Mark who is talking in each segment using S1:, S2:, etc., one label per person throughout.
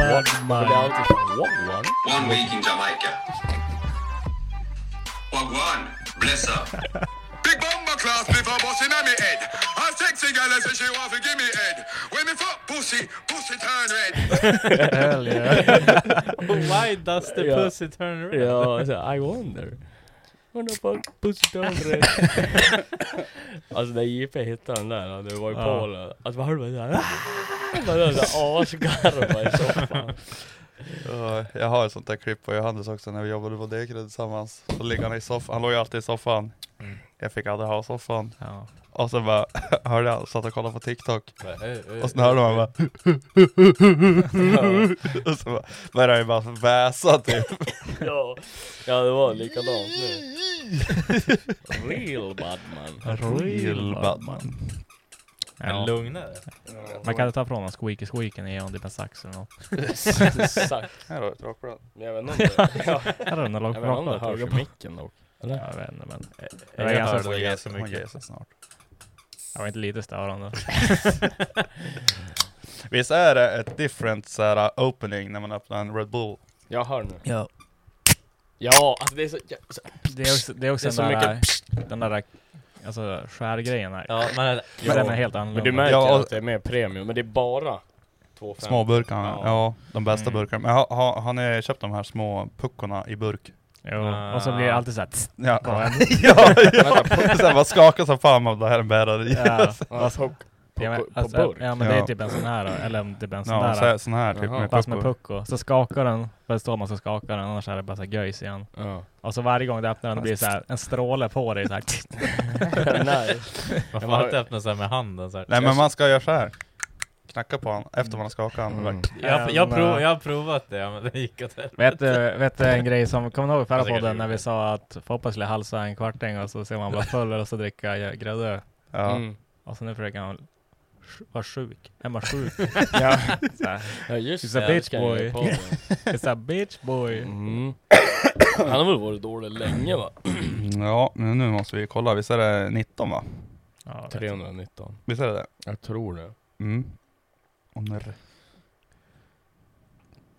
S1: One mile
S2: One
S3: One week in Jamaica. One one. Bless her. Big bomber class before busting on me head. I sexy girl I say she want to give me head. When me fuck pussy, pussy turn red.
S2: Hell yeah.
S1: Why does the
S2: Ja.
S1: pussy turn red?
S2: ja, alltså, I wonder. What the fuck, pussy down red? alltså när JP hittade den där, det var ju
S1: Ja.
S2: Paul. Alltså vad hörde man såhär? Man såhär asgarva i soffan.
S4: Ja, Jag har ett sånt där klipp på Johannes också när vi jobbade på Dekred tillsammans. Då ligger han i soffan, han låg ju alltid i soffan.
S5: Mm.
S4: Jag fick aldrig ha soffan.
S1: Ja.
S4: Och sen bara hörde jag, satt och kollade på TikTok. Och sen hörde man bara Och så bara började han ju bara väsa typ.
S2: Ja, ja det var likadant nu. Real Batman.
S4: Real Batman.
S1: En
S5: Ja.
S1: lugnare.
S5: Man kan inte ta från honom squeaky squeaken i om det är en sax eller något.
S2: Exakt.
S4: Här har du ett rakblad.
S2: Jag vet inte om det, ja,
S5: Här har du någon
S2: jag vet inte om det
S5: lagplan.
S2: hörs i micken dock.
S5: Jag vet inte men. Det var,
S1: Jag
S5: ganska,
S1: hörde det ganska
S4: Man ger
S1: mycket.
S4: sig snart.
S5: jag var inte lite störande.
S4: Visst är det ett different såhär opening när man öppnar en Red Bull?
S2: Jag hör nu.
S5: Ja.
S2: Ja, alltså det är så... Ja, så
S5: Det är också, det är också
S2: Det är så
S5: den, där, den där alltså, skärgrejen här.
S1: Ja, men
S5: Men Den är helt annorlunda.
S2: men du märker
S4: Ja, och-
S2: att det är mer premium, men det är bara 2,50.
S4: Små burkarna,
S2: Ja.
S4: ja. de bästa
S5: Mm.
S4: burkarna. Men har, har, har ni köpt de här små puckorna i burk?
S5: Jo. Och så blir
S2: Ah.
S5: det alltid såhär... tss.
S4: Ja,
S5: Bra.
S4: ja, ja. Sen bara skakar som fan av det här är en bärare.
S5: Ja.
S2: Ja, på, på,
S5: Ja, men,
S2: på
S5: alltså,
S2: burk.
S5: ja men det är
S4: Ja.
S5: typ en sån här då, eller om typ en sån
S4: Ja,
S5: där.
S4: så, sån här typ
S2: Jaha.
S4: med
S5: Fast med
S4: puckor.
S5: pucko. Så skakar den, för det står man så skakar den, annars är det bara så här göjs igen.
S2: Ja.
S5: Och så varje gång du öppnar den blir det så här en stråle på dig så här.
S2: Nej.
S1: man får alltid öppna såhär med handen såhär.
S4: Nej men man ska göra så här. Knacka på honom efter man har skakat honom.
S2: Mm.
S1: Jag, jag, prov, jag har provat det, men det gick åt helvete.
S5: eh,
S1: Alltså,
S5: Vet du, vet du en grej som, kommer du ihåg förra
S1: Jag tycker
S5: podden
S1: det är
S5: när vi
S1: roligt.
S5: sa att Foppa skulle halsa en kvarting och så ser man bara full och så dricka grädde.
S4: Ja.
S2: Mm.
S5: Och så nu försöker han sj- vara sjuk. Är man sjuk?
S2: Ja.
S5: Så här,
S2: ja, just
S5: He's a
S2: det. det
S5: bitch
S2: ska jag
S5: boy.
S2: ju på med.
S5: It's a bitch boy.
S2: Mm. Han har väl varit dålig länge va?
S4: ja, men nu måste vi kolla. Visst är det 19 va?
S5: Ja, vet du.
S2: 319.
S4: Visst är det det?
S2: Jag tror det.
S4: Mm. Och när...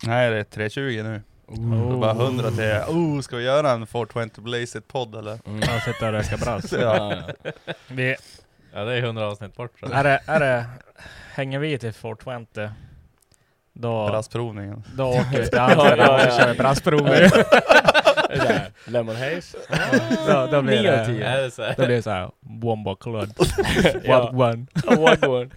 S4: Nej det är 320 nu. Det är bara 100 till, oh ska vi göra en 420 Blazed podd eller?
S2: Mm.
S5: Han sitter och röker brass.
S4: Ja.
S2: Ja, ja.
S5: Vi,
S1: Ja, det är 100 avsnitt bort. Så.
S5: är det, är det, hänger vi till 420 då,
S4: Brassprovningen.
S5: då åker vi till Amsterdam och så kör vi brassprover.
S2: Det där. Lemon Haze.
S5: Då, då blir
S2: Nio av
S5: det,
S2: tio.
S1: Är det så här?
S5: då blir det såhär, Wombo Club.
S2: Ja.
S5: What one?
S2: One one.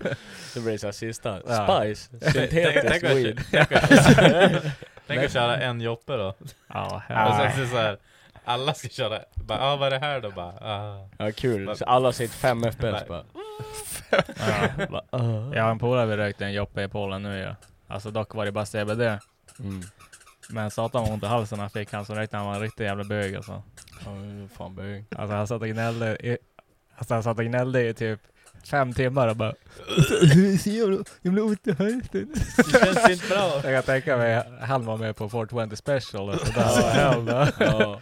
S2: Det blir såhär sista.
S5: Ja.
S2: Spice.
S1: Tänk- tänk
S2: Syntetisk
S1: att-
S2: weed.
S1: tänk att- Tänk att köra en joppe då.
S5: Ja,
S1: Och sen
S5: nej.
S1: så, så här, alla ska köra. Bara, ah, vad är det här då? Bara, ah.
S2: Ja kul. Så alla sitter 5 FPS
S1: Nej.
S2: bara. "Ah."
S5: Ja. Jag har en polare vi rökte en joppe i Polen nu ju. Alltså dock var det bara CBD.
S2: Mm.
S5: Men satan vad ont i halsen han fick. Han som rökte han var en riktig jävla bög alltså.
S2: Ja, det är fan bög.
S5: Alltså han satt och gnällde i, alltså han satt och gnällde i typ fem timmar och bara Jag blev ont i höften.
S1: Det känns inte bra.
S5: Jag kan tänka mig, han var med på 420 special och sådär.
S2: Ja.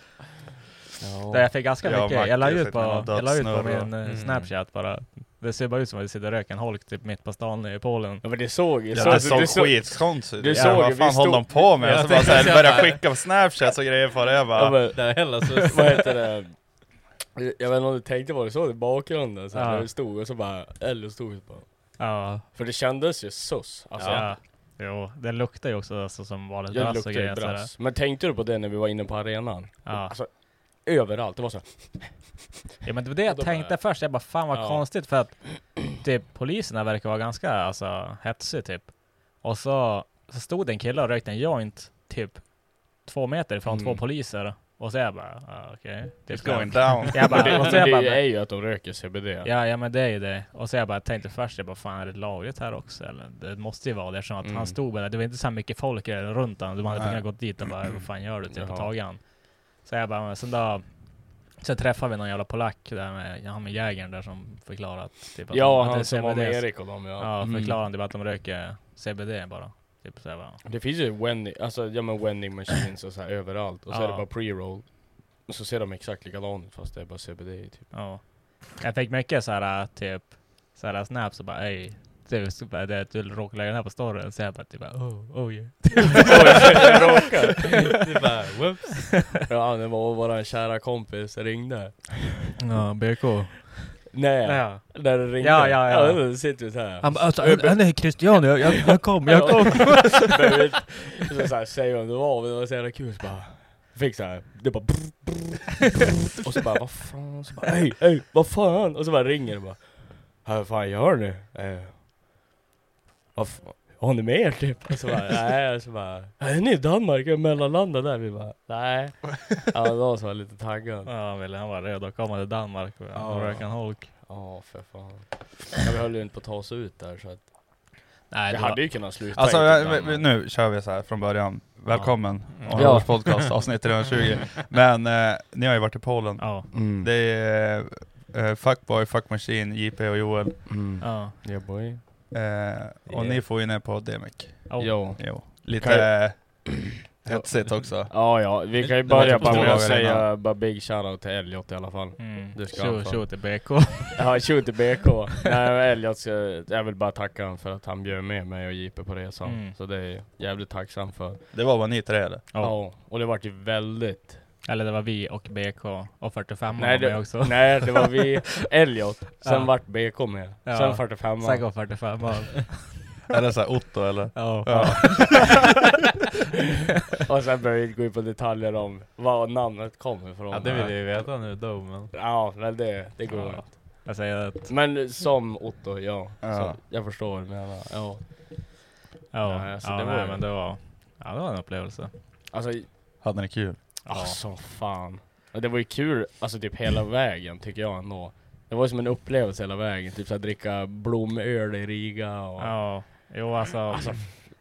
S5: Där jag fick ganska
S4: Ja,
S5: mycket.
S4: Macke
S5: Jag la ut
S4: sitter med
S5: på,
S4: någon
S5: jag la ut på
S4: dödsnurra.
S5: min eh,
S1: Mm.
S5: snapchat bara. Det ser bara ut som att vi sitter och röker en holk typ mitt på stan nere i Polen.
S2: ja men det såg ju.
S4: Ja,
S2: så-
S4: det
S2: du-
S4: såg
S2: du såg-
S4: skitkonstigt ut.
S2: du
S4: Jag
S2: såg
S4: bara,
S2: ju,
S4: Vad fan
S2: vi
S4: håller de
S2: stod-
S4: på med?
S1: Jag
S4: så bara
S1: tänkte
S4: såhär,
S1: säga
S4: började
S1: bara-
S4: skicka på snapchat och grejer på det. Jag
S2: Ja,
S4: bara,
S2: men,
S1: Det är hela så...
S2: vad heter det? Jag vet inte om du tänkte på det så i bakgrunden så här,
S5: Ja.
S2: när vi stod och så bara, eller stod och bara.
S5: Ja.
S2: För det kändes ju sus. Alltså.
S5: ja. Jo, det luktar ju också alltså, som vanligt
S2: Jag
S5: brass och
S2: luktar ju
S5: grejer. sådär.
S2: brass. Men tänkte du på det när vi var inne på arenan?
S5: Ja.
S2: Alltså, överallt. Det var så här,
S5: Ja men det var det jag
S2: Då
S5: tänkte
S2: bara-
S5: först, jag bara fan vad
S2: Ja.
S5: konstigt för att typ poliserna verkar vara ganska alltså hetsig typ. Och så, så stod det en kille och rökte en joint typ två meter från
S2: Mm.
S5: två poliser. Och så jag bara, ah, okej. Typ
S4: it's
S5: så här.
S4: going down.
S5: Jag
S2: men
S5: bara,
S2: det,
S5: och
S2: men
S5: så jag
S2: det är
S5: bara,
S2: ju att de röker CBD.
S5: ja, ja men det är ju det. Och så jag bara tänkte först, jag bara fan är det lagligt här också? Eller det måste ju vara det eftersom att
S2: Mm.
S5: han stod med det. Det var inte så här mycket folk runt honom. De hade
S4: Nej.
S5: kunnat gått dit och bara, vad fan gör du? Typ
S2: Jaha.
S5: och tagit han. Så jag bara, men sen då Sen träffade vi någon jävla polack där med, han med jägaren där som förklarade att typ att
S2: Ja,
S5: att det är
S2: han som var med
S5: CBD.
S2: Erik och dem ja.
S5: Ja,
S4: Mm.
S5: förklarade han typ att de röker CBD bara. Typ så jag bara,
S2: Det finns ju vending, alltså ja men vending machines och så här överallt. Och så är det
S5: Ja.
S2: bara pre-roll. Och så ser de exakt likadana ut fast det är bara CBD i, typ.
S5: ja. Jag fick mycket så här typ, så här snaps och bara ey. Du, så bara, det, du råkade lägga den här på storyn, så jag bara typ oh, oh yeah.
S1: Det är bara, whoops.
S2: Ja det var våran kära kompis ringde.
S5: Ja, BK.
S2: Nej,
S5: Ja.
S2: när det ringde.
S5: Ja, ja, ja.
S2: då sitter vi såhär.
S5: Han bara, alltså, han, han är Christian, jag, jag, jag kom, jag kom.
S2: Behöver inte såhär säga vem det var, men det var så jävla kul. Så bara, fick såhär, det bara brr, brr, Och så bara vad fan, och så bara ey, ey, vad fan. Och så bara ringer det bara. "Ja, Vad fan gör ni? Eh, vad fan, har ni med er typ? Och så bara nej, och så bara. Är ni i Danmark? Jag mellanlandar där. Vi bara nej. Ja det var så här lite taggad.
S5: Ja, ville han vara redo att komma till Danmark och
S2: Ja.
S5: röka en holk.
S2: Ja för fan. Ja, vi höll ju inte på att ta oss ut där så att.
S5: Nej,
S2: Det
S5: det
S2: hade ju kunnat sluta
S4: Alltså
S2: i
S4: vi-
S2: typ
S4: vi-
S2: Danmark.
S4: nu kör vi så här från början. Välkommen
S5: Mm.
S4: Arne
S2: Ja.
S4: Hårds podcast avsnitt 320. Men eh, ni har ju varit i Polen.
S5: Ja.
S2: Mm.
S4: Det är eh, Fuckboy, Fuck Machine, JP och Joel.
S2: Mm.
S5: Ja.
S2: Yeah boy.
S4: Eh, och
S5: Yeah.
S4: ni får ju ner på Demic.
S5: Oh.
S2: Jo.
S4: Jo.
S2: Kan
S4: Lite eh, hetsigt också.
S2: Ja, ja, vi kan ju
S4: Det var
S2: börja
S4: typ
S2: bara
S4: två
S2: med att
S4: dagar
S2: säga
S4: innan.
S2: bara big shoutout till Elliot i alla fall.
S5: Mm.
S2: Det ska han
S5: Shoot,
S2: få.
S5: shoot till BK.
S2: Ja, shoot till BK. Nej, men Elliot, ska, jag vill bara tacka honom för att han bjöd med mig och JP på resan.
S5: Mm.
S2: Så det är jag jävligt tacksam för.
S4: Det var bara ni tre eller?
S5: Ja.
S2: Ja, och det vart ju väldigt...
S5: Eller det var vi och BK och 45
S2: Nej,
S5: var
S2: det,
S5: med också.
S2: nej, det var vi, Elliot, sen
S5: Ja.
S2: vart BK med.
S5: Ja.
S2: Sen 45
S5: Sen kom 45 år.
S4: Eller såhär Otto eller?
S5: Ja.
S4: Ja.
S2: Och sen började vi gå in på detaljer om var namnet kommer ifrån.
S1: Ja, det vill jag ju veta nu då, men...
S2: Ja, men det, det går
S5: Ja.
S2: inte.
S5: Jag säger att,
S2: Men som Otto, ja.
S4: Ja.
S2: Så jag förstår vad du menar. Ja.
S5: ja,
S2: Nej,
S5: ja,
S2: alltså, det var
S5: nej,
S2: ju-
S5: men det var, ja det var en upplevelse.
S2: Alltså,
S4: Hade ni kul?
S2: Ja, som fan. Och Det var ju kul, alltså typ hela
S5: Mm.
S2: vägen tycker jag ändå. Det var ju som en upplevelse hela vägen, typ såhär dricka blomöl i Riga och...
S5: Ja, jo alltså.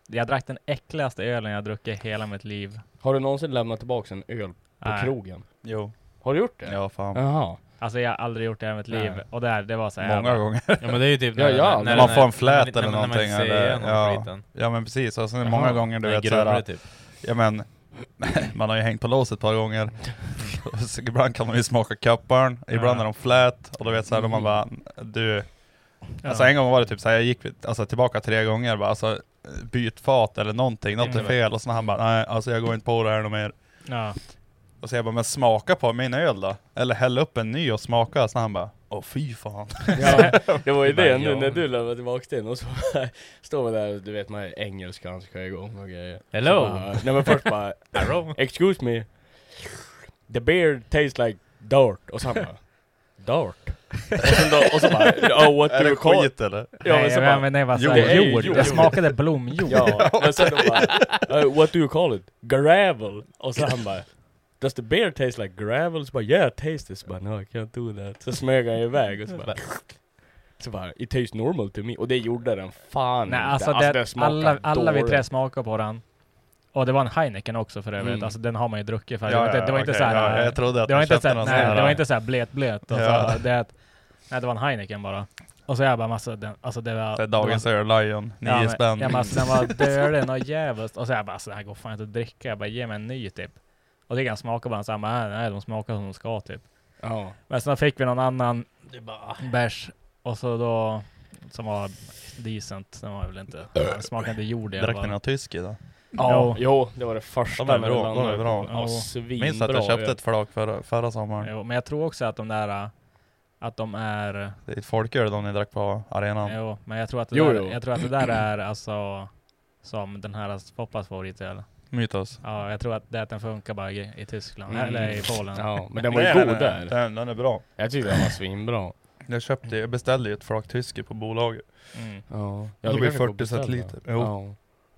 S5: Jag drack den äckligaste ölen jag druckit i hela mitt liv.
S2: Har du någonsin lämnat tillbaka en öl på
S5: Nej.
S2: krogen?
S4: Jo.
S2: Har du gjort det?
S4: Ja fan.
S2: Jaha.
S5: Alltså jag har aldrig gjort det i hela mitt liv.
S2: Nej.
S5: Och där, det var så här, jag
S4: Många
S5: bara-
S4: gånger.
S1: Ja men det är ju typ
S2: Ja, ja, när
S4: man får en
S1: när
S4: flät
S1: man-
S4: eller
S1: när man inte
S4: någonting,
S1: ser
S4: eller-
S1: igenom
S4: ja.
S1: skiten.
S4: Ja men precis, alltså,
S1: Jaha.
S4: många gånger du
S1: Nej,
S4: vet
S1: grövre
S4: såhär,
S1: typ.
S4: ja men man har ju hängt på låset ett par gånger. Så ibland kan man ju smaka kapparn, ibland
S5: Ja.
S4: är de flät, och då vet såhär, då man bara, du. Alltså
S5: Ja.
S4: en gång var det typ såhär, jag gick alltså, tillbaka tre gånger bara, alltså byt fat eller någonting, något är
S5: Mm.
S4: fel, och så han bara, nej alltså jag går inte på det här något mer.
S5: Ja.
S4: Och så jag bara, men smaka på min öl då? Eller häll upp en ny och smaka, så han bara, åh fy fan.
S2: Ja, det var ju
S1: Det är
S2: det
S1: bara,
S2: nu
S1: ja.
S2: när du lämnade tillbaka den och så står man där och du vet man är engelskan ska igång och grejer.
S1: Hello.
S2: Så Bara, nej men först bara
S1: Hello.
S2: Excuse me. The beer tastes like dirt. Och så han bara Dirt? Och, sen då, och så bara Oh what
S4: Är
S2: do you
S4: det
S2: call
S4: skit eller?
S2: Ja, men
S5: nej,
S2: så
S5: jag
S2: bara,
S5: menar det var
S4: Jo,
S5: så här,
S2: det är
S5: jord.
S2: jord.
S5: Det smakade blomjord.
S2: Ja, men sen då bara "Uh, What do you call it? Gravel? Och så han bara Does the beer taste like gravel? Så bara yeah it tastes this. Bara no I can't do that. Så smög han iväg och så bara så bara, it tastes normal to me. Och det gjorde den fan
S5: Nej,
S2: inte.
S5: alltså, det,
S2: smakar
S5: alla, alla vi
S2: dåligt.
S5: tre smakade på den. Och det var en Heineken också för övrigt.
S2: Mm.
S5: Alltså den har man ju druckit för. det var inte, det var inte
S4: okej,
S5: så här,
S4: ja, jag trodde att
S5: Det var
S4: ni
S5: inte
S4: köpte
S5: såhär,
S4: någon
S5: nej,
S4: sån här-
S5: Alltså, det var inte såhär blöt blöt och
S4: Ja.
S5: så, det, är att- Nej det var en Heineken bara. Och Och så jag bara massa, den, alltså det var...
S4: Så här, dagens
S5: det var,
S4: Air Lion, nio
S5: ja, men-
S4: spänn.
S5: Ja men alltså den var dölig något djävulskt. Och så jag bara alltså den här går fan inte att dricka. Jag bara ge mig en ny typ. Och det kan smaka bara så här, bara, nej, nej de smakar som de ska typ.
S2: Ja.
S5: Men sen fick vi någon annan
S1: Det bara...
S5: bärs. Och så då, som var decent. Den var väl inte, den smakade inte jord i alla
S4: Drack ni
S5: fall.
S4: någon tysk idag?
S2: Ja, jo, det var det första.
S4: De är bra,
S2: med den
S4: de är
S2: andra.
S4: bra.
S2: Ja,
S5: Ja.
S2: svinbra.
S4: Minns att jag köpte
S2: ju.
S4: ett flak förra, förra sommaren.
S5: Jo, men jag tror också att de där, äh, att de är,
S4: Det är ett folköl de ni drack på arenan.
S5: jo, men jag tror att det,
S2: Jo,
S5: där,
S2: jo.
S5: Jag tror att det där är alltså som den här Poppas favoritöl.
S4: Mytos.
S5: Ja, jag tror att det är att den funkar bara i, i Tyskland,
S2: Mm.
S5: eller i Polen.
S2: Ja, men den var
S4: Nej,
S2: ju god
S4: är-
S2: där.
S4: Den, den är bra.
S2: Jag tyckte den var svinbra.
S4: Jag köpte, jag beställde ju ett flak tyske på bolaget.
S5: Mm.
S2: Ja.
S4: det blir
S2: kanske går att
S4: 40
S2: beställa.
S4: centiliter. Jo.
S2: Ja.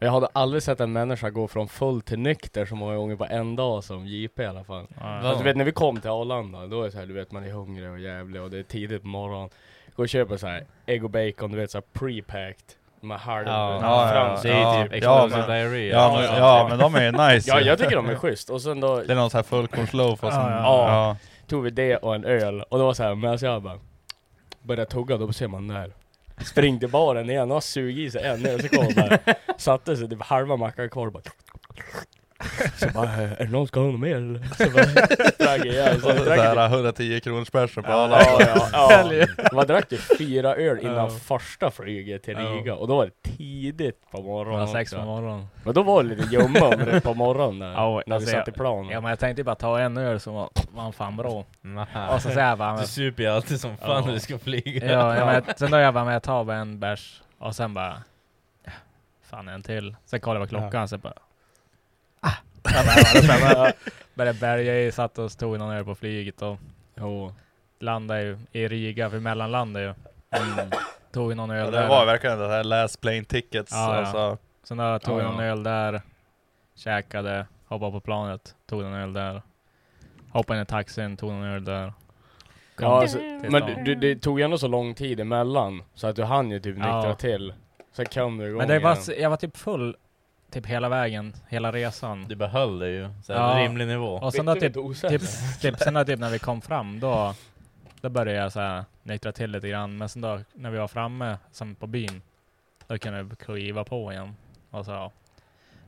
S2: Jag hade aldrig sett en människa gå från full till nykter så många gånger på en dag som JP i alla fall.
S5: Ja.
S2: Alltså, du vet när vi kom till Arlanda, då är det så här, du vet man är hungrig och jävlig och det är tidigt på morgonen. Gå och köpa så här ägg och bacon, du vet såhär pre-packed. Med halv
S1: Ja,
S4: ja, ja.
S2: fransk.
S1: Det är typ
S4: Ja,
S1: explosive
S4: men-
S1: diarrhea.
S4: Ja, men, ja, men de är nice.
S2: Ja, jag tycker de är schysst. Och sen då
S4: Det är någon sån här fullkornsloaf och sen...
S5: Ja, ja.
S2: Ja. tog vi det och en öl och det var så här, men alltså jag bara Började tugga, då ser man den där Spring till baren igen och har sugit i sig en öl, så kom hon där Satte sig, typ halva mackan kvar och bara Så bara, är det någon som ska ha något mer eller? Så bara, drack igen, så
S4: Och så
S2: drack jag-
S4: här 110 kronors på alla.
S2: Ja, ja, ja. Man drack ju fyra öl innan första flyget till
S5: Ja.
S2: Riga och då var det tidigt på morgonen
S5: Ja, sex
S2: också.
S5: på morgonen.
S2: Men då var det lite ljumma om det på morgonen där,
S5: Ja,
S2: när vi
S5: alltså,
S2: satt
S5: jag-
S2: i planen
S5: Ja, men jag tänkte bara ta en öl som var, var fan bra.
S1: Nej.
S5: Och så säger jag bara, men,
S1: Mm. Du super ju alltid som fan
S2: Ja.
S1: när du ska flyga.
S5: ja, ja, men, sen då jag bara, men jag tar bara en bärs. Och sen bara, fan en till. Sen kollar jag på klockan, sen bara, ah. Sen bara, sen bara, började bärga i, satt och tog någon öl på flyget och
S2: Jo.
S5: landade ju i Riga, vi mellanlandade ju. Mm. Tog ju någon
S4: Ja,
S5: öl
S4: det
S5: där.
S4: var verkligen det här last plane tickets.
S5: Ja, ja.
S4: alltså.
S5: Sen då tog
S2: Ja,
S5: jag någon
S2: ja.
S5: öl där, käkade, hoppade på planet, tog någon öl där. Hoppade in i taxin, tog någon öl där. Kom
S2: Ja,
S5: till-
S2: alltså,
S5: till
S2: men
S5: stan.
S2: du, du, det tog ju ändå så lång tid emellan så att du hann ju typ nyktra
S5: Ja.
S2: till. Sen kom du igång
S5: men det var,
S2: igen.
S5: s- jag var typ full typ hela vägen, hela resan.
S1: Du behöll det ju. Så
S5: Ja.
S1: här, rimlig nivå.
S5: Och sen då
S2: Vet du
S5: typ,
S2: inte osäker?
S5: typ, typ, sen då typ när vi kom fram då, då började jag så här nyktra till lite grann. Men sen då när vi var framme som på byn, då kunde jag kliva på igen. Och så, ja.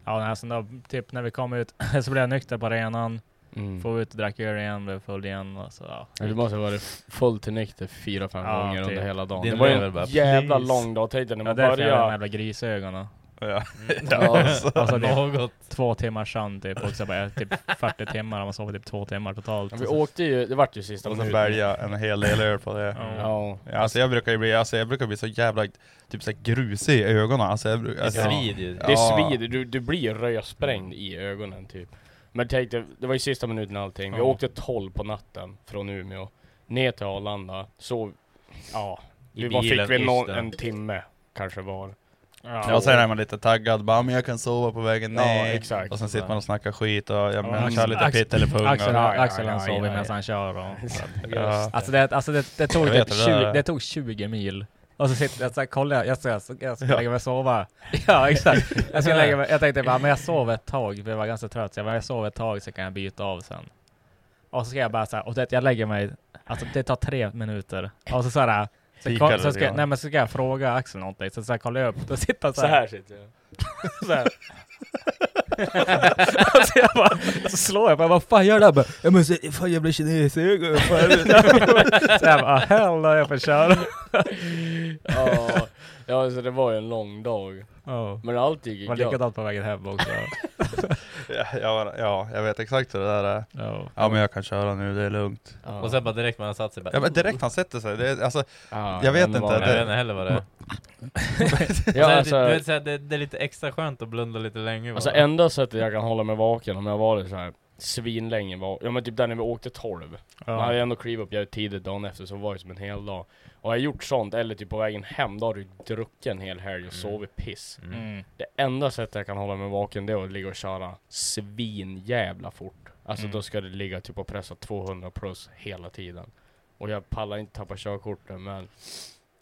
S5: ja, nej, sen då typ när vi kom ut så blev jag nykter på arenan.
S2: Mm.
S5: Får ut, drack öl igen, blev full igen och så ja.
S2: Ja, Du måste ha varit full till nykter fyra, fem
S5: Ja,
S2: gånger
S5: typ.
S2: under hela dagen.
S1: Din
S2: Det var ju
S1: lever
S2: en
S1: bara,
S2: jävla
S1: "Please."
S2: lång dag tänkte jag när
S5: Ja,
S2: man
S5: därför jag har de
S2: började.
S5: jävla grisögonen.
S4: Ja.
S2: Ja.
S5: Alltså det är
S1: Mm. Något.
S5: två timmar sömn typ också, bara typ 40 timmar, och man sover typ två timmar totalt.
S2: Ja, Vi åkte ju, det vart ju sista
S4: Och sen välja en hel del öl på det.
S5: Ja.
S1: Mm.
S2: Ja.
S4: Ja, Alltså jag brukar ju bli, alltså jag brukar bli så jävla typ så här grusig i ögonen. Alltså jag, bru-
S1: Det
S4: alltså,
S1: svider ju.
S4: Ja.
S2: Det svider, du, du blir ju rödsprängd i ögonen typ. Men tänk dig, det var ju sista minuten allting. Vi
S5: Ja.
S2: åkte 12 på natten från Umeå, ner till Arlanda, sov, ja.
S1: I
S2: Vi bara
S1: bilen,
S2: fick väl
S1: just
S2: någon,
S1: det.
S2: en timme kanske var.
S4: Ja, och sen är man lite taggad, bara men jag kan sova på vägen
S2: Ja,
S4: ner.
S2: exakt.
S4: Och sen sitter man och snackar skit och ja, men,
S5: Axel-
S4: kör lite
S5: Axel-
S4: pittelepung. och-
S5: Axel,
S2: Ja, ja,
S5: Axel han
S2: ja,
S5: sover
S2: ja,
S5: medan
S2: ja.
S5: han kör och... så att-
S4: Ja.
S5: Alltså det, alltså det, det tog
S4: Jag vet
S5: typ
S4: det där.
S5: 20, det tog 20 mil. Och så sitter jag så här, kollar jag, jag ska, jag ska, jag ska lägga mig och sova. Ja exakt. Jag, ska lägga mig, jag tänkte bara, men jag sover ett tag, för jag var ganska trött. Så jag, bara, jag sover ett tag så kan jag byta av sen. Och så ska jag bara så här, och det, jag lägger mig, alltså det tar tre minuter. Och så så här, så,
S4: Fikar
S5: koll,
S4: lite
S5: så ska, jag-
S4: grann.
S5: nej men så ska jag fråga Axel någonting, så, så här, kollar jag upp, då sitter han så
S2: Så
S5: här.
S2: här sitter jag.
S5: Så jag bara, så slår jag bara, vad fan gör du? Jag bara, jag måste, fan jag blir kinesögon. Så jag bara, "Ah, hell no, jag får köra.
S2: Ja, ja alltså det var ju en lång dag.
S5: Oh.
S2: Men allt gick ju
S5: Var
S2: gött.
S5: likadant på vägen hem också.
S4: Ja, jag, ja, jag vet exakt hur det där är.
S5: Ja.
S4: Ja men jag kan köra nu, det är lugnt.
S2: Ja.
S1: Och sen bara direkt man har satt sig bara...
S4: Ja, men direkt han sätter sig, det är, alltså,
S2: Ja,
S4: jag vet
S2: men det
S4: inte,
S2: var-
S1: jag vet inte heller vad det är.
S2: Ja,
S1: Ja,
S2: alltså,
S1: det, du vet, så här, det, det är lite extra skönt att blunda lite länge bara.
S2: alltså enda sättet jag kan hålla mig vaken om jag varit så här svinlänge var, ja men typ där när vi åkte 12. Man hade ju ändå klivit upp jävligt tidigt dagen efter så var det som en hel dag. Och har jag gjort sånt, eller typ på vägen hem, då har du druckit en hel helg och sovit piss.
S5: Mm.
S2: Det enda sättet jag kan hålla mig vaken det är att ligga och köra svinjävla fort. Alltså
S5: Mm.
S2: då ska det ligga typ och pressa 200 plus hela tiden. Och jag pallar inte tappa körkortet men...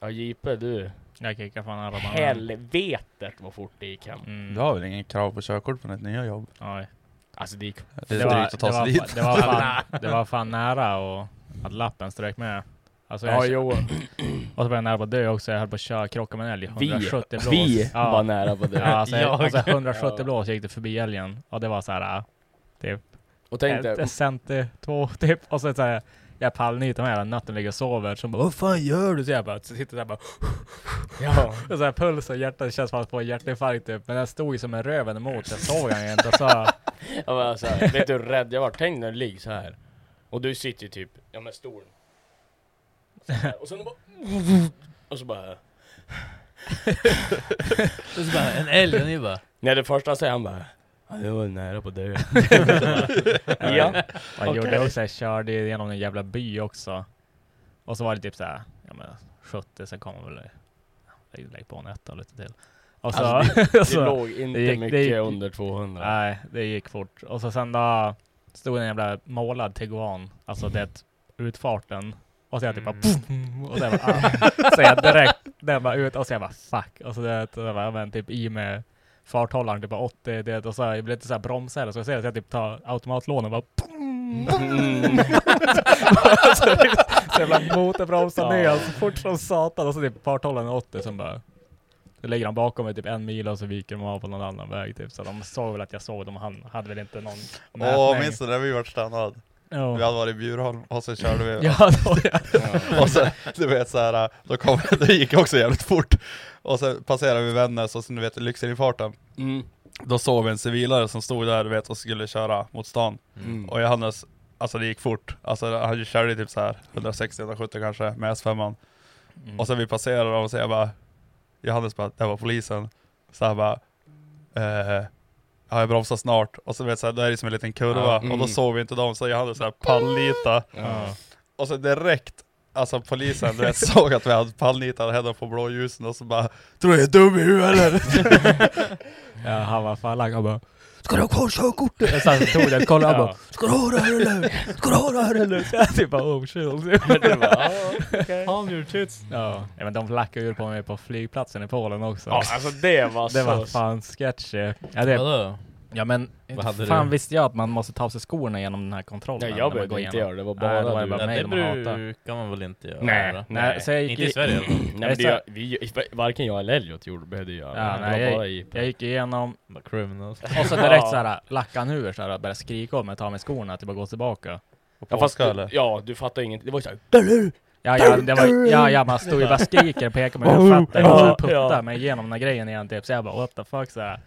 S2: Ja JP du,
S5: Jag kickar fan armarna.
S2: helvetet vad fort det gick hem.
S5: Mm.
S4: du har väl ingen krav på körkort på ditt nya jobb?
S5: Oj.
S2: Alltså det gick...
S4: Det är
S5: var-
S4: drygt att ta sig
S5: det var,
S4: dit.
S5: Det var, fan, det var fan nära och att lappen strök med. Alltså,
S2: Ja,
S5: jag,
S2: Johan.
S5: och så var jag nära på att dö också. Jag höll på att köra, krocka med en älg.
S2: Vi,
S5: 170 blås.
S2: vi
S5: ja.
S2: var nära på
S5: Ja,
S2: det.
S5: alltså, jag,
S1: Jag.
S5: alltså 170
S2: Ja.
S5: blås gick det förbi älgen. Och det var så här. äh, Typ
S2: Och tänk
S5: ett
S2: dig,
S5: ett centi, två typ. Och så så här. Jag pallnyter med hela natten ligger och sover. Så hon bara Vad fan gör du? Så jag bara så sitter där bara
S2: ja,
S5: Och så här puls och hjärtat känns som att få en hjärtinfarkt typ. Men den stod ju som en röven emot. Jag såg den ju inte. Och så
S2: ja men alltså, vet du hur rädd jag var? Tänk när du ligger så här. Och du sitter ju typ, ja men stolen. Så här, Och sen bara... Och så bara...
S1: Och så bara, en älg och ni bara...
S2: Nej det första säger han bara... Ja, jag var nära på att dö.
S5: Ja.
S2: ja.
S5: Vad jag
S2: Okej.
S5: gjorde också, jag körde genom en jävla by också. Och så var det typ såhär, ja men 70, sen kom väl, lägg, lägg på en etta och lite till. Och så,
S2: Alltså, Det
S5: så,
S2: låg inte
S5: det gick- det
S2: mycket
S5: gick-
S2: under 200.
S5: nej, det gick fort. Och så sen då stod en jävla målad Tiguan, alltså det utfarten. Och så jag typ bara,
S2: Mm.
S5: boom, och så jag bara, ah. så jag direkt, den bara ut, och så jag bara fuck. Och så det, så jag bara, ja, men typ i med farthållaren typ bara 80, det, och så jag blev lite såhär bromsad, så jag ser att jag typ tar automatlådan och bara
S2: Mm.
S5: Alltså, Så jävla motorbromsar ner
S2: Ja.
S5: så fort som satan och så typ farthållaren 80 som bara så lägger de bakom mig typ en mil och så viker de av på någon annan väg typ. Så de såg väl att jag såg dem, han hade väl inte någon mätning.
S4: Åh, minns du när vi vart stannad?
S5: Ja.
S4: Vi hade varit i Bjurholm och så körde vi
S5: Ja, då, ja.
S4: Och sen, du vet såhär, då kom, det gick också jävligt fort Och sen passerade vi Vännäs och sen du vet Lyckseleinfarten
S2: Mm.
S4: Då såg vi en civilare som stod där du vet och skulle köra mot stan
S2: Mm.
S4: Och Johannes, alltså det gick fort Alltså han körde typ såhär 160-170 kanske med S5an
S2: Mm.
S4: Och sen vi passerade dem och så jag bara Johannes bara, det var polisen Så han bara eh, Ja jag bromsar snart, och så vet så här, då är det som en liten kurva,
S2: Ja,
S4: och
S2: mm.
S4: då såg vi inte dem, så Johannes såhär pallita
S2: Ja.
S4: och så direkt, alltså polisen du vet, såg att vi hade pallnitat henne på blåljusen och så bara Tror du jag är dum i huvudet eller?
S5: ja, han var fan lack, han bara Ska du ha kvar körkortet? Så han tog den, kollade, han bara
S2: Ja.
S5: Ska du ha det här eller? Ska du ha det här eller? Så jag typ bara oh shit.
S2: Det var- ja,
S1: Calm your tits.
S5: Ja, Ja, men de lackade ju på mig på flygplatsen i Polen också.
S2: Ja, alltså det var
S5: det var
S2: så...
S5: fan sketchy. Ja, det,
S1: Vadå?
S5: Ja men
S1: Vad hade
S5: fan
S1: du?
S5: visste jag att man måste ta av sig skorna genom den här kontrollen.
S2: Nej
S5: när man
S2: jag behövde
S5: går
S2: inte
S5: igenom.
S2: göra det, det var
S5: Nej, det var
S2: bara
S5: ju
S2: du.
S5: bara
S1: Ja,
S5: mig
S1: det
S5: de hatar.
S1: brukar man väl inte göra?
S2: Nej.
S1: va?
S5: Nej, så jag gick,
S1: Inte i Sverige i alla fall.
S2: Nej men det, gör- vi, varken jag eller Elliot gjorde, behövde göra
S5: Ja,
S2: det.
S5: nej,
S2: det var bara i...
S5: jag gick igenom
S1: Bara Criminals.
S5: och så direkt såhär lackade han ur såhär och började skrika om mig, ta av mig skorna, typ bara gå tillbaka.
S4: Och
S2: Ja,
S4: påska
S2: du-
S4: eller?
S2: ja du fattar ingenting, det var ju såhär
S5: Ja, ja, det var, ja, ja man stod ju bara och skriker och pekar med fötterna och så här puttar mig igenom den här grejen igen typ. Så jag bara what the fuck såhär.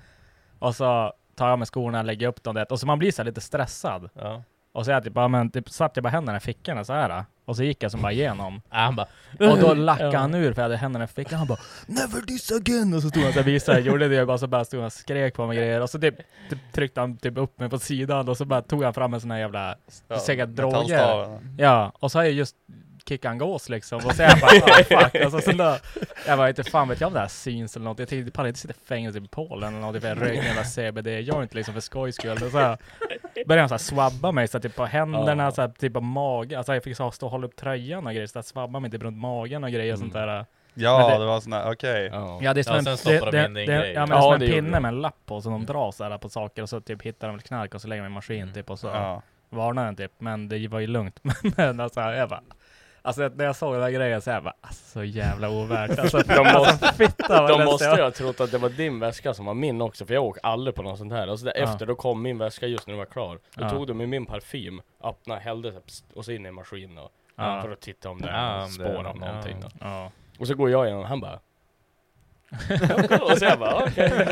S5: Och så tar jag av mig skorna, lägger upp dem det. Och så man blir såhär lite stressad.
S1: Ja.
S5: Och så jag typ, ja, men, typ satt jag bara händerna i fickorna såhär. Och så gick jag som bara igenom.
S1: Ah, han bara...
S5: Och då lackade han ur för jag hade händerna i fickan. Han bara 'Never this again' och så stod han såhär Alltså, visade, gjorde det och bara så bara stod han och skrek på mig grejer. Och så typ, typ tryckte han typ upp mig på sidan och så bara tog han fram en sån här jävla,
S4: Ja,
S5: säkert droger.
S4: metallstaven.
S5: Ja, och så har jag just kickat en gås liksom. Och så är jag bara oh, fuck. Alltså, sen då, jag bara inte fan vet jag om det här syns eller något. Jag tänkte pallar inte sitta i fängelse i Polen eller något. För jag röker en jävla CBD-joint liksom för skojs skull. Och så här, började han så här swabba mig så här, typ på händerna,
S2: Ja.
S5: så här, typ på magen. Alltså jag fick så här, stå och hålla upp tröjan och grejer. Så här, swabba mig typ runt magen och grejer och sånt där.
S4: Ja
S5: Men
S4: det,
S5: det-
S4: var sån där, okej
S2: ja.
S5: Ja, det är som
S1: Ja,
S5: en,
S1: sen stoppar de
S5: det, det,
S1: in din
S5: det,
S1: grej.
S5: ja, men
S2: Ja,
S5: det är som
S2: det
S5: en
S2: gjorde
S5: pinne
S2: de. Mm.
S5: med en lapp på som de drar så här på saker och så typ hittar de väl knark och så lägger de i maskin typ och så
S4: ja.
S5: varnade den typ, men det var ju lugnt. Men alltså, jag bara, alltså när jag såg den där grejen så jag bara, alltså så jävla ovärt. Alltså,
S2: De måste-
S5: fitta vad
S2: De
S5: ledsen
S2: måste
S5: jag
S2: ju
S5: var.
S2: ha trott att det var din väska som var min också, för jag åker aldrig på något sånt här. Och så där
S5: Ja.
S2: efter, då kom min väska just när den var klar. Då
S5: Ja.
S2: tog de ju min parfym, öppnade, hällde så här, pst, och så in i maskinen och,
S5: Ja.
S2: för att titta om det
S1: Ja,
S2: är
S1: om
S2: något spår
S1: det-
S2: av någonting.
S1: ja.
S2: Då.
S5: Ja.
S2: Och så går jag igenom och han bara och så jag bara okej.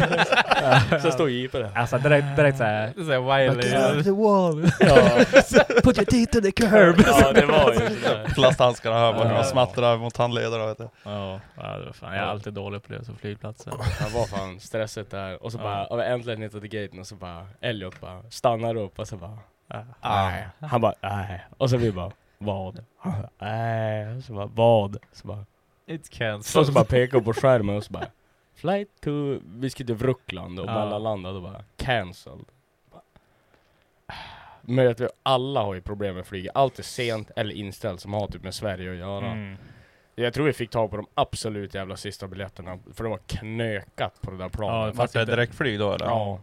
S2: Så står jeepen där.
S5: Alltså direkt, direkt såhär,
S1: Det är såhär Wiley.
S5: the wall,
S2: Ja,
S5: put your teeth in the curb.
S2: ja det var ju sådär.
S4: Plasthandskarna här bara,
S5: Ja.
S4: de smattrar mot handlederna vet du
S5: Ja, det var fan, jag har alltid dålig upplevelse på flygplatsen.
S2: Han var fan stressigt där. Och så
S5: Ja.
S2: bara, ja. äntligen hittade till gaten och så bara, Elliot bara stannar upp och så bara,
S5: Ja.
S2: nej. Han bara, nej. Och så vi bara, vad? Han bara, Nej. Och så bara, vad? Så bara,
S1: It's cancelled.
S2: så, så bara pekar på skärmen och så bara, flight to, vi ska till Wroclaw och
S5: Ja.
S2: mellanlandade och bara, cancelled. Men jag tror alla har ju problem med flyg. Allt är sent eller inställt som har typ med Sverige att göra.
S5: Mm.
S2: Jag tror vi fick tag på de absolut jävla sista biljetterna, för det var knökat på det där
S5: Ja,
S2: planet.
S5: Fast
S4: Vart det
S5: inte-
S4: direktflyg då eller?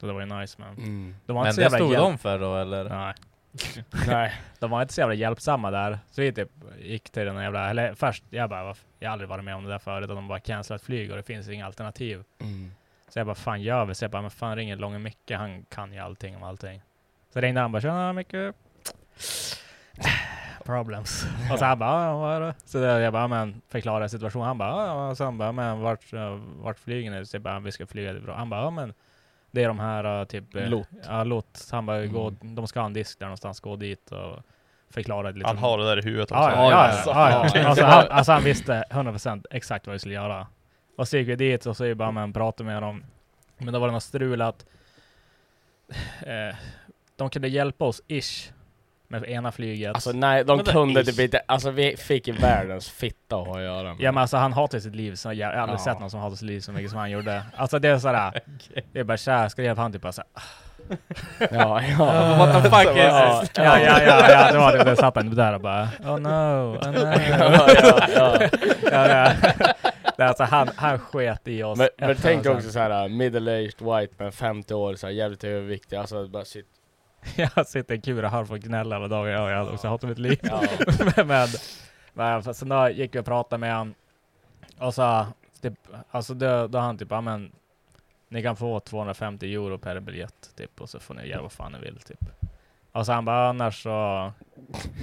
S5: Så det var ju nice man.
S2: Mm.
S5: De var
S1: Men
S5: inte så
S1: det
S5: jävla
S1: stod
S5: jäv-
S1: de för då eller?
S5: Nej.
S2: Nej.
S5: De var inte så jävla hjälpsamma där. Så vi typ gick till den här jävla, eller först, jag bara, "Varför- jag har aldrig varit med om det där förut, och de bara cancelat flyg och det finns inga alternativ. Så jag bara, fan gör vi? Så jag bara, men fan ringer Långe Micke, han kan ju allting om allting. Så ringde han bara, tjena Micke. Problems. Och så han bara, "Ja, vad är det? Så där jag bara, men förklara situationen. Han bara, "Ja, ja, och så han bara, men vart, eh, vart flyger ni? Så jag bara, vi ska flyga till Bra. Han bara, ja men det är de här eh, typ... eh,
S2: Lot.
S5: Ja, lot. Han bara, gå, de ska ha en disk där någonstans, gå dit och förklara lite.
S4: Han har det där i huvudet också.
S5: Ja, ja, ja,
S4: Alltså.
S5: ja, ja. Alltså, han, alltså han visste 100% exakt vad vi skulle göra. Och så gick vi dit och så är det bara men prata med dem. Men då var det något strul att eh, de kunde hjälpa oss ish med ena flyget.
S2: Alltså nej, de
S1: Vadå
S2: kunde
S1: is?
S2: typ inte... Alltså vi fick ju världens fitta att ha att göra med.
S5: ja men alltså han hatar sitt liv, så jag, jag har aldrig
S2: Ja.
S5: sett någon som hatar sitt liv så mycket som han gjorde. Alltså det är sådär, det är bara tja, ska du hjälpa han? Typ bara såhär,
S2: ja, ja.
S1: What the fuck is
S2: Ja,
S1: this?
S5: ja ja ja, ja det var det, det satt han där och bara oh no, oh no.
S2: ja, ja.
S5: ja, ja. Det är alltså han, han sket i oss.
S2: Men, men tänk
S5: 100%.
S2: också såhär middle-aged white men 50 år, så här, jävligt överviktig, alltså bara shit.
S5: Jag sitter i en kura här och får gnälla alla dagar. Ja, jag hade också hatat mitt liv.
S2: Ja.
S5: men, men, men fast sen då gick vi och pratade med han. Och så, typ, alltså då, då han typ, ja men ni kan få 250 euro per biljett typ och så får ni göra vad fan ni vill typ. Och så han bara annars så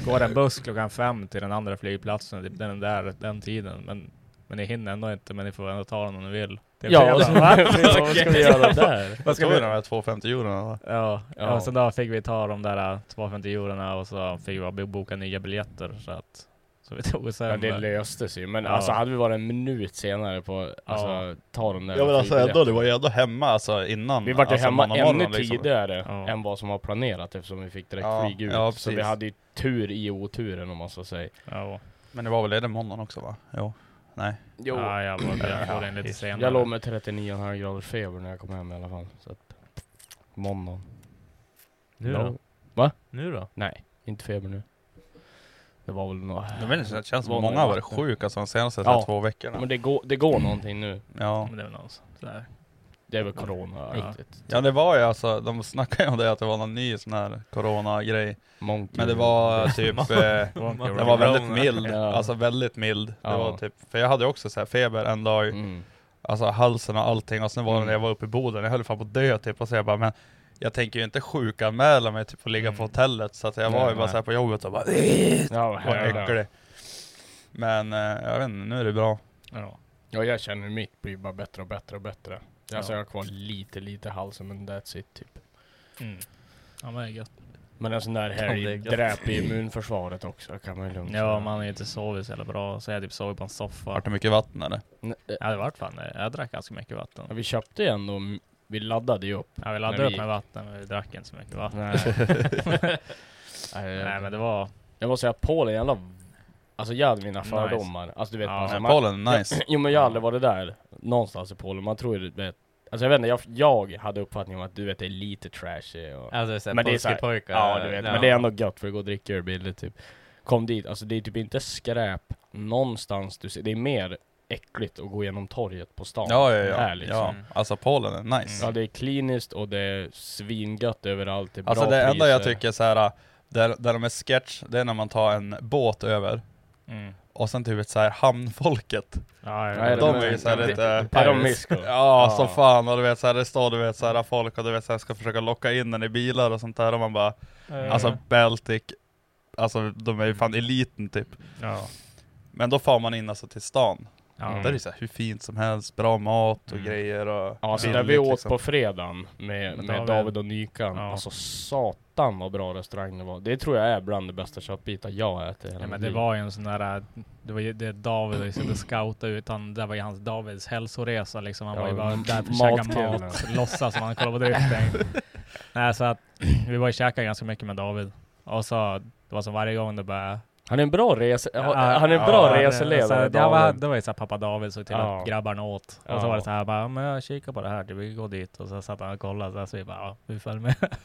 S5: går en buss klockan fem till den andra flygplatsen, typ den där, den tiden. Men, men ni hinner ändå inte, men ni får ändå ta den om ni vill. Typ, så
S2: Ja, och så,
S5: jävla-
S2: vad ska vi göra där?
S4: Vad ska vi de här 250 euron?
S5: Ja, ja.
S2: Ja.
S5: och sen då fick vi ta de där eh, 250 eurona och så fick vi bara boka nya biljetter så att så vi tog oss hem.
S2: Ja, det löste sig ju, men
S5: Ja.
S2: alltså hade vi varit en minut senare på, alltså
S5: Ja.
S2: ta den där
S4: Jag vill alltså
S2: flygbiljetten.
S4: ändå, du var ju ändå hemma alltså innan.
S2: Vi var ju
S4: alltså,
S2: hemma
S4: måndagmorgonen,
S2: ännu tidigare
S5: liksom- Ja.
S2: än vad som var planerat eftersom vi fick direkt
S4: Ja,
S2: flyg ut.
S4: ja,
S2: så vi
S4: precis.
S2: hade ju tur i oturen om man så säger.
S5: Ja,
S4: Men det var väl ledig måndagen också va? Jo. Nej.
S2: Jo,
S5: ja jag var jag får den lite senare.
S2: jag låg med 39,5 graders feber när jag kom hem i alla fall. Så att, måndagen.
S1: Nu
S2: No.
S1: då?
S2: Va?
S1: Nu då?
S2: Nej, inte feber nu. Det var väl något.
S4: Jag vet inte, det känns som
S2: Måndag
S4: att många har
S2: i
S4: varit
S2: vatten.
S4: sjuka alltså, de senaste
S2: Ja.
S4: ja. två veckorna.
S2: Men det går, det går någonting nu.
S4: Ja.
S5: Men det var någon sån- sådär.
S2: Det är väl corona
S5: Ja.
S2: riktigt.
S4: ja det var ju alltså, de snackade ju om det att det var någon ny sån här corona-grej.
S2: Monkey.
S4: Men det
S5: Mm.
S4: var typ, eh,
S5: Wonky
S4: den
S5: Rocky.
S4: var väldigt mild.
S2: Ja.
S4: Alltså väldigt mild.
S2: Ja.
S4: Det var typ, för jag hade ju också så här feber en dag,
S2: Mm.
S4: alltså halsen och allting. Och sen var det
S2: Mm.
S4: när jag var uppe i Boden, jag höll fan på att dö typ. Och så jag bara, men jag tänker ju inte sjukanmäla mig typ och ligga på hotellet. Så att jag var
S2: Mm. Nej,
S4: ju bara
S2: nej.
S4: så här på jobbet och bara,
S2: Ja, vad
S4: Vad
S2: härligt.
S4: äcklig. Men eh, jag vet inte, nu är det bra.
S5: Ja.
S2: Ja, jag känner hur mitt blir bara bättre och bättre och bättre. Alltså
S5: Ja.
S2: jag har kvar lite, lite i halsen men that's it typ.
S5: Mm. ja, men det är gött.
S2: Men en sån där
S1: det är
S2: helg
S1: gött.
S2: dräper immunförsvaret också kan man ju lugnt
S5: Ja, man har ju inte sovit så jävla bra, så jag typ sov på en soffa.
S4: Vart det mycket vatten eller?
S2: Nej, eh,
S5: Ja, det vart fan det. Jag drack ganska mycket
S2: ja,
S5: vatten.
S2: Vi köpte ju ändå, m- vi laddade ju upp.
S5: Jag vi
S2: Men
S5: laddade
S2: vi
S5: upp med vatten, men vi drack inte så mycket vatten.
S2: Nej.
S5: Nej,
S2: Nej,
S5: men det var...
S2: Jag måste säga Polen, jävla... Alltså jag hade mina
S5: Nice.
S2: fördomar. Alltså du vet,
S5: Ja,
S2: bara så här,
S4: Nej,
S2: man,
S4: Polen är nice.
S2: Jo men jag har aldrig varit där, någonstans i Polen. Man tror ju du vet, alltså jag vet inte, jag, jag hade uppfattningen om att du vet det är lite trashy och...
S1: Alltså det är såhär
S2: Men det är så här-
S1: pojkar.
S2: Ja du vet, men det är ändå gött för att gå och dricka ur billigt typ. Kom dit, alltså det är typ inte skräp någonstans du ser, det är mer äckligt att gå igenom torget på stan.
S4: Ja, ja, ja.
S2: Här, liksom.
S4: ja. Alltså Polen är
S2: Mm.
S4: nice.
S2: Ja det är kliniskt och det är svingött överallt, det är
S4: Alltså
S2: bra
S4: det enda jag
S2: priser.
S4: tycker så här, där, där de är sketch, det är när man tar en båt över.
S5: Mm.
S4: Och sen typ så här hamnfolket.
S5: Ja,
S2: Nej,
S5: jag,
S4: De
S2: men-
S4: är ju så här
S2: det-
S4: lite...
S2: Är de mysko?
S4: Ja,
S2: Ja.
S4: så fan. Och du vet så här, det står du vet så här folk och du vet så här, ska försöka locka in den i bilar och sånt där. Och man bara, alltså Baltic, alltså de är ju fan eliten typ.
S5: ja.
S4: Men då far man in alltså till stan.
S5: Ja.
S2: Mm.
S4: Där är det så här, hur fint som helst, bra mat och
S5: Mm.
S4: grejer och
S2: Ja, alltså där
S4: billigt
S2: vi åt
S4: liksom.
S2: på fredagen med,
S5: Med
S2: med
S5: David.
S2: David och Nykan,
S5: Ja.
S2: alltså satan vad bra restaurang det var. Det tror jag är bland de bästa köttbitar jag har ätit i hela
S5: Ja, men
S2: mitt
S5: det
S2: liv.
S5: var ju en sån där, äh, det var ju det David och skulle scouta utan det var ju hans Davids hälsoresa liksom. Han
S2: Ja,
S5: var ju bara
S2: m-
S5: där för att käka
S2: matkillen.
S5: mat, låtsas som han kollade på drifting. Nej, så att vi var ju käkade ganska mycket med David. Och så, det var som varje gång det bara...
S2: Han är en bra, rese,
S5: Ja,
S2: han är en
S5: ja,
S2: bra
S5: det- så
S2: reseledare
S5: här, Det var,
S2: David.
S5: det var ju såhär pappa David såg till
S2: Ja.
S5: att grabbarna åt. Och så
S2: Ja.
S5: var det såhär bara, men jag kikar på det här, typ, vi går dit. Och så satt han och kollade, så, här, så vi bara, ja, vi följer med.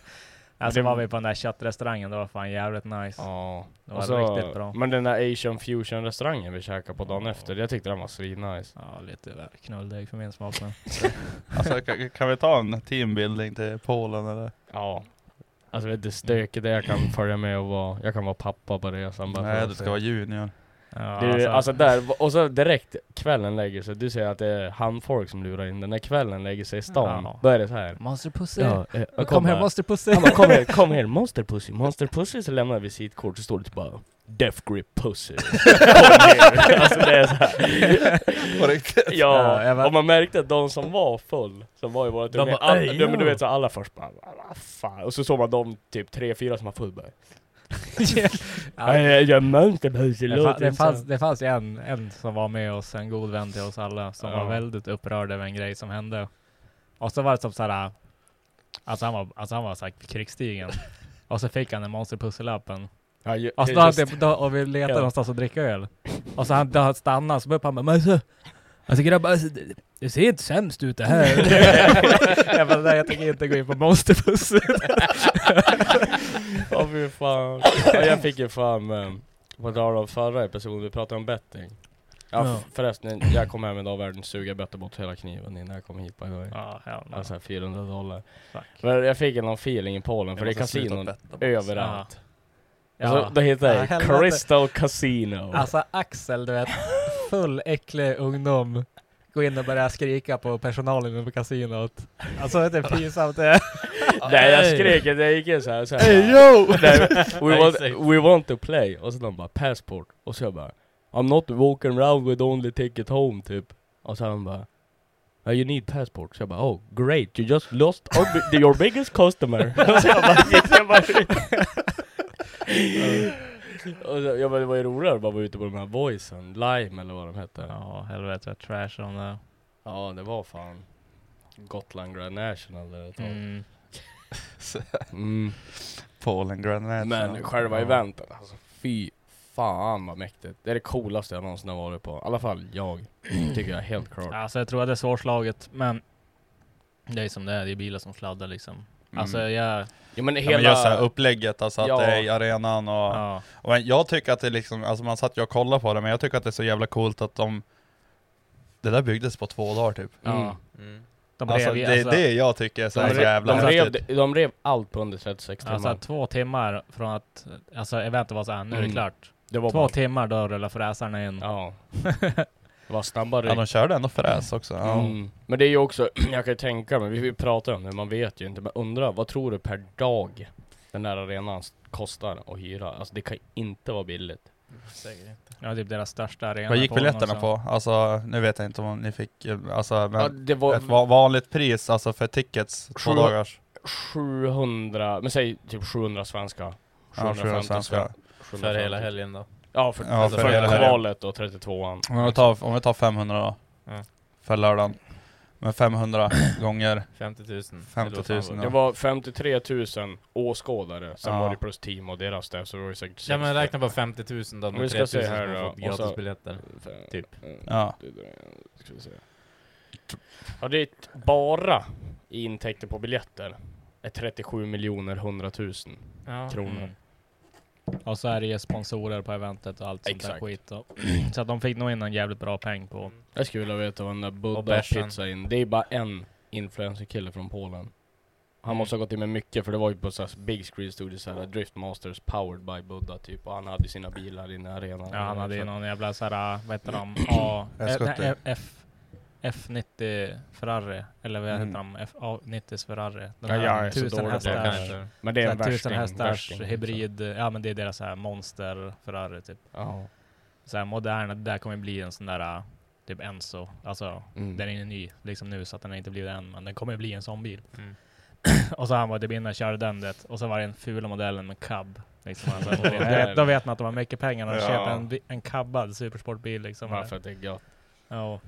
S5: Alltså
S2: det-
S5: var vi på den där köttrestaurangen, det var fan jävligt nice.
S2: Ja.
S5: Det
S2: Och
S5: var
S2: så-
S5: riktigt bra.
S2: Men den där asian fusion restaurangen vi käkade på dagen
S5: Ja.
S2: efter, jag tyckte den var svinnice.
S5: Ja, lite väl knulldeg för min smak men.
S4: Alltså, kan, kan vi ta en teambuilding till Polen eller?
S2: Ja.
S5: Alltså vet du hur stökigt det är? jag kan följa med och vara, jag kan vara pappa på resan bara för
S4: Nej,
S5: att
S4: du ska
S5: se.
S4: vara junior.
S6: Ja,
S5: Du, alltså, där, och så direkt kvällen lägger sig, du säger att det är handfolk som lurar in den, när kvällen lägger sig i stan,
S6: Ja.
S5: då är det så här.
S6: Monsterpussy!
S5: Ja, eh, jag
S6: Kom här
S5: bara-
S6: monsterpussy!
S5: Han bara, kom här, kom här, monster pussy, monster pussy, så lämnar jag visitkort, så står det typ bara Death grip pussy. Kom här. alltså det är så här.
S4: På riktigt.
S6: Ja,
S5: Ja,
S6: jag bara-
S5: och man märkte att de som var full, som var i vårat
S6: De
S5: umgänge,
S6: bara,
S5: alla,
S6: "Ej,
S5: ja. men du
S6: ja."
S5: vet så alla först bara "Vad fan. Och så såg man de typ tre, fyra som var full bara
S6: Ja,
S5: "Ej, Jag är monster pussy,
S6: Det, fa-
S5: låt
S6: det,
S5: inte
S6: fanns,
S5: så."
S6: det fanns ju en, en som var med oss, en god vän till oss alla, som
S5: Ja.
S6: var väldigt upprörd över en grej som hände. Och så var det som såhär, alltså han var, alltså han var såhär krigsstigen. Och så fick han en monsterpusselappen.
S5: Ja, ju-
S6: Och, så Alltså, då,
S5: just
S6: hade- då, och vi letade
S5: Ja.
S6: någonstans att dricka öl. Och så han då han stannade, så började han bara, men alltså, alltså grabbar, alltså, det, det ser inte sämst ut det här. jag bara, nej jag tänker inte gå in på monsterpussel.
S5: Åh fy fan. Ja, jag fick ju fan, eh, på tal om förra episoden, vi pratade om betting. Ja,
S6: Ja.
S5: förresten, jag kom hem idag och världens suga bötter bort hela kniven innan jag kom hit by the way.
S6: "Ah, Ja, hell no.
S5: Alltså 400 dollar.
S6: Fuck.
S5: Men jag fick en någon feeling i Polen, för det är
S4: måste sluta
S5: kasinon
S4: betta på oss.
S5: överallt.
S6: Ja.
S5: Alltså, då hittade
S6: Ja,
S5: jag
S6: helvete.
S5: Crystal Casino.
S6: Alltså Axel, du vet, full äcklig ungdom. Gå in och börja skrika på personalen på kasinot. Alltså vet du hur pinsamt det är?
S5: Nej jag skrek inte, jag gick in såhär så
S4: Hey,
S5: hey,
S4: yo!
S5: we,
S7: Nej,
S5: want,
S7: säg.
S5: we want to play, och så de bara 'passport' och så jag bara 'I'm not walking around with only ticket home' typ Och så han bara "Uh, You need passport, så jag bara 'Oh great, you just lost our bi- your biggest customer' Och så jag bara, jag bara och så, jag bara, det var ju roligare att bara vara ute på de här voicen, Lime eller vad de hette
S6: Ja, helvete vad trash de där.
S5: Ja det var fan Gotland Grand National där ett tag
S6: Mm.
S5: Mm.
S4: Polen Grand National.
S5: Men själva
S4: Ja.
S5: eventet, alltså fy fan vad mäktigt. Det är det coolaste jag någonsin har varit på. I alla fall jag,
S4: Mm.
S5: tycker jag helt klart.
S6: Alltså jag tror att det är svårslaget, men det är som det är, det är bilar som sladdar liksom. Alltså
S4: Mm.
S6: jag...
S5: Ja men
S4: Ja, men just det här
S5: hela...
S4: upplägget, alltså att
S5: Ja.
S4: det är i arenan och...
S6: Ja.
S4: och jag tycker att det är liksom, alltså man satt ju och kollade på det, men jag tycker att det är så jävla coolt att de... Det där byggdes på två dagar typ.
S6: ja.
S7: Mm.
S6: De rev
S4: Alltså
S6: ju-
S4: det är det jag tycker är så
S5: De,
S6: Alltså,
S4: här
S5: rev,
S4: jävla
S5: de, rev,
S4: häftigt.
S5: de rev allt på under 36 timmar.
S6: Alltså två timmar från att, alltså eventet var såhär, nu är det
S5: Mm.
S6: klart.
S5: det var
S6: Två timmar då rullar fräsarna in.
S5: Ja. Det var snabbare.
S4: Ja, de körde ändå fräs också. Ja.
S5: Mm. Men det är ju också, jag kan ju tänka mig, vi- vi pratar om det, man vet ju inte. Men undra, vad tror du per dag den där arenan kostar att hyra? Alltså det kan ju inte vara billigt.
S7: Säkert inte.
S6: Ja, typ deras största arena.
S4: Vad gick
S6: på den
S4: biljetterna
S6: också.
S4: på? Alltså, nu vet jag inte om ni fick, eh, alltså, men
S5: ja, det var
S4: ett va- vanligt pris alltså för tickets, två
S5: Sju-
S4: dagars.
S5: 700, men säg typ 700 svenska.
S4: Ja, 700 svenska.
S7: För hela helgen då.
S5: Ja, för, alltså
S4: Ja,
S5: för,
S4: för hela helgen.
S5: kvalet och 32an.
S4: Om vi tar, om vi tar 500 då,
S7: Ja.
S4: för lördagen. Men 500 gånger,
S7: 50 000. eller
S4: 50 000,
S7: vad fan var
S4: ja.
S5: Det var 53 000 åskådare, sen
S4: Ja.
S5: var det plus team och deras där, så det var ju säkert
S7: det? Ja men räkna på 50 000 då,
S5: Om
S7: de 3
S5: vi ska
S7: 000
S5: se
S7: som
S5: här
S7: har
S5: då,
S7: fått
S5: och så- eh,
S7: gratisbiljetter. Typ.
S4: ja.
S5: Ska vi se. Ja, det är t- bara i intäkter på biljetter är 37 miljoner 100 000 kronor.
S6: Mm. Och så är det ju sponsorer på eventet och allt sånt
S5: Exakt.
S6: där skit. Och, så att de fick nog in en jävligt bra peng på.
S5: Jag skulle vilja veta vad den där
S7: Och
S5: Buddha
S7: bärsen.
S5: pizza in. Det är bara en influencer-kille från Polen. Han måste ha gått in med mycket för det var ju på så här big screen stod det såhär Driftmasters powered by Buddha typ och han hade sina bilar inne i arenan.
S6: Ja, han hade ju
S5: Så-
S6: någon jävla såhär, äh, vad heter de? A, eh,
S4: S70.
S6: nej, F, F90 Ferrari. Eller vad heter
S4: Mm.
S6: de? FA90 Ferrari. De
S5: Ja,
S6: här
S5: jag är så
S6: tusen
S5: dålig på
S7: Jag kan
S6: hästars.
S7: inte.
S5: Men det är en
S6: såhär tusen
S5: värsting.
S6: hästars
S5: värsting,
S6: hybrid. Ja men det är deras såhär monster Ferrari typ.
S5: så. Ja.
S6: Såhär moderna, det där kommer bli en sån där eh, typ Enzo. Alltså
S5: Mm.
S6: Den är ju ny liksom nu så att den har inte blivit än, men den kommer ju bli en sån bil.
S7: Mm.
S6: och så han var typ inne och körde den det, och så var det den fula modellen med cab. Liksom, alltså, då,
S5: Herregud.
S6: vet, då vet man att de har mycket pengar när de
S4: Ja.
S6: köper en, bi- en cabbad supersportbil liksom.
S5: Ja, för att det är gött.
S6: Ja.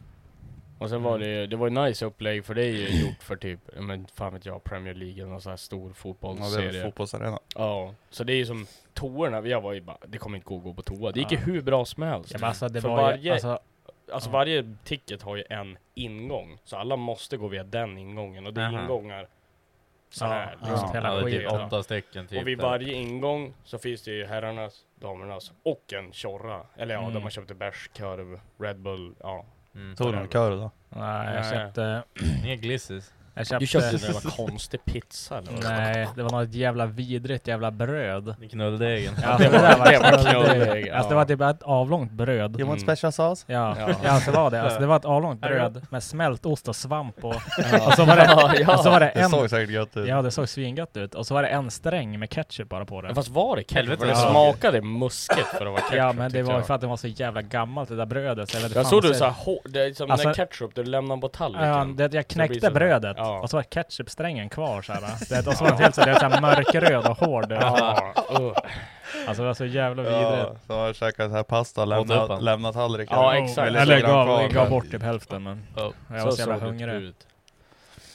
S5: Och sen var det ju, det var ju nice upplägg för det är ju gjort för typ, ja, men fan vet jag, Premier League eller någon sån här stor
S4: Ja, det är väl
S5: fotbollsserie.
S4: fotbollsarena.
S5: Ja, så det är ju som toorna, jag var ju bara, det kommer inte gå att gå på toa. Det gick ju
S6: Ja.
S5: hur bra som helst.
S6: Ja, men alltså, det
S5: För
S6: var ju,
S5: varje-
S6: alltså,
S5: Alltså
S6: Ja.
S5: varje ticket har ju en ingång, så alla måste gå via den ingången och det är
S7: Aha.
S5: ingångar så
S6: Ja,
S5: här.
S6: ja.
S5: liksom.
S6: Just hela
S7: Ja, det är typ
S6: skiten.
S7: åtta stycken typ.
S5: Och vid varje ingång så finns det ju herrarnas, damernas och en tjorra. Eller ja,
S6: Mm.
S5: där man köpte bärs, korv, Red Bull, ja.
S7: Mm.
S4: Tog de kör då?
S6: nej,
S5: Nej.
S6: jag köpte,
S7: Inga glisses.
S5: Jag köpte...
S2: Du köpte en jävla konstig pizza eller vad?
S5: Nej, det var något jävla vidrigt jävla bröd.
S1: Knulldegen.
S5: Ja, alltså, det där var,
S2: Det var knulldeg,
S5: knulldeg.
S2: ja.
S5: Alltså det var typ bara ett avlångt bröd.
S4: You want
S1: Mm.
S4: special sauce?
S5: Ja,
S2: Ja.
S5: ja. alltså det var det. Alltså det var ett avlångt
S1: Här är det.
S5: bröd med smält ost och svamp på.
S2: Ja.
S5: Och så var det,
S2: Ja, ja.
S5: och så var det
S4: Det
S5: en...
S4: såg säkert gött ut.
S5: Ja, det såg svingött ut. och så var det en sträng med ketchup bara på
S2: Men
S5: det.
S2: fast var det ketchup?
S1: Helvete,
S2: För
S1: det
S2: det
S1: var-
S2: smakade musket för att vara ketchup
S5: Ja men det
S2: tyckte
S5: var ju
S2: jag.
S5: för att det var så jävla gammalt det där brödet. Så jag, vet inte
S2: Jag
S5: fan
S2: såg
S5: vad
S2: du
S5: säger.
S2: såhär hår, det är som
S5: Alltså-
S2: när ketchup du lämnar på tallriken.
S5: Ja, det, jag
S2: blir
S5: knäckte
S2: sådär.
S5: brödet
S2: Ja.
S5: och så var ketchupsträngen kvar såhär. Det, och så var den helt såhär, det var såhär mörkröd och hård.
S2: Ja, uh.
S5: Alltså det var så jävla vidrigt.
S4: Ja, så har jag käkat så här pasta,
S1: Åt upp
S4: lämnat,
S1: den.
S4: lämnat tallriken.
S2: Ja, exakt.
S4: Med lite
S5: Eller
S4: grann
S5: gav,
S4: kvar.
S5: jag gav bort typ hälften men
S1: Ja.
S5: jag var så jävla
S2: såg det
S5: hungrig.
S2: ut.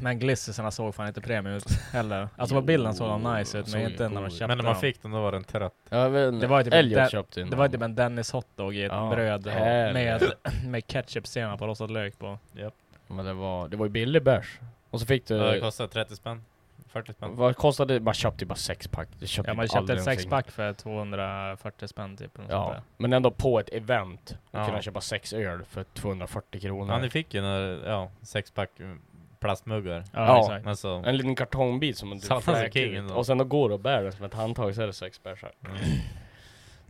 S5: Men glissisarna såg fan inte premium ut heller. Alltså på bilden såg de nice ut men
S2: såg
S5: inte när de
S2: god ut.
S5: köpte
S1: Men när man
S5: dem.
S1: fick den då var den trött.
S2: Jag vet inte.
S5: Det var ju typ
S2: Elliot
S5: inte-
S2: köpte in
S5: Det var
S2: den.
S5: typ en Dennis hotdog i ett
S2: Ja,
S5: bröd med,
S2: helvete.
S5: med ketchupsenap och rostad lök på.
S2: Men det var, det var ju billig bärs. Och så fick du...
S1: Ja, det kostade 30 spänn. 40 spänn.
S2: vad kostade det? Man köpte ju bara sexpack. Du köpte
S5: Ja, man
S2: ju
S5: köpte
S2: aldrig
S5: ett
S2: någonting.
S5: sexpack för 240 spänn typ. eller något sånt
S2: Ja,
S5: där.
S2: men ändå på ett event och
S1: Ja.
S2: kunna köpa sex öl för 240 kronor.
S1: Ja, ni fick ju en ja, sexpack mm, plastmuggar.
S2: Ja.
S5: Ja, exakt.
S1: Men så...
S2: En liten kartongbit som du
S1: Satan, så
S2: fläker
S1: king
S2: ut.
S1: ändå.
S2: Och sen då går du och bär den som ett handtag så är det sex bärs här.
S1: Mm.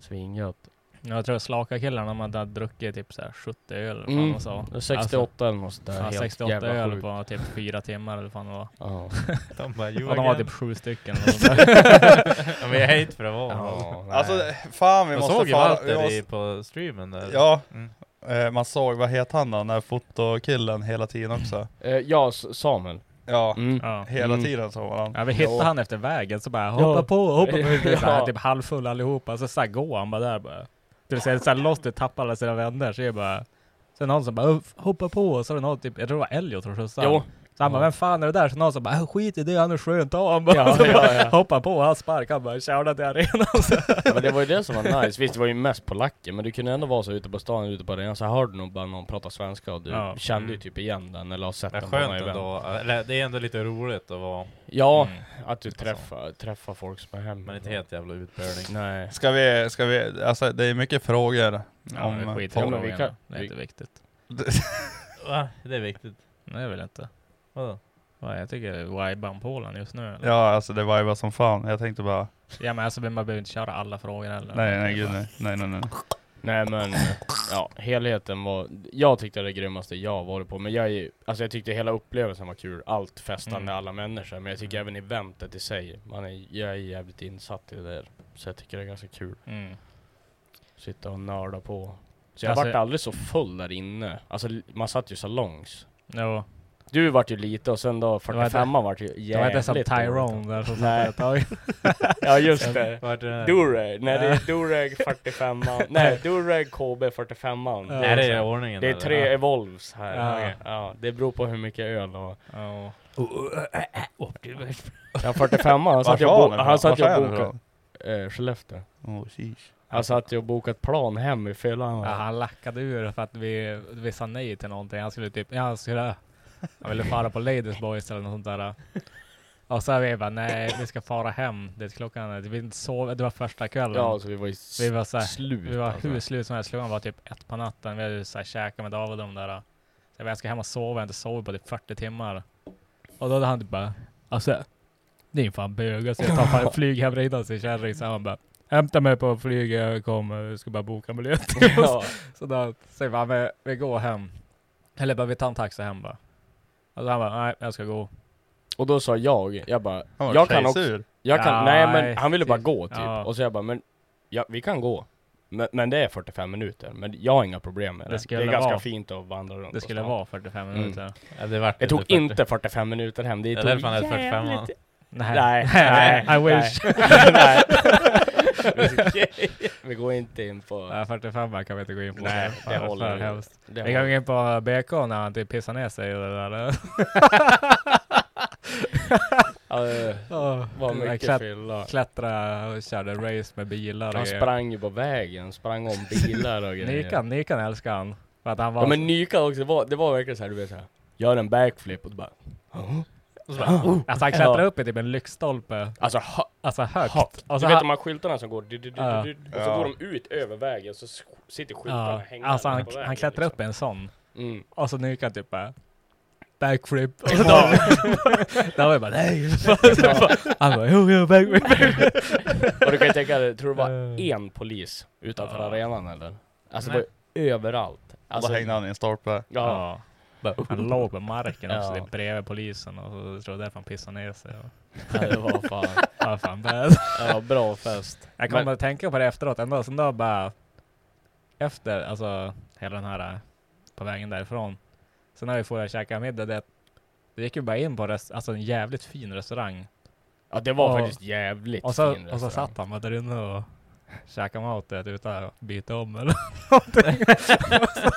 S2: Svingött.
S5: Ja, Jag tror slaka killarna man hade druckit typ såhär 70 öl eller vad fan
S2: Mm.
S5: de sa. Alltså-
S2: 68 eller något sånt där.
S5: Ja,
S2: Helt
S5: 68
S2: jävla
S5: öl
S2: sjukt.
S5: på typ fyra timmar eller vad fan det var.
S2: Ja.
S1: De bara, you
S5: Och de var
S1: again.
S5: typ sju stycken. eller något sånt där.
S1: ja, men jag hate för det var.
S2: Ja, nej.
S4: Alltså fan vi
S1: jag
S4: måste
S1: såg ju
S4: fara-
S1: Walter
S4: vi måste-
S1: i, på streamen där.
S4: Ja,
S1: Mm.
S4: eh, man såg, vad heter han då, den här fotokillen hela tiden också?
S2: Eh, ja, S- Samuel.
S4: Ja,
S2: Mm.
S5: ja.
S4: hela
S2: Mm.
S4: tiden såg man han.
S5: ja, vi hittade
S2: Ja.
S5: han efter vägen så bara hoppa på, hoppa på. Vi
S2: Ja.
S5: var Typ halvfull allihopa. Så såhär går han bara där bara. Det vill säga såhär Lottie tappar alla sina vänner så är det bara så är det någon som bara "Uff, hoppa på och så är det någon typ, jag tror det var Elliot som skjutsade
S2: Jo.
S5: han. Så han bara vem fan är det där? Så någon som bara "Äh, skit i det, han är skön, ta han bara.
S2: Ja,
S5: så
S2: ja,
S5: bara
S2: ja.
S5: hoppar på, han sparkar, han bara shoutar till arenan. Så.
S2: Men det var ju det som var nice. Visst, det var ju mest polacker, men du kunde ändå vara så ute på stan, ute på arenan, så hörde du nog bara någon prata svenska och du
S5: Ja.
S2: kände ju
S1: Mm.
S2: typ igen den eller har sett
S1: Det är
S2: den på någon
S1: skönt
S2: event.
S1: ändå. Eller, det är ändå lite roligt att vara,
S2: Ja,
S5: Mm.
S2: att du träffar, träffar folk som är hemma.
S1: men inte helt jävla utbörning.
S2: Nej.
S4: Ska vi, ska vi, alltså det är mycket frågor. eh,
S5: Ja,
S1: eh,
S5: men skit i
S4: folk.
S2: men vi
S5: frågorna.
S2: kan-
S5: Det är
S2: vi-
S5: inte viktigt.
S1: Va? Det är viktigt.
S5: Nej, jag vill inte.
S1: Vadå?
S5: Ja, jag tycker viban Polen just nu. Eller? Ja.
S4: Ja alltså det vibar som fan, jag tänkte bara,
S5: men alltså man behöver inte köra alla frågor heller.
S4: nej nej gud nej, nej nej nej.
S2: Nej men, ja, helheten var, jag tyckte det var det grymmaste jag varit på, men jag är ju, alltså jag tyckte hela upplevelsen var kul, allt festande,
S5: Mm.
S2: alla människor, men jag tycker även eventet i sig, man är, jag är jävligt insatt i det där, så jag tycker det är ganska kul,
S5: Mm.
S2: sitta och nörda på. Så jag
S5: Alltså-
S2: vart aldrig så full där inne, alltså l- man satt ju så långs.
S5: Jo,
S2: Du vart ju lite och sen då
S5: Det var inte-
S2: 45 vart ju jävligt
S5: det var inte som Tyrone
S2: dåligt.
S5: där som satt
S2: Nej.
S5: ett tag.
S2: Ja just det.
S1: Vart är det?
S2: Durag, nej det är Durag 45 nej Durag KB 45
S5: Ja.
S1: Är det i ordningen?
S2: Det är
S1: eller?
S2: tre
S1: Ja.
S2: Evolves här.
S5: Ja.
S2: Ja. Ja, det beror på hur mycket öl och...
S5: Ja.
S2: Ja, 45 han satt
S4: Vart
S2: ju
S4: var
S2: och
S4: han
S2: bo-
S4: ifrån?
S2: han satt
S4: Vart
S2: ju
S4: är
S2: och
S4: han
S2: bokade...
S4: ifrån?
S2: Eh, Skellefteå.
S4: Åh, sheesh.
S2: Han satt ju och bokade ett plan hem i fyllan.
S5: Ja, han lackade ur för att vi, vi sa nej till någonting. Han skulle typ, ja, han skulle, han ville fara på Ladies Boys eller något sånt där. Och så vi bara, nej vi ska fara hem. Det är klockan, är- vi vill inte sova. Det var första kvällen.
S2: Ja, så vi var ju s-
S5: Vi var så här-
S2: slut
S5: Vi var
S2: alltså.
S5: hur slut som helst. Klockan var typ ett på natten. Vi hade så här käkat med David och de där. Så jag, bara, jag ska hem och sova. Jag har inte sovit på typ 40 timmar. Och då hade han typ bara, alltså det är ju fan böga. Så jag tar fan ett flyg hem redan sin kärring. Så han bara, hämta mig på flyget. Jag kommer. Jag ska bara boka en biljett.
S2: Ja.
S5: så då säger han, vi, vi går hem. Eller bara, vi tar en taxi hem bara. Och så han bara, nej jag ska gå.
S2: Och då sa jag, jag bara...
S4: Han var
S2: Jag kan också-
S4: tjejsur.
S2: Jag kan, nej,
S5: Nej,
S2: men han ville
S5: typ.
S2: bara gå typ.
S5: Ja.
S2: Och så jag bara, men ja, vi kan gå. Men, men det är 45 minuter, men jag har inga problem med
S5: Det
S2: det. Det,
S5: skulle
S2: är ganska
S5: vara-
S2: fint att vandra runt
S5: Det
S2: på
S5: skulle
S2: stan.
S5: vara 45
S2: Mm.
S5: minuter.
S1: Ja, det vart
S2: Det
S1: ju
S2: tog
S1: typ 40.
S2: inte 45 minuter hem, det
S1: Ja,
S2: tog
S1: Det är fan ett 45 man.
S2: Nej,
S5: nej,
S2: nej,
S5: I wish.
S2: nej. Vi går inte in på...
S5: Nej, 45 kan vi inte gå in på.
S2: Nej,
S5: Fan,
S2: det
S5: är
S2: håller
S5: för
S2: vi.
S5: hemskt.
S2: Det
S5: Vi kan gå
S2: har-
S5: in på BK när han typ pissar ner sig och det där.
S2: Ja, det var mycket
S5: Klätt,
S2: fylla.
S5: klättra och körde race med bilar och
S2: Han
S5: grejer.
S2: sprang ju på vägen, sprang om bilar och grejer.
S5: Nikan, Nikan älskar han. För att han var...
S2: Ja men Nykan också, det var, det var verkligen såhär, du vet såhär. Gör en backflip och du bara... Oh!
S5: alltså han klättrade
S2: Ja.
S5: upp i typ en lyktstolpe.
S2: Alltså hö,
S5: Alltså högt.
S2: högt. du
S5: Alltså,
S2: vet
S5: han-
S2: de här skyltarna som går... Du, du, du,
S5: Ja.
S2: du, du, och så
S4: Ja.
S2: går de ut över vägen så s- sitter skyltarna
S5: ja,
S2: hängande
S5: alltså han,
S2: på vägen, liksom.
S5: han klättrade upp i en sån.
S2: Mm.
S5: Och så Nikan typ bara... backflip. Och så då, då var jag bara nej. Så bara- Han bara jo, jo, backflip.
S2: Och du kan ju tänka dig, tror du det var en polis utanför
S5: Ja.
S2: arenan eller? Alltså
S5: Nej.
S2: det var ju överallt. Alltså,
S4: Bara hängde han i en stolpe.
S2: Ja.
S5: Han låg på marken också,
S2: Ja.
S5: det är bredvid polisen. Och så, jag tror det är därför han pissade ner sig. Och,
S2: ja, det var fan.
S5: ja, fan, bad.
S2: Ja, bra fest.
S5: Jag kommer
S2: Men-
S5: att tänka på det efteråt ändå, sen då bara efter, alltså hela den här eh, på vägen därifrån. Sen när vi får käka middag, det, det gick ju bara in på rest, alltså en jävligt fin restaurang.
S2: Ja det var
S5: Och-
S2: faktiskt jävligt
S5: Och så,
S2: fin
S5: och så
S2: restaurang.
S5: satt han bara där inne och käkade mat du vet, utan att byta om eller någonting. Och så,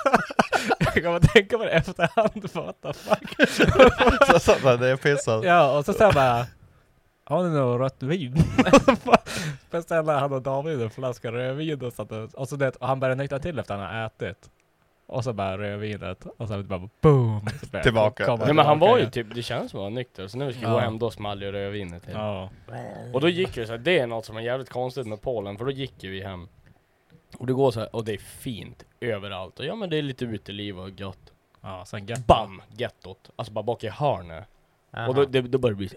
S5: jag kommer att tänka på det efterhand, bara, what the fuck.
S4: Så jag satt där, det är pissad.
S5: Ja, och så sa jag bara har ni något rött vin? Och så bara Beställde han och David en flaska rödvin och satt och, och så det, och han började nyktra till efter han hade ätit. Och så bara rödvinet och sen bara boom! Så bara
S4: Tillbaka.
S5: kom han
S2: Nej men han
S5: tillbaka
S2: var ju
S5: igen.
S2: typ, det känns som att han var nykter. Så när vi skulle
S5: Ja.
S2: gå hem då small ju rödvinet typ. till.
S5: Ja.
S2: Och då gick ju så här, det är något som är jävligt konstigt med Polen, för då gick ju vi hem. Och det går så här, och det är fint överallt. Och ja men det är lite uteliv och gött.
S5: Ja, sen gött.
S2: Bam! Gettot. Alltså bara bak i hörnet. Och då, det, då börjar det bli...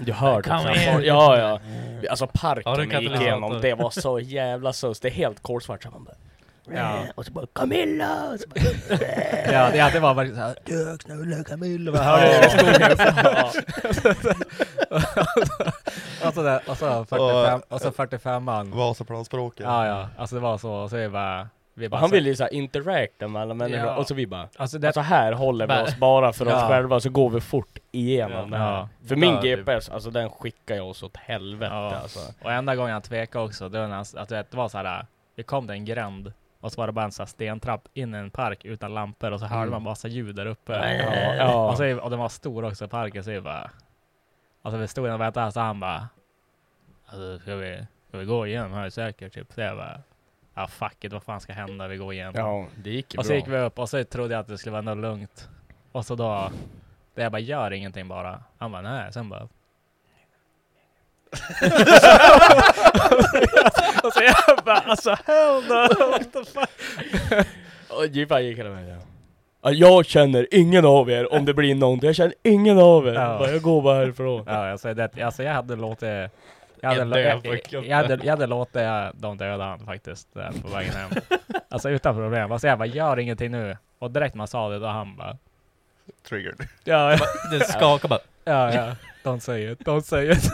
S2: Du hör det.
S1: Kom
S2: så här,
S1: igen.
S2: folk- Ja ja. Alltså parken
S1: Ja, det
S2: vi
S1: kan
S2: gick
S1: du
S2: igenom,
S1: låta.
S2: det var så jävla sus. Det är helt kolsvart. Så man bara,
S5: Ja.
S2: Och så bara Camilla! Och så bara, "Äh."
S5: Ja, det, ja, det var verkligen såhär Du knullar Camilla, vad hörde du?
S2: ja.
S5: Och så där- och så 45, och så 45an.
S4: Vasaplanspråket.
S5: Ja, ja, alltså det var så, och så är det bara... Vi
S2: Och
S5: bara
S2: han
S5: så-
S2: ville ju såhär interacta med alla människor.
S5: Ja.
S2: Och så vi bara...
S5: Alltså
S2: Det...
S5: det...
S2: Alltså här håller vi
S1: Bara-
S2: oss bara för oss
S5: Ja.
S2: själva så går vi fort igenom
S5: Ja.
S2: det här.
S5: Ja.
S2: För min
S5: Ja, typ.
S2: GPS, alltså den skickar jag oss åt helvete
S5: Ja.
S2: alltså.
S5: Och enda gången han tvekade också, det var när han, att, du vet, det var så här, vi kom till en gränd och så var det bara en så här stentrapp in i en park utan lampor och så hörde
S2: Mm.
S5: man massa ljud där uppe.
S2: Ja,
S5: Och,
S2: ja.
S5: så, är- och den var stor också, parken, så vi bara... Alltså vi stod inne och väntade här, så han bara... Alltså, ska, vi, ska vi gå igenom här säkert? Typ. Så jag bara... Ja fuck it, vad fan ska hända? Vi går igenom.
S2: ja, det gick ju
S5: och så
S2: bra.
S5: gick vi upp och så trodde jag att det skulle vara något lugnt. Och så då... Det jag bara, gör ingenting bara. Han bara, nej. Sen bara... och så jag bara, alltså hell no! What the fuck?
S2: Och Jippa gick hela vägen. Ja, jag känner ingen av er om det blir någonting. Jag känner ingen av er.
S5: Ja.
S2: Bara, Jag går bara härifrån.
S5: Ja, alltså, det, alltså jag hade låtit... Jag hade,
S1: En
S5: lå-
S1: död
S5: jag,
S1: på
S5: jag,
S1: kuppen.
S5: jag, hade, jag hade låtit eh, dem döda han faktiskt där på vägen hem. Alltså utan problem. Alltså jag bara, gör ingenting nu. Och direkt man sa det, då han bara...
S4: Triggered.
S5: Ja, ja,
S1: Den skakar bara.
S5: ja. ja. Don't say it, don't say it.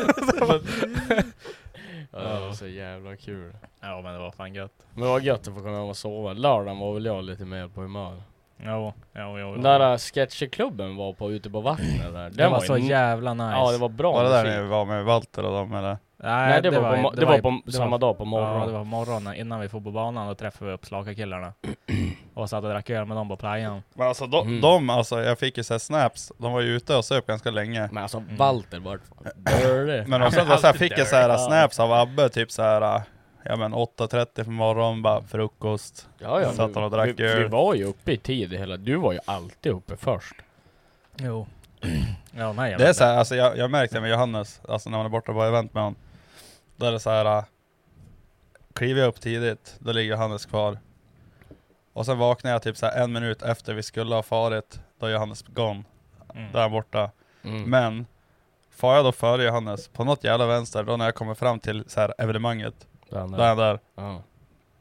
S2: Ja, det var så jävla kul.
S5: Ja, men det var fan gött.
S2: Men det var gött att få komma hem och sova. Lördagen var väl jag lite mer på humör.
S5: Jo, jo, jo. jo.
S2: Den där äh, sketchklubben var på ute på vattnet där. Den
S5: det var,
S2: ju
S5: så
S2: n-
S5: jävla nice.
S2: Ja det var bra
S4: Var det där
S2: musik.
S4: ni var med Walter och dem eller?
S5: Nej,
S2: Nej det, var, på,
S5: ju-
S2: mo- det,
S5: ju-
S2: var på samma dag på morgonen.
S5: Ja, det var på morgonen innan vi for på banan. Då träffade vi upp Slaka-killarna. och satt och drack öl med dem på playan.
S4: Men alltså de,
S2: Mm.
S4: de alltså, jag fick ju såhär snaps, de var ju ute och söp ganska länge.
S2: Men alltså Walter vart dörlig.
S4: Men alltså, också att jag så här
S1: alltid
S4: fick
S1: där.
S4: jag så här
S2: Ja.
S4: snaps av Abbe, typ så här, äh, ja men 8.30 på morgonen, bara frukost.
S2: Ja, ja,
S4: Satt han och drack eh,
S2: vi,
S4: öl.
S2: vi var ju uppe i tid hela, du var ju alltid uppe först.
S5: Jo. ja, nej, jag
S4: Det är
S5: vet
S4: så här, alltså jag, jag märkte med Johannes, alltså när man är borta på event med honom, då är det så här. äh, kliver jag upp tidigt, då ligger Johannes kvar. Och sen vaknar jag typ så här en minut efter vi skulle ha farit, då är Johannes gone,
S5: inte. Mm.
S4: där borta.
S2: Mm.
S4: Men, far jag då före Johannes, på något jävla vänster, då när jag kommer fram till så här evenemanget,
S2: Den
S4: då är
S2: där.
S4: han där.
S2: Ja.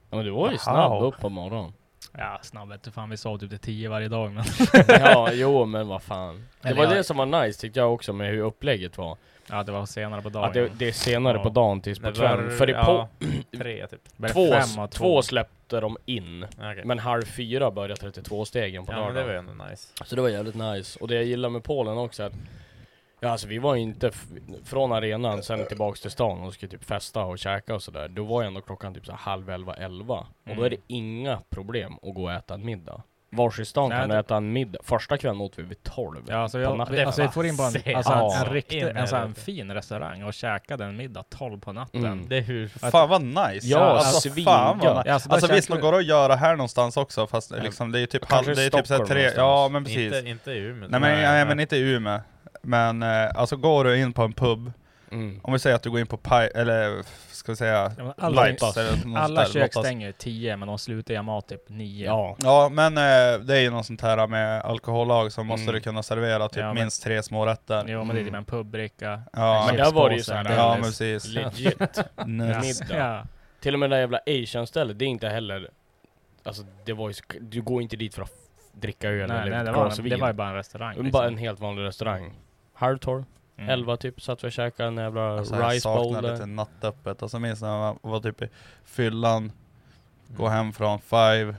S2: ja men du var ju snabb
S4: Wow.
S2: upp på morgonen.
S5: Ja, snabbet. Fan, vi sov typ till tio varje dag. Men
S2: ja jo men vad fan. Det
S5: Eller
S2: var
S5: jag-
S2: det som var nice tyckte jag också med hur upplägget var.
S5: ja, det var senare på dagen.
S2: Att det, det är senare
S5: Ja.
S2: på dagen tills på kvällen. För i på,
S1: Tre typ.
S5: Började
S2: två,
S5: fem
S2: två.
S5: och två.
S2: släppte de in.
S1: Okej.
S2: Men halv fyra började 32-stegen på
S1: Ja men det
S2: lördagen.
S1: var ju ändå nice.
S2: Så det var jävligt nice. Och det jag gillar med Polen också är att Ja alltså vi var ju inte f- från arenan sen tillbaks till stan och skulle typ festa och käka och sådär. Då var ju ändå klockan typ så här halv elva, elva. Och då är det
S5: Mm.
S2: inga problem att gå och äta en middag. Vars i stan
S5: Nej,
S2: kan
S5: det-
S2: du äta en middag. Första kvällen åt vi vid tolv.
S5: Ja, alltså,
S2: på
S5: jag,
S2: natten.
S5: vi, alltså, vi får in på en, alltså,
S2: Ja.
S5: en, en riktig,
S1: In i
S5: en, sån här
S1: helvete.
S5: fin restaurang och käkade en middag 12 på natten.
S2: Mm.
S1: Det är hur...
S4: Fan vad nice!
S2: Ja,
S4: alltså,
S2: svingött.
S4: fan vad nice.
S5: Ja, alltså,
S4: Alltså,
S5: där
S4: visst,
S5: käkar
S4: nog går
S5: vi-
S4: det att göra här någonstans också fast
S2: Ja.
S4: liksom, det är ju typ, halv,
S2: Kanske
S4: det är typ så här
S2: Stockholm
S4: tre,
S2: någonstans.
S4: ja men precis.
S1: Inte, inte i Umeå.
S4: Nej men, nej, men inte i Umeå. Men eh, alltså går du in på en pub
S2: Mm.
S4: Om vi säger att du går in på Pi, eller ska vi säga
S5: Ja, men alla-
S4: Lipes eller något
S5: Alla
S4: sånt där,
S5: kök
S4: Lottas.
S5: stänger ju 10 men de slutar göra mat typ 9.
S2: Ja.
S4: Ja men eh, det är ju något sånt här med alkohollag som måste
S2: Mm.
S4: du kunna servera typ
S5: Ja, men-
S4: minst tre smårätter.
S5: Jo men det är typ en pubbricka.
S4: Mm. Ja,
S5: en
S2: men där var det ju
S5: chipspåse,
S2: så här-
S5: en
S4: Mm. Ja men
S5: Dennis.
S4: precis.
S2: Legit.
S4: Nice.
S2: Middag.
S5: Ja.
S2: Till och med det där jävla asian-stället, det är inte heller... Alltså det var ju... sk- Du går inte dit för att f- dricka öl
S5: Nej,
S2: eller
S5: nej, det,
S2: glas
S5: var,
S2: vin.
S5: det var ju bara en restaurang.
S4: Mm.
S5: liksom.
S2: Det var bara en helt vanlig restaurang. Halv tolv,
S5: Mm.
S2: elva typ, satt vi och käkade en jävla
S4: Alltså, jag
S2: rice bowl.
S4: saknar
S2: där.
S4: lite nattöppet. Alltså minns när man var typ i fyllan, gå hem från Five,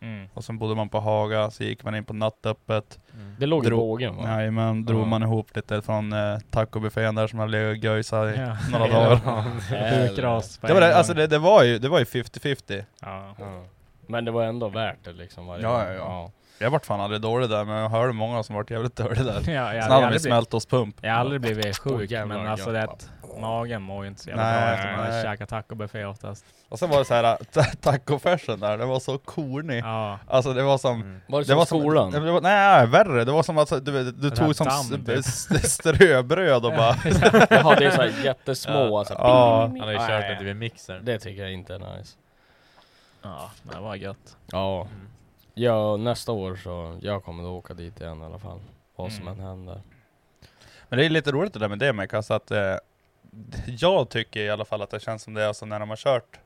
S5: Mm.
S4: och sen bodde man på Haga, så gick man in på nattöppet.
S2: Det låg i
S4: Drog-
S2: bågen va?
S4: Nej men drog
S2: Ja.
S4: man ihop lite från eh, tacobuffén där som hade legat och göjsat i
S5: Ja.
S4: några dagar.
S5: Sjukras på
S4: Det var,
S5: en
S4: det,
S5: gång.
S4: alltså det, det var ju det var ju 50-50.
S5: Ja.
S2: Ja. Men det var ändå värt det liksom varje
S4: Ja,
S2: gång.
S4: ja, ja. Jag vart fan aldrig dålig där, men jag hörde många som vart jävligt dålig där.
S5: Ja, jag, hade
S4: Sen hade de ju
S5: aldrig blivit-
S4: smält oss pump.
S5: jag har aldrig blivit sjuk
S2: jävlar,
S5: men alltså
S2: gött,
S5: det är att magen mår ju inte så jävla
S4: Nej,
S5: bra efter man
S4: nej.
S5: har käkat tacobuffé oftast.
S4: Och sen var det så här eh, ta- tacofärsen där, den var så kornig.
S5: Ja. Mm.
S4: Alltså det var som...
S2: Var det,
S4: Det
S2: som
S4: var som-
S2: skolan?
S4: Det var, nej, värre. Det var som att du, du
S5: där
S4: tog som
S5: damm, typ.
S4: s- s- ströbröd och bara...
S2: Jaha, det är såhär jättesmå alltså.
S4: ja.
S1: Han har ju kört den vid mixern.
S2: Det tycker jag inte är nice.
S5: ja, men det var gött.
S2: Ja.
S4: Mm.
S2: ja, nästa år så, jag kommer då åka dit igen i alla fall. Vad som
S5: Mm.
S2: än händer.
S4: Men det är lite roligt det där med det Mekas, att eh, jag tycker i alla fall att det känns som det, alltså när de har kört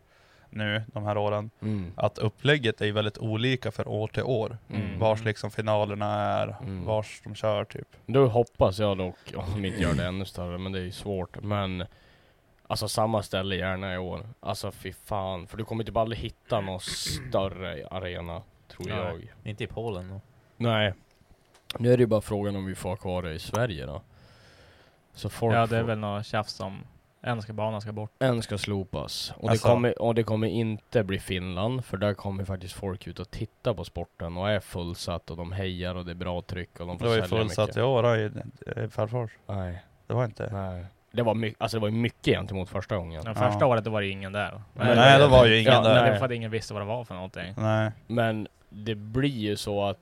S4: nu de här åren,
S2: Mm.
S4: att upplägget är ju väldigt olika från år till år.
S2: Mm.
S4: Vars liksom finalerna är,
S2: Mm.
S4: vars de kör typ.
S2: Nu hoppas jag dock, om de inte gör det ännu större, men det är ju svårt. Men alltså samma ställe gärna i år. Alltså fy fan, för du kommer typ aldrig hitta någon större arena, tror
S5: Nej.
S2: jag.
S1: Inte i Polen då.
S2: Nej. Nu är det ju bara frågan om vi får ha kvar det i Sverige då. Så folk
S5: Ja det är
S2: får-
S5: väl något tjafs om en ska banan ska bort.
S2: en ska slopas. Och,
S4: Alltså-
S2: det kommer, och det kommer inte bli Finland, för där kommer faktiskt folk ut och titta på sporten och är fullsatt och de hejar och det är bra tryck och de
S4: Det
S2: får
S4: var ju
S2: sälja
S4: fullsatt
S2: mycket.
S4: i år då, i, i Farfars.
S2: Nej,
S4: Det var inte...
S2: nej. Det var, my- alltså det var ju mycket gentemot första gången.
S5: Men första
S4: Ja.
S5: året då var det ju ingen där.
S4: Nej, nej, då var ju ingen
S2: Ja,
S4: där.
S5: Det
S2: nej.
S5: var för att ingen visste vad det var för någonting.
S4: Nej.
S2: Men det blir ju så att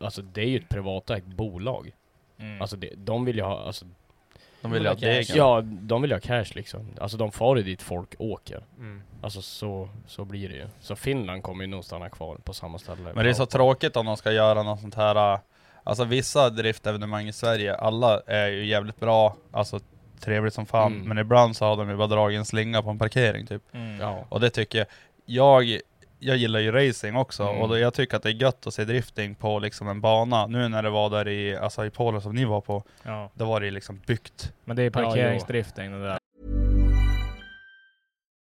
S2: Alltså det är ju ett privatägt bolag.
S5: Mm.
S2: Alltså det, de vill ju ha, alltså,
S4: De ville ha degen.
S2: ja de vill ju ha cash liksom. Alltså de far ju dit folk åker.
S1: Mm.
S2: Alltså så, så blir det ju. Så Finland kommer ju nog stanna kvar på samma ställe.
S4: Men det är så tråkigt om de ska göra något sånt här äh, Alltså vissa driftevenemang i Sverige, alla är ju jävligt bra Alltså trevligt som fan
S2: Mm.
S4: Men ibland så har de ju bara dragit en slinga på en parkering typ
S5: Mm.
S2: Ja.
S4: Och det tycker jag Jag, jag gillar ju racing också
S2: Mm.
S4: och då, jag tycker att det är gött att se drifting på liksom en bana Nu när det var där i, alltså i Polen som ni var på
S5: Ja.
S4: Då var det ju liksom byggt
S5: Men det är
S2: Ja, jo.
S5: parkeringsdrifting det där.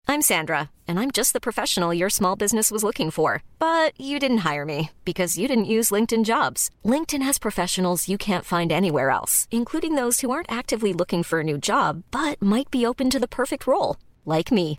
S8: I'm Sandra, and I'm just the professional your small business was looking for. But you didn't hire me because you didn't use LinkedIn jobs. LinkedIn has professionals you can't find anywhere else, including those who aren't actively looking for a new job but might be open to the perfect role, like me.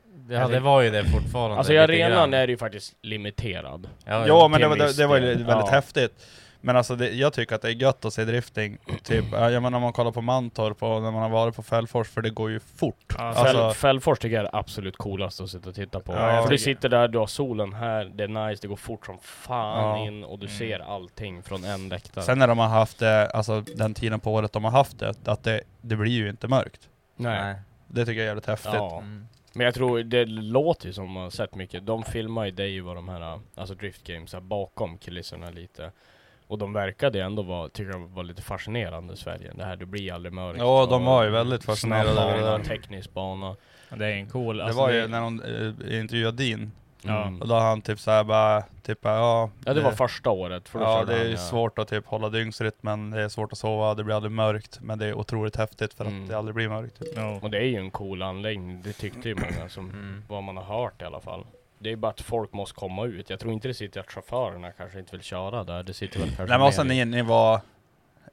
S1: ja, det var ju det fortfarande.
S2: Alltså arenan
S1: lite grann.
S2: är ju faktiskt limiterad.
S4: Ja,
S1: ja.
S4: men det, var-
S2: till en
S4: det,
S2: viss
S4: det var ju
S2: del.
S4: väldigt
S2: Ja.
S4: häftigt Men alltså det, jag tycker att det är gött att se drifting, typ, ja, jag menar om man kollar på Mantorp och när man har varit på Fällfors, för det går ju fort. Alltså,
S2: Fäll, Fällfors tycker jag är absolut coolast att sitta och titta på.
S4: Ja, jag
S2: För du
S4: tycker-
S2: sitter där, du har solen här, det är nice, det går fort som fan
S4: Ja. Mm.
S2: in och du ser allting från en läktare.
S4: Sen när de har haft det, alltså den tiden på året de har haft det, att det, det blir ju inte mörkt.
S2: Nej.
S4: Det tycker jag är jävligt häftigt.
S2: Ja.
S5: Mm.
S2: Men jag tror, det låter ju som man har sett mycket. De filmar ju dig vad de här, alltså Drift Games, här bakom kulisserna lite. Och de verkade ju ändå vara, tycker jag var lite fascinerande Sverige. Det här, det blir aldrig mörkt.
S4: Ja, de
S2: Och
S4: var ju väldigt fascinerade
S2: snabb
S4: över det
S2: bana,
S4: där.
S2: teknisk bana.
S5: Det är en cool...
S4: Det
S5: alltså,
S4: var ju när de eh, intervjuade din.
S2: Ja.
S4: Och då har han typ såhär bara, typ ja...
S2: Mm. Ja, det var första året, för då
S4: ja,
S2: körde
S4: det är
S2: han,
S4: ju
S2: ja.
S4: svårt att typ hålla dygnsrytmen, det är svårt att sova, det blir aldrig mörkt. Men det är otroligt häftigt för att
S2: Mm.
S4: det aldrig blir mörkt. Typ.
S2: Och det är ju en cool anläggning, det tyckte ju många som,
S4: Mm.
S2: vad man har hört i alla fall. Det är bara att folk måste komma ut. Jag tror inte det sitter att chaufförerna kanske inte vill köra där. Det sitter väl kanske
S4: Nej men och
S2: mer
S4: sen
S2: i-
S4: ni, ni var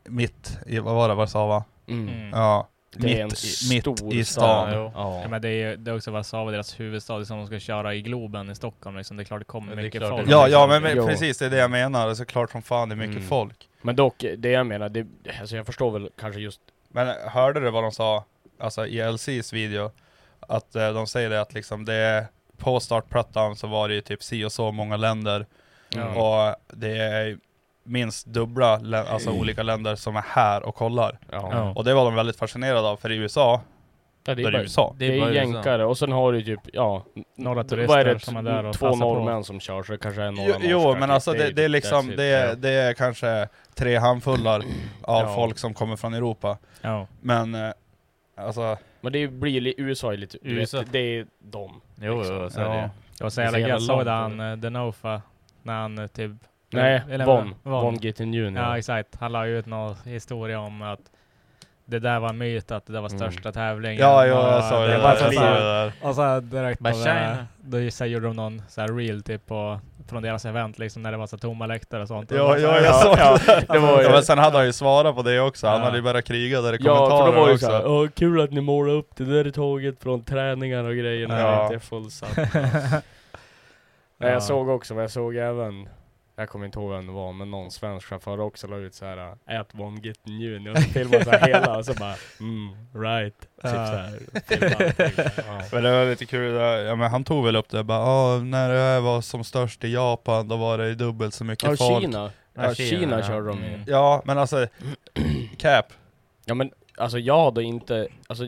S4: mitt, i, vad var det, vad sa va?
S2: Mm.
S4: Ja.
S2: Det är en
S4: mitt, i- mitt i
S5: Ja,
S4: stan.
S5: jo.
S2: Ja.
S5: Ja, men det är ju det är också Warszawa, deras huvudstad, som de ska köra i Globen i Stockholm liksom. Det är klart det kommer
S4: Det är
S5: mycket
S4: klart
S5: folk.
S4: det- Ja, ja
S5: liksom.
S4: men, men
S2: Jo.
S4: precis, det är det jag menar. Det är såklart som fan det är mycket
S2: Mm.
S4: folk.
S2: Men dock, det jag menar, det, alltså jag förstår väl kanske just...
S4: Men hörde du vad de sa, alltså i LCs video? Att eh, de säger det att liksom det är, på Start Pratdown så var det ju typ si och så många länder.
S2: Mm. Ja.
S4: Och det är minst dubbla, lä- alltså olika länder som är här och kollar.
S2: Ja. Ja.
S4: Och det var de väldigt fascinerade av, för i USA,
S2: Ja,
S4: då är det USA.
S2: Det är, jänkare, och sen har du typ, ja...
S5: Några
S2: vad
S5: turister
S2: är det,
S5: som är där och
S2: Två
S5: passar på.
S2: norrmän som kör, så det kanske är några
S4: Jo, jo
S2: norskar
S4: men
S2: typ.
S4: alltså det, det är
S2: typ
S4: liksom,
S2: that's it.
S4: det är, det är kanske tre handfullar av
S2: Ja.
S4: folk som kommer från Europa.
S5: Ja.
S4: Men eh, alltså...
S2: Men det blir li- USA är lite, du
S1: USA.
S2: vet, det är dem. Liksom.
S1: Jo, jo, så är det
S4: Ja.
S1: ju.
S5: Det var så
S2: Det är så
S5: jävla gött.
S2: jävla
S5: Såg du
S2: långt.
S5: han eh, Denofa? När han eh, typ...
S2: Nej,
S5: eller-
S2: Von.
S5: Von.
S2: Von Gittin Junior.
S4: Mm,
S5: Ja exakt. Han la ut någon historia om att det där var en myt, att det där var
S2: Mm.
S5: största tävlingen.
S4: Ja, jo,
S5: och
S4: jag sa ju
S5: det
S4: det
S5: var
S4: där.
S5: så
S4: Jag sa
S5: här-
S4: det där.
S5: Och så direkt på
S1: Bara
S5: det där,
S1: tjena.
S5: då ju- så gjorde de någon så här reel typ på, från deras event liksom när det var så tomma läktare och sånt. Och
S4: Ja,
S5: bara så
S4: ja,
S5: här,
S4: jag såg
S2: ja,
S4: det.
S2: det var ju-
S4: ja, men sen hade han ju svarat på det också, han
S5: Ja.
S4: hade ju börjat kriga där i
S2: Ja, för då var
S4: kommentarer
S2: det ju såhär,
S4: också.
S2: "Åh, kul att ni målar upp det där tåget från träningar och grejer när det
S4: Ja.
S2: inte är fullsatt. Nej,
S5: Ja.
S2: jag såg också, men jag såg även jag kommer inte ihåg vem det var, men någon svensk chaufför också la ut äh, såhär Ät one get new, och så filmade såhär hela och så bara mm, right. Typ
S5: Ja.
S2: såhär, filmade allting. ja.
S4: Men det var lite kul, det där. ja, men han tog väl upp det bara, "Ah, när jag var som störst i Japan då var det ju dubbelt så mycket
S2: Ja,
S4: folk.
S2: Kina.
S4: Ja,
S2: Ja, Kina,
S4: Kina,
S2: körde de ju.
S5: Mm.
S4: Ja, men alltså, Cap.
S2: Ja men alltså jag hade inte, alltså,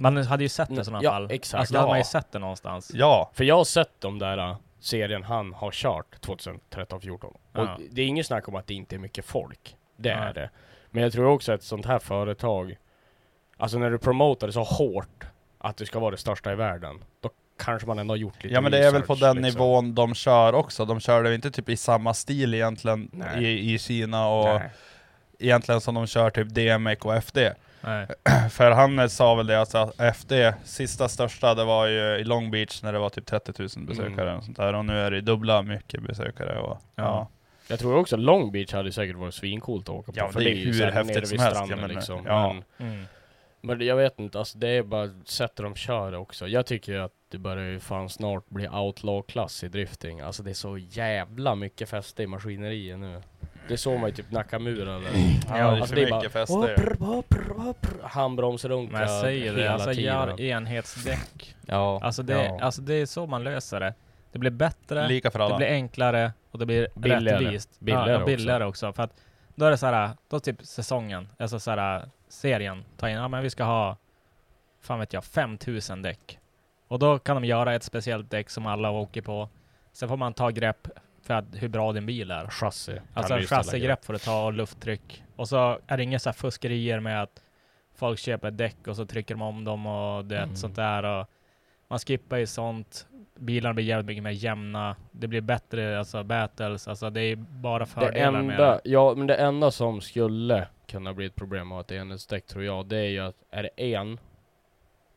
S5: Man hade ju sett det i sådana
S2: Mm, Ja,
S5: fall.
S2: exakt.
S5: Alltså, då hade
S2: Ja.
S5: man ju sett det någonstans.
S4: Ja.
S2: för jag har sett de där äh, serien han har kört 2013 14 Och
S5: Ja.
S2: det är inget snack om att det inte är mycket folk. Det
S5: Nej.
S2: är det. Men jag tror också att ett sånt här företag, alltså när du promotar det så hårt att du ska vara det största i världen, då kanske man ändå har gjort lite
S4: Ja men det är väl på
S2: research,
S4: den
S2: liksom.
S4: nivån de kör också, de kör det ju inte typ i samma stil egentligen
S2: Nej.
S4: i, i Kina och
S2: Nej.
S4: egentligen som de kör typ DMX och FD.
S5: Nej.
S4: För han eh, sa väl det alltså att FD, sista största det var ju i Long Beach när det var typ 30 000 besökare och sånt där och nu är det dubbla mycket besökare och ja.
S5: Ja.
S2: Jag tror också Long Beach hade säkert varit svincoolt att åka på.
S4: Ja,
S2: för
S4: det är
S2: ju
S4: hur
S2: så här
S4: häftigt
S2: nere vid
S4: som helst,
S2: stranden
S4: jag menar,
S2: liksom.
S4: ja.
S2: Men,
S5: Mm.
S2: men jag vet inte, alltså det är bara sättet de kör också. Jag tycker ju att det börjar ju fan snart bli outlaw-klass i drifting. Alltså det är så jävla mycket fäste i maskineriet nu. Det såg man ju typ Nakamura där.
S4: Ja, det är
S2: alltså
S4: för mycket fäste.
S2: hoppr, hoppr, hoppr, handbromsrunkar
S5: Men jag säger det,
S2: hela
S5: alltså gör
S2: tiden.
S5: enhetsdäck.
S2: Ja.
S5: Alltså det,
S2: ja.
S5: alltså det är så man löser det. Det blir bättre,
S4: Lika för
S5: det
S4: alla.
S5: blir enklare och det blir
S2: Billigare.
S5: rättvist.
S2: Billigare
S5: ja, billigare också. För att då är det så här, då typ säsongen, alltså så här, serien tar in, ja men vi ska ha, fan vet jag, 5000 däck. Och då kan de göra ett speciellt däck som alla åker på. Sen får man ta grepp för att, hur bra din bil är.
S2: Chassi.
S5: Alltså
S2: Kan du ju ställa
S5: en
S2: grepp.
S5: chassigrepp får du ta och lufttryck. Och så är det inga så här fuskerier med att folk köper däck och så trycker de om dem och det
S2: Mm.
S5: sånt där. Och man skippar ju sånt. Bilarna blir jävligt mycket mer jämna. Det blir bättre alltså battles. Alltså det är bara
S2: Det
S5: fördelar med
S2: enda,
S5: det.
S2: ja men det enda som skulle kunna bli ett problem av ett enhetsdäck tror jag, det är ju att är det en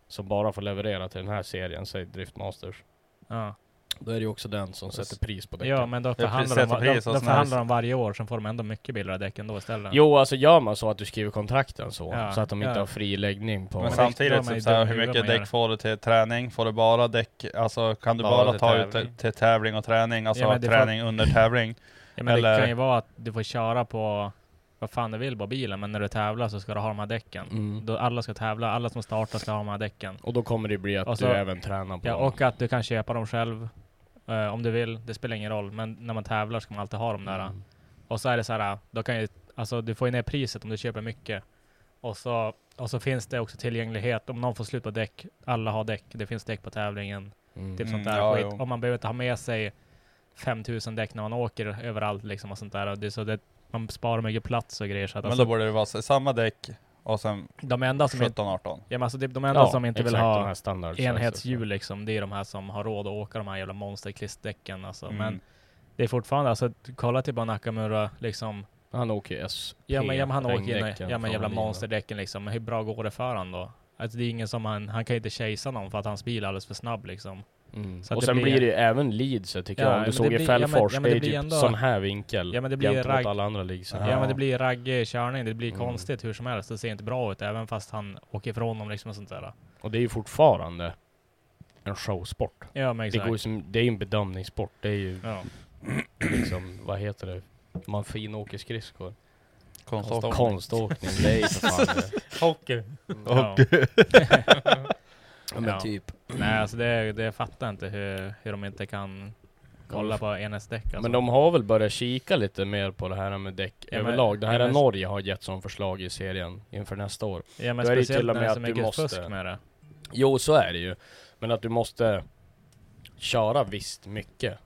S2: som bara får leverera till den här serien, säg Driftmasters,
S5: Ja.
S2: då är det ju också den som sätter pris på däcken.
S5: ja, men då
S4: Det är
S5: förhandlar de,
S4: precis,
S5: de,
S4: det är precis
S5: de,
S4: vad som
S5: förhandlar de varje år. Sen får de ändå mycket billigare däck ändå istället.
S2: Jo, alltså gör man så att du skriver kontrakten så,
S5: Ja,
S2: så att de inte
S5: ja.
S2: har fri läggning på...
S4: Men
S5: Ja, det är
S4: samtidigt,
S5: man ju
S4: typ såhär,
S5: dum i
S4: hur mycket
S5: huvudet man
S4: däck
S5: gör.
S4: får du till träning? Får du bara däck, alltså kan du
S1: Bara
S4: bara
S1: till
S4: ta ut
S1: tävling.
S4: till tävling och träning, alltså
S5: Ja, men det Alltså- är för-
S4: träning under tävling?
S5: Ja, men
S4: Eller-
S5: Det kan ju vara att du får köra på vad fan du vill på bilen, men när du tävlar så ska du ha de här däcken.
S2: Mm.
S5: Då alla ska tävla, alla som startar ska ha de här däcken.
S2: Och då kommer det bli att
S5: Och
S2: du även tränar på
S5: Alltså- ja,
S2: dem.
S5: Och att du kan köpa dem själv eh, om du vill. Det spelar ingen roll, men när man tävlar ska man alltid ha dem där.
S2: Mm.
S5: Och så är det så här, då kan ju, alltså du får ju ner priset om du köper mycket. Och så, och så finns det också tillgänglighet om någon får slut på däck. Alla har däck, det finns däck på tävlingen.
S2: Mm.
S5: Typ sånt
S4: Mm,
S5: där
S4: ja,
S5: skit.
S4: jo.
S5: Och man behöver inte ha med sig 5000 däck när man åker överallt liksom och sånt där. Och det, är så det, man sparar mycket plats och grejer. Så att
S4: Men
S5: alltså-
S4: då borde det vara så- samma däck och sen
S5: de enda som
S4: 17, 18.
S5: Ja, men alltså det, de enda
S2: Ja,
S5: som inte vill
S2: exakt, de
S5: ha
S2: här standard-
S5: enhetshjul liksom, det är de här som har råd att åka de här jävla monsterklistdäcken alltså.
S4: Mm.
S5: Men det är fortfarande, alltså kolla till bara Nakamura liksom.
S2: Han åker ju SP.
S5: Ja men, ja, men han åker in
S2: regndäcken
S5: ja, men
S2: från
S5: jävla
S2: Lina.
S5: monsterdäcken liksom. Men Hur bra går det för han då? Alltså det är ingen som han, han kan ju inte chasea någon för att hans bil är alldeles för snabb liksom.
S2: Mm.
S5: Så att
S2: och
S5: det
S2: sen
S5: blir-
S2: blir, det ju även Leeds jag tycker
S5: Ja,
S2: jag. Om
S5: men
S2: du
S5: det
S2: såg
S5: blir-
S2: i
S5: ja, men-
S2: Fälfors,
S5: ja,
S2: det
S5: men
S2: är
S5: det
S2: ju
S5: blir
S2: typ
S5: ändå-
S2: sån här vinkel.
S5: Ja men det blir
S2: gentemot
S5: ragg,
S2: alla andra leagues.
S5: ja. men det blir raggig körning. Det blir konstigt hur som helst. Det ser inte bra ut även fast han åker ifrån dem liksom och sånt där.
S2: Och det är ju fortfarande en showsport.
S5: Ja men
S2: Det,
S5: exakt.
S2: går ju som, det är ju en bedömningssport. Det är ju
S5: Ja.
S2: liksom, vad heter det? Man finåker skridskor.
S4: Konståkning.
S2: Konståkning, det är ju för fan det.
S1: Hockey.
S5: Ja.
S2: Ja, men
S5: Ja.
S2: typ.
S5: Nej, alltså det, det jag fattar inte hur, hur de inte kan kolla på NS-däck. Alltså.
S2: Men de har väl börjat kika lite mer på det här med däck
S5: Ja, men-
S2: överlag. Det här
S5: ja,
S2: är
S5: men-
S2: Norge har gett som förslag i serien inför nästa år.
S5: ja, men
S2: då är det ju
S5: speciellt
S2: till och
S5: när
S2: med
S5: det är
S2: att
S5: så
S2: du
S5: mycket
S2: måste-
S5: fusk med det.
S2: Jo, så är det ju. Men att du måste köra visst mycket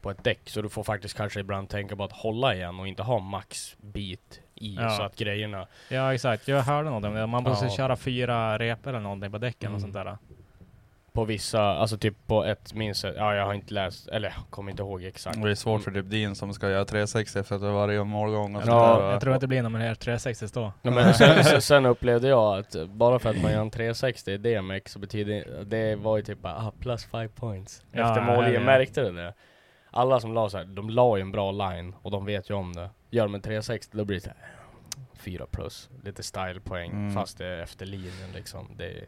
S2: på ett däck. Så du får faktiskt kanske ibland tänka på att hålla igen och inte ha max bit i
S5: Ja.
S2: så att grejerna...
S5: Ja, exakt. Jag hörde något om det. Man måste
S2: Ja.
S5: köra fyra repor eller någonting på däcken och
S2: Mm.
S5: sånt där.
S2: På vissa, alltså typ på ett minst... Ja, jag har inte läst, eller jag kommer inte ihåg exakt.
S4: Det är svårt för typ din som ska göra 360 efter varje omgång och
S2: Ja,
S4: sånt där, va?
S5: Jag tror inte det blir någon mer 360 då.
S2: Nej, men sen, sen- sen upplevde jag att bara för att man gör en 360 i DMX så betyder det var ju typ bara ah, plus 5 points.
S5: Ja,
S2: Efter
S5: ja,
S2: mållinjen,
S5: ja.
S2: märkte du det? Alla som la så här, de la ju en bra line och de vet ju om det. Gör de en 360 då blir det så här, 4 plus, lite stylepoäng
S4: Mm.
S2: fast det är efter linjen liksom. Det är,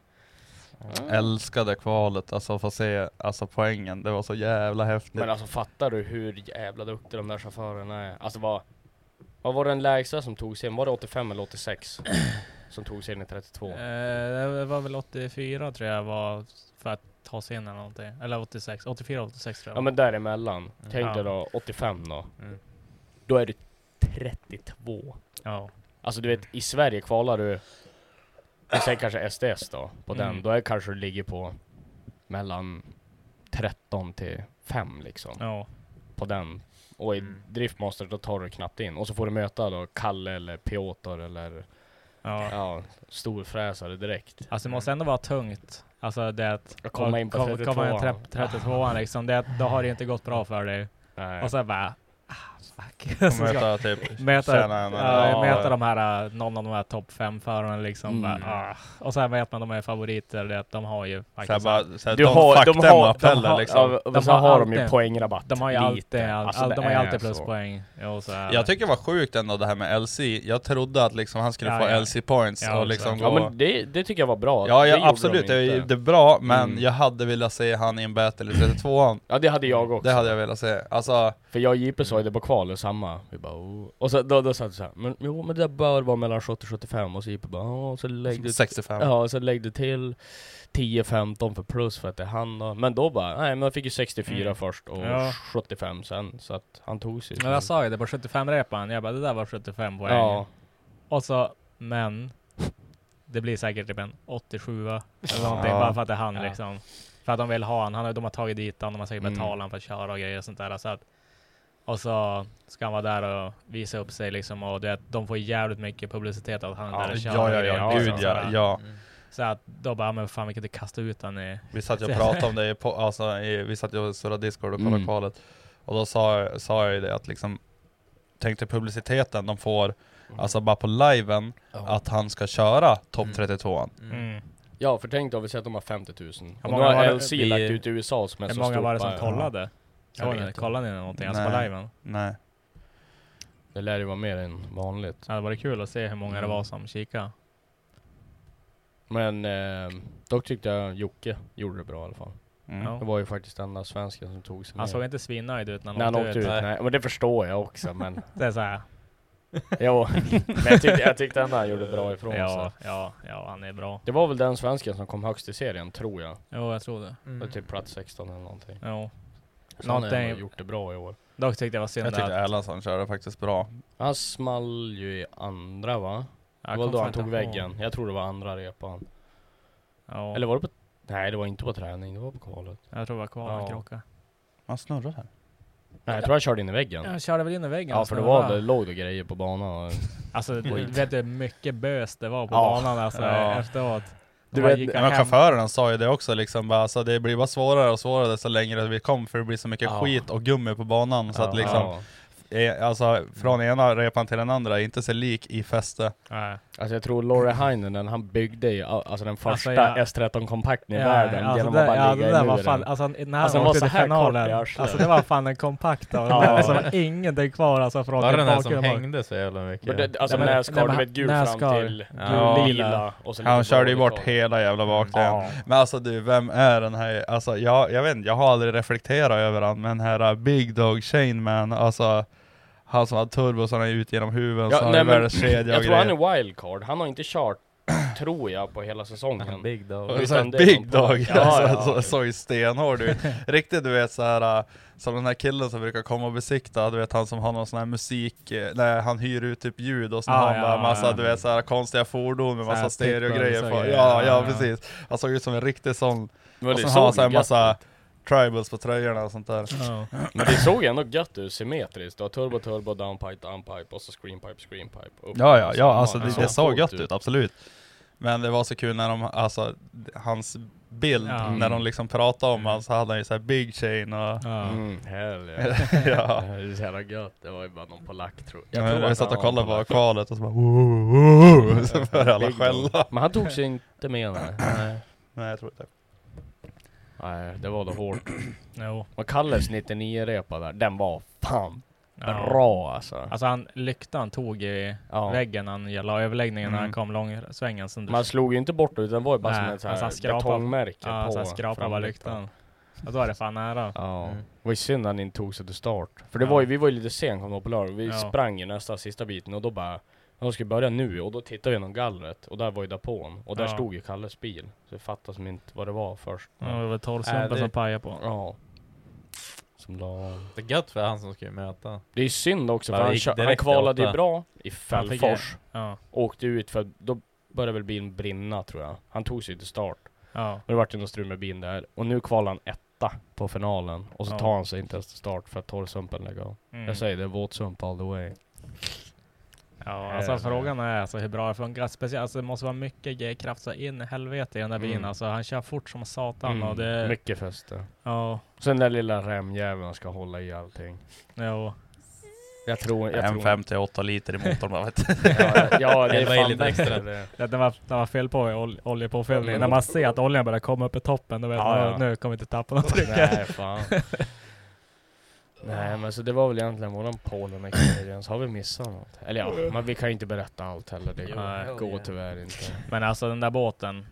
S2: Mm.
S4: Älskade kvalet, alltså få se alltså poängen, det var så jävla häftigt.
S2: Men alltså fattar du hur jävla duktiga de där chaufförerna är? Alltså vad, vad var den lägsta som tog sig in? Var det 85 eller 86? som tog sig in i 32?
S5: Eh, det var väl 84 tror jag var för att ta sig in eller någonting. Eller 86. 84, 86 tror jag.
S2: Ja men däremellan. Tänk dig
S5: Ja.
S2: då 85 då.
S5: Mm.
S2: Då är du 32.
S5: ja.
S2: Alltså du vet i Sverige kvalar du. Vi säger kanske SDS då. På
S5: Mm.
S2: den. Då är kanske du ligger på mellan 13 till 5 liksom.
S5: ja.
S2: På den. Och i
S5: Mm.
S2: Driftmaster då tar du knappt in. Och så får du möta då Kalle eller Piotr eller
S5: ja.
S2: ja, storfräsare direkt.
S5: Alltså det måste ändå vara tungt. Alltså det att
S2: Att komma in på
S5: kom- komma in
S2: 32.
S5: 32 liksom. Det att då har det inte gått bra för dig.
S2: Nej.
S5: Och sen bara, ah, fuck. Så
S4: Och
S5: ska-
S4: möta typ
S5: Möta,
S4: tjänaren
S5: ja,
S4: eller-
S5: möta de här, eh, någon av de här topp fem förarna liksom.
S2: Mm.
S5: Bara, ah. Och sen vet man de är favoriter, det att de har ju
S4: Så här
S5: faktiskt...
S4: bara, så här,
S2: Du
S4: don't
S2: har-
S4: fuck
S2: de
S4: them
S2: har-
S4: up
S2: de
S4: heller
S2: har-
S4: liksom.
S2: ja,
S5: De
S2: men så
S5: har
S2: har de ju
S5: alltid-
S2: poängrabatt.
S5: de har ju
S2: lite.
S5: alltid, all,
S2: Alltså,
S5: all,
S2: det
S5: de har ju
S2: är
S5: alltid
S2: så.
S5: pluspoäng. Jo, så
S4: Jag
S5: är det.
S4: tycker det var sjukt ändå det här med LC, jag trodde att liksom han skulle
S5: Ja,
S4: få
S5: ja.
S4: LC points
S5: Ja,
S4: och liksom
S2: Ja
S4: gå...
S2: men det, det tycker jag var bra.
S4: ja,
S2: Det gjorde
S4: ja
S2: de
S4: absolut, det, är-
S2: inte.
S4: det är bra, men
S2: Mm.
S4: jag hade velat se han i en battle i 32an.
S2: Ja det hade jag också.
S4: Det hade jag velat se. Alltså,
S2: För jag och JP sa ju det på kvalet samma. Vi bara oh. Och så, då, då sa du såhär, men jo men det där bör vara mellan 70 och 75 och så JP bara ja, så lägg du
S4: 65.
S2: Ja, och så lägg du till 10-15 för plus för att det är han då. Men då bara, nej men jag fick ju 64
S5: Mm.
S2: först och
S5: Ja.
S2: 75 sen. Så att han tog sig.
S5: Men jag sa ju det på 75-repan, jag bara det där var 75 poäng. Mm.
S2: Ja.
S5: Och så, men det blir säkert typ en 87 eller någonting
S4: Ja.
S5: bara för att det är han
S2: Ja.
S5: liksom. För att de vill ha han, han har- de har tagit dit han, de har säkert
S2: Mm.
S5: betalat han för att köra och grejer och sånt där. Så att, och så ska han vara där och visa upp sig liksom och det, de får jävligt mycket publicitet att han är där
S4: Ja,
S5: och kör.
S4: ja,
S5: och
S4: ja,
S5: grejer.
S4: ja, gud
S5: så,
S4: ja, ja.
S5: så att då bara, men fan vi kan inte kasta ut han i...
S4: Vi satt ju och pratade om det, i po- alltså, i, vi satt ju och surrade discord och kollade
S2: Mm.
S4: kvalet. Och då sa, jag- sa jag ju det att liksom, tänk dig publiciteten de får,
S2: Mm.
S4: alltså bara på liven, att han ska köra topp 32an.
S5: Mm.
S2: Ja för tänk då, vi säger att de har 50 000. Och nu
S5: många var
S2: har
S5: det-
S2: LC
S4: vi-
S2: lagt ut i USA som är
S5: Hur
S2: så
S5: många
S2: stort,
S5: var det som
S2: bara,
S5: kollade?
S2: Jag
S5: Jag vet
S2: vet
S5: inte, kollade ni någonting? Alltså på
S4: Nej.
S5: liven?
S4: Nej.
S2: ja. Det lär ju vara mer än vanligt.
S5: Ja, det var kul att se hur många det var som kikade.
S2: Men eh, dock tyckte jag Jocke gjorde det bra i alla fall.
S4: Mm.
S5: Ja.
S2: Det var ju faktiskt den där svensken som tog sig
S5: Han
S2: ner.
S5: såg inte svinnöjd ut när han,
S2: när han åkte ut. Mm. Nej. Men det förstår jag också men...
S5: Det är såhär.
S2: jo. Men jag tyckte, jag tyckte ändå han gjorde bra ifrån sig.
S5: Ja, ja, ja, han är bra.
S2: Det var väl den svensken som kom högst i serien, tror jag.
S5: Jo, jag tror det.
S2: Det var typ plats 16 eller någonting.
S5: Jo.
S2: Så han har
S5: Mm. Någonting-
S2: ändå gjort det bra i år.
S5: Dock tyckte jag var synd
S4: Jag tyckte
S5: att...
S4: Erlandsson körde faktiskt bra.
S2: Han small ju i andra va?
S5: Jag
S2: det var
S5: kom
S2: då
S5: fan
S2: han tog
S5: inte ihåg.
S2: väggen. Jag tror det var andra repan.
S5: Ja,
S2: Eller var det på... Nej det var inte på träning, det var på kvalet.
S5: jag tror det var kvar
S2: Ja.
S5: ja. krocka.
S4: Man snurrar här.
S2: Nej jag tror han körde in i väggen.
S5: Jag körde väl in i väggen.
S2: Ja
S5: alltså,
S2: för det
S5: men
S2: var,
S5: bara-
S2: det låg det grejer på banan. och-
S5: Alltså, du
S2: Skit.
S5: vet du hur mycket bös det var på
S2: Ja.
S5: banan alltså
S4: Ja.
S5: efteråt.
S2: Du
S5: De bara
S2: vet-
S5: gick
S4: Ja, men
S5: hem.
S4: chaufförerna sa ju det också liksom, bara, alltså, det blir bara svårare och svårare så längre vi kom för det blir så mycket
S2: Ja.
S4: skit och gummi på banan så att
S2: Ja.
S4: liksom,
S2: Ja.
S4: eh, alltså, från ena repan till den andra är inte så lik i fäste.
S5: Nej.
S2: Alltså jag tror Laurie Heinonen han byggde ju al- alltså den första
S5: jag-
S2: S13-kompakten i
S5: Ja,
S2: världen
S5: alltså
S2: genom
S5: det,
S2: att bara
S5: ja,
S2: ligga
S5: det där
S2: i
S5: var
S2: luren.
S5: fan, alltså när
S2: Alltså,
S5: han
S2: den var
S5: åkte
S2: så
S5: till
S2: här kort i
S5: finalen,
S2: arslet.
S5: alltså det var fan en kompakt av
S2: Ja.
S5: den. Alltså, det var ingenting kvar alltså från
S1: Var det den där som
S5: bakhjulet.
S1: hängde så jävla
S2: Men
S1: mycket?
S2: det, alltså
S5: Nej, men- nej,
S2: Nascar, du
S5: men
S2: vet gul fram
S5: Nascar,
S2: till
S4: Ja.
S2: lila och så lite
S4: Han körde ju
S2: blå
S4: bort
S2: kvar.
S4: hela jävla bakdelen.
S2: Ja.
S4: Men alltså du, vem är den här? Alltså jag, jag vet inte, jag har aldrig reflekterat över han, men den här uh, Big Dog Shane Man, alltså han som hade turbo så han är ut genom huven, så
S2: Ja,
S4: han
S2: nej,
S4: är
S2: men,
S4: världens kedja
S2: jag
S4: och
S2: tror han
S4: grejer.
S2: är wildcard, han har inte kört, tror jag, på hela säsongen.
S1: Big dog.
S4: Och så
S2: Utan
S4: här
S2: det
S4: Alltså, Big
S2: är någon
S4: Dog,
S2: på- Ja,
S4: alltså,
S2: ja.
S4: Så, såg ju stenhård ut. Riktigt du vet såhär, äh, som den här killen som brukar komma och besikta, du vet han som har någon sån här musik, eh, nej han hyr ut typ ljud och så
S5: Ah,
S4: har han
S5: ja,
S4: bara
S5: ja,
S4: massa
S5: ja.
S4: du vet såhär konstiga fordon med
S5: Så här
S4: massa
S2: typ,
S5: tippar
S4: stereogrejer
S5: och
S4: på.
S5: så
S4: Ja,
S5: grejer.
S4: ja,
S5: Ja, ja.
S4: precis. Han såg ut som en riktig sån,
S2: Men
S4: och
S2: det
S4: sen har han
S2: såg
S4: såhär
S2: ju
S4: massa
S2: gött
S4: tribals på tröjorna och sånt där.
S5: Ja.
S2: ut. Men det såg ändå gött ut symmetriskt. Du har turbo, turbo, downpipe, downpipe och så screenpipe, screenpipe. upp.
S4: Ja, ja,
S2: Så
S4: ja,
S2: han
S4: alltså
S2: har-
S4: det,
S2: så
S4: det såg
S2: coolt
S4: gött ut, absolut. Men det var så kul när de, alltså d- hans bild,
S5: Ja.
S4: när de liksom pratade om han så hade han ju såhär big chain och
S5: Ja.
S2: Mm, hell yeah.
S4: ja.
S2: Det är så jävla gött. Det var ju bara någon polack tror
S4: Jag,
S2: tror
S4: jag
S2: att
S4: satt
S2: han
S4: och
S2: var
S4: kollade på
S2: polack.
S4: kvalet och så bara "Woo, woo, woo", Så började alla
S2: Big dog.
S4: skälla.
S2: Men han tog sig inte med nej.
S4: Nej jag tror inte.
S2: nej, det var då hårt.
S5: Jo.
S2: Och Kalles 99-repa där, den var fan
S5: Ja.
S2: bra alltså.
S5: Alltså han, lyktan tog i
S2: Ja.
S5: väggen han la överläggningen när han
S4: Mm.
S5: kom långsvängen. Som du,
S2: Man slog ju inte bort det, utan det var ju bara
S5: Nej,
S2: som ett så
S5: alltså
S2: här
S5: han skrapade-
S2: betongmärke
S5: ja,
S2: på
S5: så han skrapade bara lyktan. Ja, då är det fan nära.
S2: Ja.
S1: Mm.
S2: Det var ju synd att han inte tog sig till start. För det
S5: Ja.
S2: var ju, vi var ju lite sen kom på lördag. Vi
S5: Ja.
S2: sprang ju nästa sista biten och då bara de ska börja nu och då tittade vi genom gallret och där var ju depån och där
S5: Ja.
S2: stod ju Kalles bil. Så jag fattade som inte vad det var först.
S5: Ja, det var
S1: Äh,
S5: torrsumpen
S1: det-
S5: som pajade på.
S2: Ja. Som la...
S1: Det är gött för han som ska ju möta.
S2: Det är ju synd också
S1: Ja,
S2: för
S1: det
S2: han,
S1: gick
S2: kö- han
S1: direkt i
S2: kvalade ju
S1: åtta.
S2: bra i
S5: Han fick-
S2: Fällfors.
S5: Ja.
S2: Åkte ut för då började väl bilen brinna tror jag. Han tog sig till start.
S5: Ja.
S2: Men det vart ju något strul med bilen där. Och nu kvalar han etta på finalen. Och så
S5: Ja.
S2: tar han sig inte ens till start för att torrsumpen lägger av.
S5: Mm.
S2: Jag säger det, våtsump all the way.
S5: Ja, alltså
S2: Eh.
S5: frågan är alltså hur bra det funkar. Speciellt, alltså, det måste vara mycket G-kraft så in i helvete i den där bilen.
S2: Mm.
S5: Alltså han kör fort som satan och
S2: Mm,
S5: det...
S2: Mycket fäste.
S5: Ja,
S2: Sen den där lilla remjäveln ska hålla i allting.
S5: jo.
S2: Jag tror... Jag tror
S4: 158 liter i motorn bara vet du.
S2: ja, ja, det är
S1: Elva i
S2: fan
S1: lite extra.
S2: bättre det.
S5: Det, det, var, det var fel på ol, oljepåfyllning.
S2: Mm.
S5: När man ser att oljan börjar komma upp i toppen, då vet
S2: Ja,
S5: man
S2: ja.
S5: att nu kommer vi inte tappa något tryck.
S2: Nej, fan. Nej men så det var väl egentligen våran Polen experience. Har vi missat något? Eller ja, men vi kan ju inte berätta allt heller. Det
S5: Jo,
S2: går-
S5: hell
S2: går
S5: yeah.
S2: tyvärr inte.
S5: Men alltså den där båten,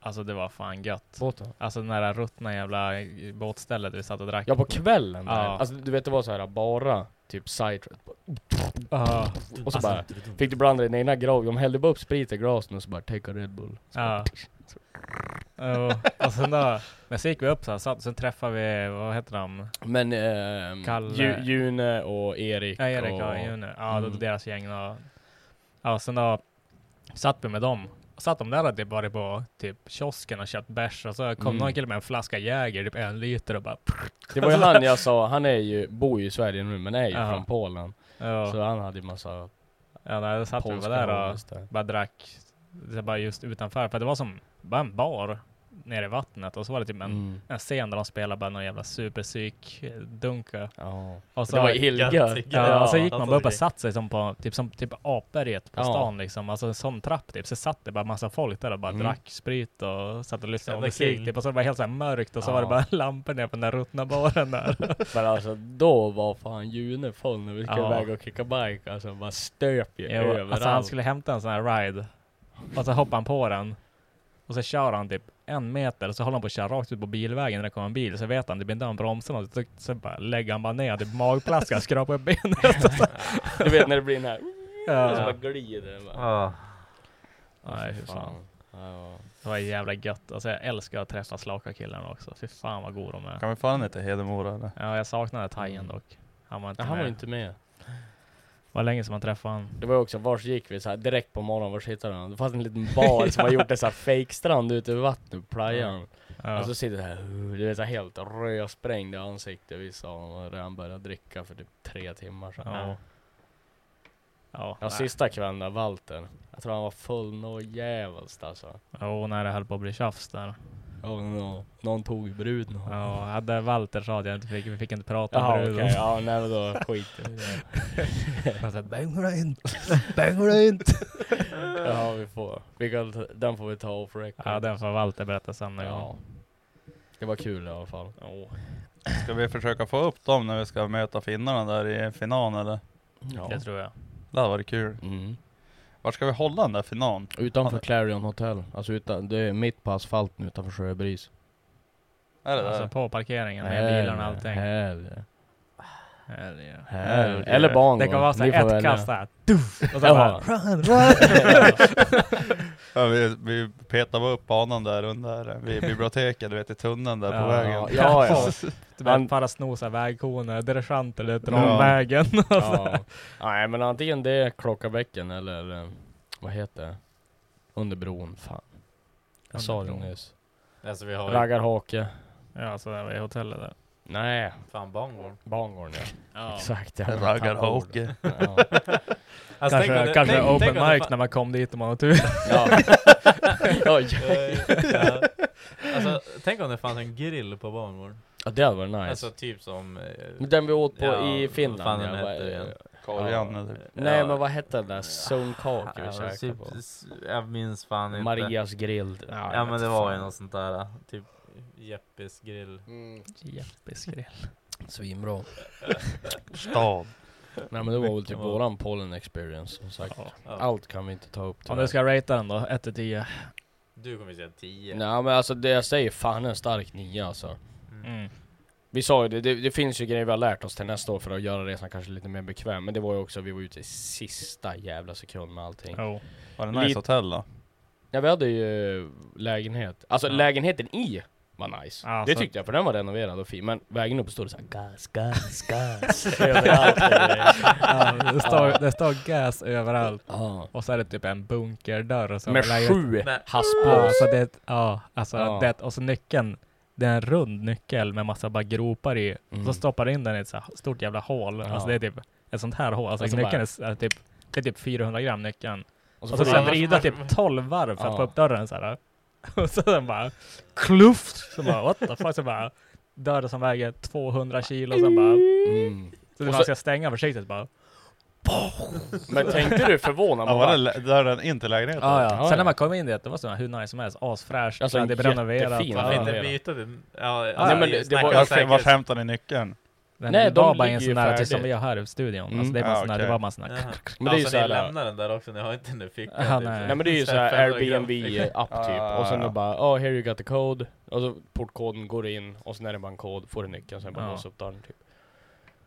S5: alltså det var fan gött.
S2: Båten?
S5: Alltså den där ruttna jävla båtstället vi satt och drack.
S2: Ja på kvällen där.
S5: Ja.
S2: Alltså du vet det var så här bara typ side
S5: Ja.
S2: Och så bara fick Alltså, du blanda din egna grogg. De hällde bara upp sprit i glasen och så bara take a Red Bull. Så
S5: Ja. Jo. Och sen då, men så gick vi upp så här, satt, sen träffade vi, vad heter de?
S2: bara- Men ehm,
S5: Kalle.
S2: Ju, June och Erik.
S5: Ja, Erik
S2: och,
S5: och Junior. Ja,
S2: Mm.
S5: mm. deras gäng. Och, ja, sen då satt vi med dem. Satt de där och typ varit på typ kiosken och köpt bärs och så kom
S2: Mm.
S5: någon kille med en flaska Jäger, typ en liter och bara...
S2: Det var ju han jag sa, han är ju, bor ju i Sverige nu men är ju
S5: Alltså- Ja.
S2: från Polen.
S5: Ja,
S2: Så han hade ju massa
S5: ja nej, då satt vi
S2: polska
S5: bara där och
S2: homies där.
S5: bara drack. Så bara just utanför, för det var som bara en bar nere i vattnet och så var det typ en,
S2: Mm.
S5: en scen där de spelade bara någon jävla superpsyk eh, dunka.
S2: Ja.
S5: Och
S2: Det var illgött.
S5: Ja, och så Alltså, gick
S1: Ja,
S5: man bara upp och satte sig som på typ, som, typ apberget på
S2: Ja.
S5: stan liksom. Alltså en sån trapp typ. Så satt det bara massa folk där och bara
S2: Mm.
S5: drack sprit och satt och lyssnade på
S1: Jävla
S5: musik
S1: kul.
S5: typ. Och så var det helt så här mörkt och så
S2: Ja.
S5: var det bara lampor ner på den där ruttna baren där.
S2: Men alltså då var fan June full när vi skulle
S5: Ja.
S2: iväg och kicka bike. Alltså han bara stöp ju
S5: Jo,
S2: överallt.
S5: alltså han skulle hämta en sån här ride. Och så hoppade han på den. Och så kör han typ en meter och så håller han på att köra rakt ut på bilvägen när det kommer en bil. Så vet han, det blir inte han bromsar något. Så, så bara lägger han bara ner det magplaska, skrapar upp benet. och så-
S2: Du vet när det blir den här...
S5: Ja.
S2: Och så bara glider den bara.
S5: Ja. Nej, fy
S2: Fy fan.
S5: fan. Det var jävla gött. Alltså jag älskar att träffa slaka killarna också. Fy fan vad god de är.
S4: Kan vi fan inte Hedemora eller?
S5: Ja, jag saknade Tajen dock. Han var inte
S2: Nej, Mm. han
S5: med.
S2: var inte med.
S5: var länge sedan man träffade han.
S2: Det var ju också, vars gick vi? Så här, direkt på morgonen, vars hittade han? Det fanns en liten bar som har gjort en sån här fejkstrand ute vid vattnet, playan.
S5: Ja.
S2: Och så sitter det här, uh, du vet så här helt rödsprängd i ansiktet vissa av dem har redan börjat dricka för typ tre timmar sedan.
S5: Ja. Ja,
S2: Ja,
S5: nej.
S2: sista kvällen där, Walter. Jag tror han var full något jävligt alltså.
S5: Jo, när det höll på att bli tjafs där.
S2: Oh no. Någon tog bruden.
S5: Ja, hade Walter sa att jag inte fick, vi fick inte prata om
S2: Jaha okej,
S5: bruden.
S2: ja nej men då skiter vi i det.
S5: Han sa bängla inte, bängla inte.
S2: Ja vi får, vi kan, ta- den får vi ta off record.
S5: Ja, den får Walter berätta sen någon
S2: Ja.
S5: gång.
S2: Det var kul i alla fall.
S4: Ska vi försöka få upp dem när vi ska möta finnarna där i finalen eller?
S2: Ja.
S5: Det tror jag.
S4: Det hade varit kul.
S2: Mm.
S4: Var ska vi hålla den där finalen?
S2: Utanför Clarion Hotel, alltså utan, det är mitt på asfalten utanför Sjöbris.
S4: Är det
S5: Alltså
S4: där?
S5: på parkeringen med bilarna och allting.
S2: Här,
S5: Här, ja.
S2: här.
S4: Här.
S2: Eller barn.
S5: Det kan vara så
S2: Ni får
S5: här ett
S2: välja.
S5: kast där. Duff! Och så
S2: Ja.
S5: bara... Run, run.
S4: Ja, vi, vi petar bara upp banan där under eh, vid biblioteket, du vet i tunneln där
S5: Ja,
S4: på vägen.
S2: ja, ja.
S5: Du
S2: Man-
S5: vet, typ bara sno såhär vägkoner, dirigeanter, eller dra
S4: Ja.
S5: vägen.
S2: Ja. Nej men antingen det är Klockarbäcken eller eh, vad heter det? Under bron, fan. Jag sa det
S5: Under bron.
S2: nyss.
S1: Alltså vi har ju
S2: Raggarhake.
S5: Ja, så där var i hotellet där.
S2: Nej,
S1: fan bangor.
S2: Bangården ja.
S5: Ja.
S2: Exakt. jag har tappat orden.
S4: Raggarhake.
S2: Ja.
S1: Alltså,
S5: Kanske,
S1: tänk om det-
S5: kanske
S1: tänk-
S5: open
S1: tänk om det
S5: mic
S1: fa-
S5: när man kom dit om man har tur.
S2: Ja. Oj.
S1: Eh, Ja. Alltså tänk om det fanns en grill på bangor.
S2: ja, det hade varit nice.
S1: Alltså typ som... eh,
S2: Den vi åt på
S1: Ja,
S2: i
S1: vad
S2: Finland.
S1: fan den
S2: ja,
S1: hette
S2: vad-
S1: igen.
S4: Korgen eller typ.
S2: Nej
S1: Ja.
S2: men vad hette den där zonkake vi
S1: Ja,
S2: käkade
S1: typ,
S2: på?
S1: s- Jag minns fan inte.
S2: Marias grill.
S5: Ja,
S1: Ja men det var ju något sånt där. Typ Jeppes grill.
S5: Jeppis grej.
S2: Svinbra.
S4: Stad.
S2: Nej men det var väl typ
S1: Ja.
S2: våran pollen experience som sagt.
S5: Ja.
S2: Allt kan vi inte ta upp
S5: Om du ska ratea den då, 1-10.
S1: Du kommer säga 10.
S2: Nej men alltså det jag säger, fan en stark nia alltså.
S5: Mm.
S2: Vi sa ju det, det, det finns ju grejer vi har lärt oss till nästa år för att göra resan kanske lite mer bekväm. Men det var ju också, vi var ute i sista jävla sekund med allting.
S5: Jo.
S4: Var det nice
S2: Lite-
S4: hotell då?
S2: Ja vi hade ju eh, lägenhet, alltså
S5: Ja.
S2: lägenheten i var nice.
S5: Ja,
S2: det
S5: så-
S2: tyckte jag för den var renoverad och fin. Men vägen upp stod det såhär gas, gas, gas.
S5: Ja, det, står, det står gas överallt.
S2: Ja.
S5: Och så är det typ en bunkerdörr. Och så
S2: Med
S5: har vi
S2: sju
S1: Men-
S5: Ja,
S2: haspblås.
S5: alltså det, ja, alltså
S2: Ja.
S5: det, och så nyckeln. Det är en rund nyckel med massa bara gropar i.
S2: Mm.
S5: Så stoppar du in den i ett så här stort jävla hål.
S2: Ja.
S5: Alltså det är typ ett sånt här hål. Alltså
S2: Och så
S5: nyckeln är, s- är typ, det är typ 400 gram nyckeln. Och så
S2: får
S5: får jag
S2: du-
S5: vrida typ 12 varv för att
S2: Ja.
S5: få upp dörren så här. Och så den bara kluft! Så bara what the fuck? Så bara dörren som väger 200 kilo. Så bara,
S2: Mm.
S5: så
S2: Och
S5: man
S2: så-
S5: ska stänga försiktigt bara.
S2: Men tänkte du förvånad?
S4: Ja, var det lä- dörren in till lägenheten?
S2: Ja, ja.
S5: Sen när man kom in dit, det var så här hur nice som helst. Asfräscht.
S2: Alltså,
S5: det är renoverat.
S2: jättefin.
S1: Varför
S5: Ja.
S1: inte
S2: Ja.
S1: byta den? Ja, alltså,
S2: Nej, men det- det
S1: snacka
S2: var- alltså,
S4: Vart,
S1: säkerhet.
S4: vart hämtar ni nyckeln?
S5: Nej,
S2: Nej,
S5: det var
S2: de
S5: bara en
S2: ligger ju
S5: sån här
S2: färdigt.
S5: typ som vi har här i studion.
S2: Mm.
S5: Alltså det är bara
S4: Ja,
S5: sån här,
S4: okej.
S5: det var bara sån här.
S1: Jaha.
S2: Men det är
S1: ja,
S2: ju
S1: så
S2: så här-
S1: ni lämnar den där också, ni har inte den i fickan?
S5: Ja,
S1: typ,
S5: nej.
S2: Nej men det är ju
S1: Så
S2: så här
S1: 500 gram
S2: Airbnb-app typ. Och sen
S4: Ah.
S2: då bara oh here you got the code. Och så portkoden går in och sen är det bara en kod, får du nyckeln sen bara
S5: Ja.
S2: låsa upp dörren typ.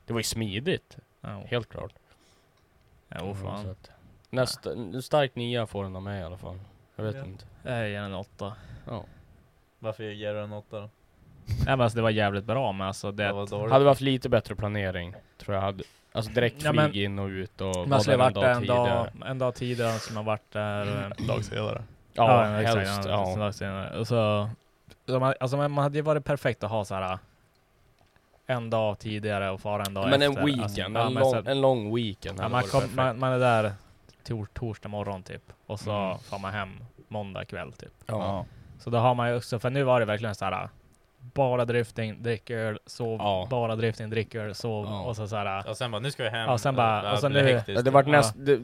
S2: Det var ju smidigt,
S5: Ja,
S2: helt klart.
S5: Jo,
S2: Så
S5: fan.
S2: att- Nästa, en stark nia får den av mig i alla fall. Jag vet
S1: Ja.
S2: inte.
S5: Jag ger den en åtta.
S1: Varför ger du den åtta då?
S5: Nej men alltså det var jävligt bra men alltså det...
S1: Det var dåligt.
S2: Hade vi haft lite bättre planering, tror jag hade... Alltså direkt
S5: Ja,
S2: flyg
S5: men-
S2: in och ut och... vara
S5: man skulle
S2: där
S5: ha varit där en dag,
S2: tidigare.
S5: en dag tidigare, så man varit där... eh,
S4: Dag senare.
S2: Ja,
S5: exakt,
S2: helst.
S5: en dag- en
S2: Ja.
S5: dag senare. Och så, så man, alltså man man hade ju varit perfekt att ha så här eh, en dag tidigare och fara en dag
S2: Men
S5: efter.
S2: en weekend,
S5: Alltså, ja,
S2: en,
S5: men
S2: lång,
S5: så-
S2: en lång weekend.
S5: Ja,
S2: hade
S5: man,
S2: varit
S5: kom,
S2: perfekt.
S5: man, man är där tor, torsdag morgon typ. Och så
S2: Mm.
S5: far man hem måndag kväll typ.
S2: ja.
S5: Så då har man ju också, för nu var det verkligen så här bara drifting, drick öl, sov,
S2: Ja.
S5: bara drifting, drick öl, sov
S2: Ja.
S5: och så så här.
S1: Och sen bara, nu ska vi hem.
S5: Ja, sen bara-
S1: Det här
S5: och sen
S1: blir
S5: nu-
S1: hektiskt.
S2: Ja, det, var
S5: Ja.
S2: näst, det,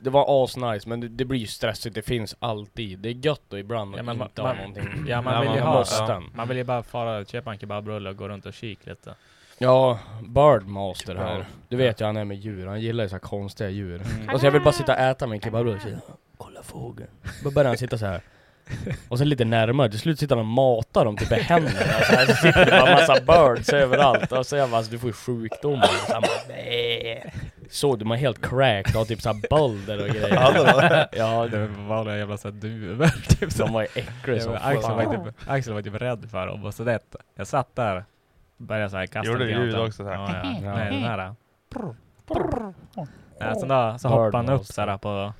S2: det var asnice men det, det blir ju stressigt, det finns alltid. Det är gött och ibland
S5: Ja,
S2: att
S5: men ma-
S2: inte ha
S5: ma-
S2: någonting.
S5: Ja, man
S1: Ja,
S5: vill
S1: man
S5: ju ha,
S1: måste.
S5: ja. man vill ju bara fara, köpa en kebabrulle och gå runt och kika lite.
S2: Ja, Birdmaster här.
S4: Ja.
S2: Du vet ju han är med djur, han gillar ju så här
S5: Mm.
S2: konstiga djur. Och så jag vill bara sitta och äta min kebabrulle och säga Kolla fågeln. Då börjar han sitta så här. Och sen lite närmare, till slut sitter han och matar dem typ i händerna. Så här sitter det bara massa birds överallt. Och så jag bara, alltså, du får ju sjukdomar. Och så han bara, nej. Såg du, man är helt cracked och har typ såhär bölder och grejer.
S5: Ja, det var-
S2: ja,
S5: det var vanliga jävla såhär duvor. Typ, så.
S2: De var ju äckliga som
S5: Ja, men Axel,
S2: fan.
S5: var typ, Axel var typ rädd för dem. Och så det, jag satt där, började såhär kasta
S4: Gjorde
S5: lite
S4: ljud
S5: åt dem.
S4: också så här.
S5: Ja, ja.
S4: Ja.
S5: Nej, den här. Ja, så då, så
S2: Bird
S5: hoppade han upp
S2: noise.
S5: såhär på,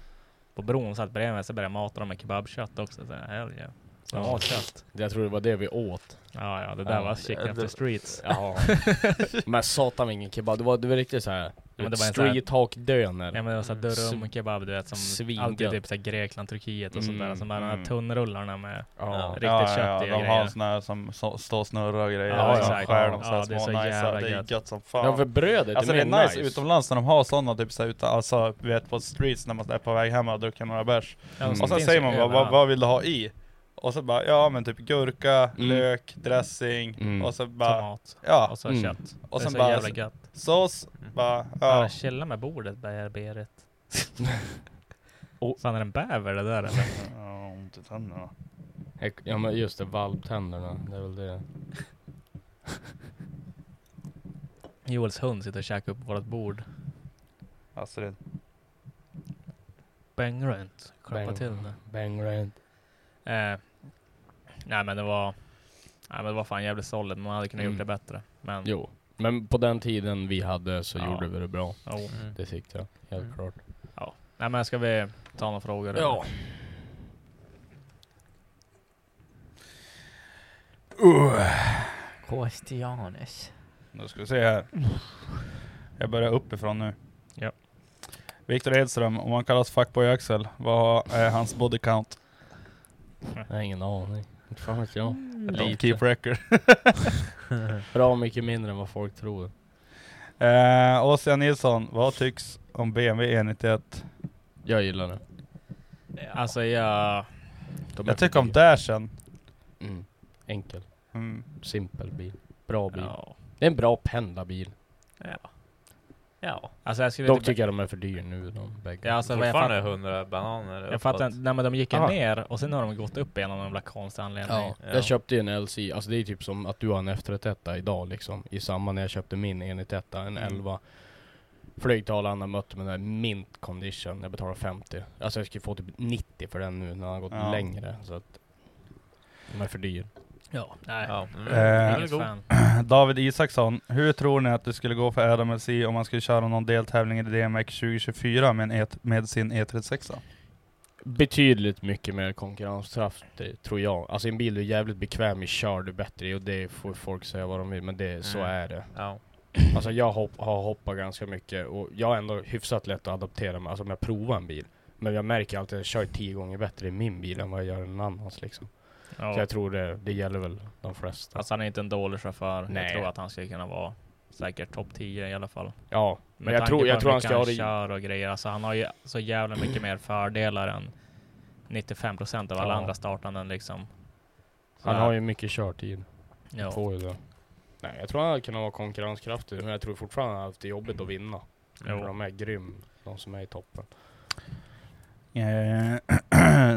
S5: på bron, satt bredvid mig, så började jag mata dem med kebabkött också. Så här, hell yeah. Så de
S2: Ja.
S5: åt kött.
S2: Jag tror det var det vi åt.
S5: Ja, ja, det där var chicken after streets.
S2: Ja. Men satan ingen kebab, det var, det var riktigt såhär,
S5: men det var en sån här-
S2: street hawk döner.
S5: Ja men det var
S2: Mm.
S5: såhär dörrum kebab du vet som
S2: Svingött.
S5: alltid typ såhär Grekland, Turkiet och sånt där.
S2: Mm,
S5: Som bara de här
S4: mm.
S5: tunnrullarna med
S2: Ja.
S5: riktigt
S4: Ja,
S5: kött
S4: ja,
S5: i
S4: ja,
S5: och
S4: de har
S5: grejer.
S4: såna här som så, står och snurrar och grejer.
S5: Ja,
S4: Ja,
S5: exakt.
S4: exakt. Skär dem
S5: Ja,
S4: såhär
S5: det är
S4: små
S5: så
S4: nice.
S5: jävla
S4: Det är
S5: gött.
S4: gött som fan.
S2: Ja för brödet,
S4: Alltså det är
S2: mer
S4: nice, utomlands när de har sådana typ såhär, utan, alltså du vet på streets när man är på väg hem och druckit några bärs.
S5: Ja, de
S2: Mm.
S4: Och sen
S5: finns
S4: säger
S5: ju
S4: man bara, vad,
S5: överallt.
S4: vad vill du ha i? Och så bara, ja men typ gurka,
S2: Mm.
S4: lök, dressing
S2: Mm.
S4: och så bara,
S5: Tomat.
S4: ja.
S5: Och så
S2: Mm.
S5: kött.
S4: Och
S5: det är
S4: sen
S5: så Ah,
S4: bara-
S5: jävla gött.
S4: Sås, bara,
S5: Ja.
S4: ja.
S5: chilla med bordet bär Berit.
S2: Och-
S5: Fan är den bäver det där eller?
S4: Ja, ont i tänderna.
S2: Ja men just det, valptänderna, det är väl det.
S5: Joels hund sitter och käkar upp vårt bord.
S4: Astrid.
S5: Bang runt. Klappa
S2: Bang.
S5: till det.
S2: Bang rent.
S5: Eh, nej men det var... Nej men det var fan jävligt solid. Man hade kunnat
S2: Mm.
S5: gjort det bättre. Men...
S2: Jo, men på den tiden vi hade så
S5: Ja.
S2: gjorde vi det bra.
S5: jo.
S2: Det tyckte jag, helt
S1: Mm.
S2: klart.
S5: Nej men ska vi ta några frågor?
S2: Ja.
S1: Kostianes.
S4: Nu ska vi se här. Jag börjar uppifrån nu.
S5: Ja.
S4: Viktor Hedström, om han kallas fuckboy Axel, vad är hans body count?
S2: Jag har ingen aning. Inte fan vet jag.
S5: Mm.
S4: Don't keep record.
S2: Bra mycket mindre än vad folk tror.
S4: Eh, Åsia Nilsson, vad tycks om BMW E91?
S2: Jag gillar det.
S5: Alltså jag...
S2: De är
S4: Jag tycker om
S2: för dyra.
S4: dashen.
S2: Mm. Enkel,
S4: Mm.
S2: simpel bil. Bra bil.
S5: Ja.
S2: Det är en bra pendlarbil.
S5: Ja. ja. Alltså jag skulle...
S2: Dock tycker jag de är för dyra nu de bägge.
S5: Ja, alltså, vad jag
S1: Fortfarande
S5: fattar,
S1: 100 bananer.
S5: jag fattar inte. Nej men de gick ju
S2: Aha.
S5: ner och sen har de gått upp igen av någon jävla konstig anledning.
S2: Ah. Ja,
S1: Ja.
S2: jag köpte ju en LC, alltså det är typ som att du har en F31 idag liksom. I samma när jag köpte min enligt detta, en
S4: Mm.
S2: 11. Flög till Arlanda, mötte mig där, mint condition. Jag betalade 50. Alltså jag skulle få typ 90 för den nu när den har gått
S4: Ja.
S2: längre. Så att de är för dyr.
S5: Ja. Nej.
S1: Ja, men-
S4: Eh,
S1: den är
S5: Inget
S1: god.
S5: fan.
S4: David Isaksson, hur tror ni att det skulle gå för Adam LC om man skulle köra någon deltävling i DMX 2024 med, en e med sin E36?
S2: Betydligt mycket mer konkurrenskraft det tror jag. Alltså en bil du är jävligt bekväm i kör du bättre i och det får folk säga vad de vill men det, så
S1: Mm.
S2: är det.
S1: Ja.
S2: Alltså jag hopp, har hoppat ganska mycket och jag har ändå hyfsat lätt att adaptera mig, alltså om jag provar en bil. Men jag märker alltid att jag kör tio gånger bättre i min bil än vad jag gör i en annans liksom. Så
S5: Ja.
S2: jag tror det, det gäller väl de flesta.
S5: Alltså han är inte en dålig chaufför. Jag
S2: Nej.
S5: tror att han skulle kunna vara säkert topp 10 i alla fall.
S2: ja,
S5: Med
S2: men jag
S5: tanke
S2: tror,
S5: på
S2: jag
S5: hur
S2: tror han
S5: mycket
S2: ska ha det... i-
S5: kör och grejer. Alltså han har ju så jävla mycket mer fördelar än 95% av alla
S2: Ja.
S5: andra startanden liksom. Så
S2: Han
S5: där.
S2: har ju mycket körtid.
S5: Ja.
S2: Får ju det. Nej, jag tror han hade kunnat vara konkurrenskraftig, men jag tror fortfarande han har haft det jobbigt att vinna.
S5: Jo.
S2: För de är grym, de som är i toppen.
S4: Eh,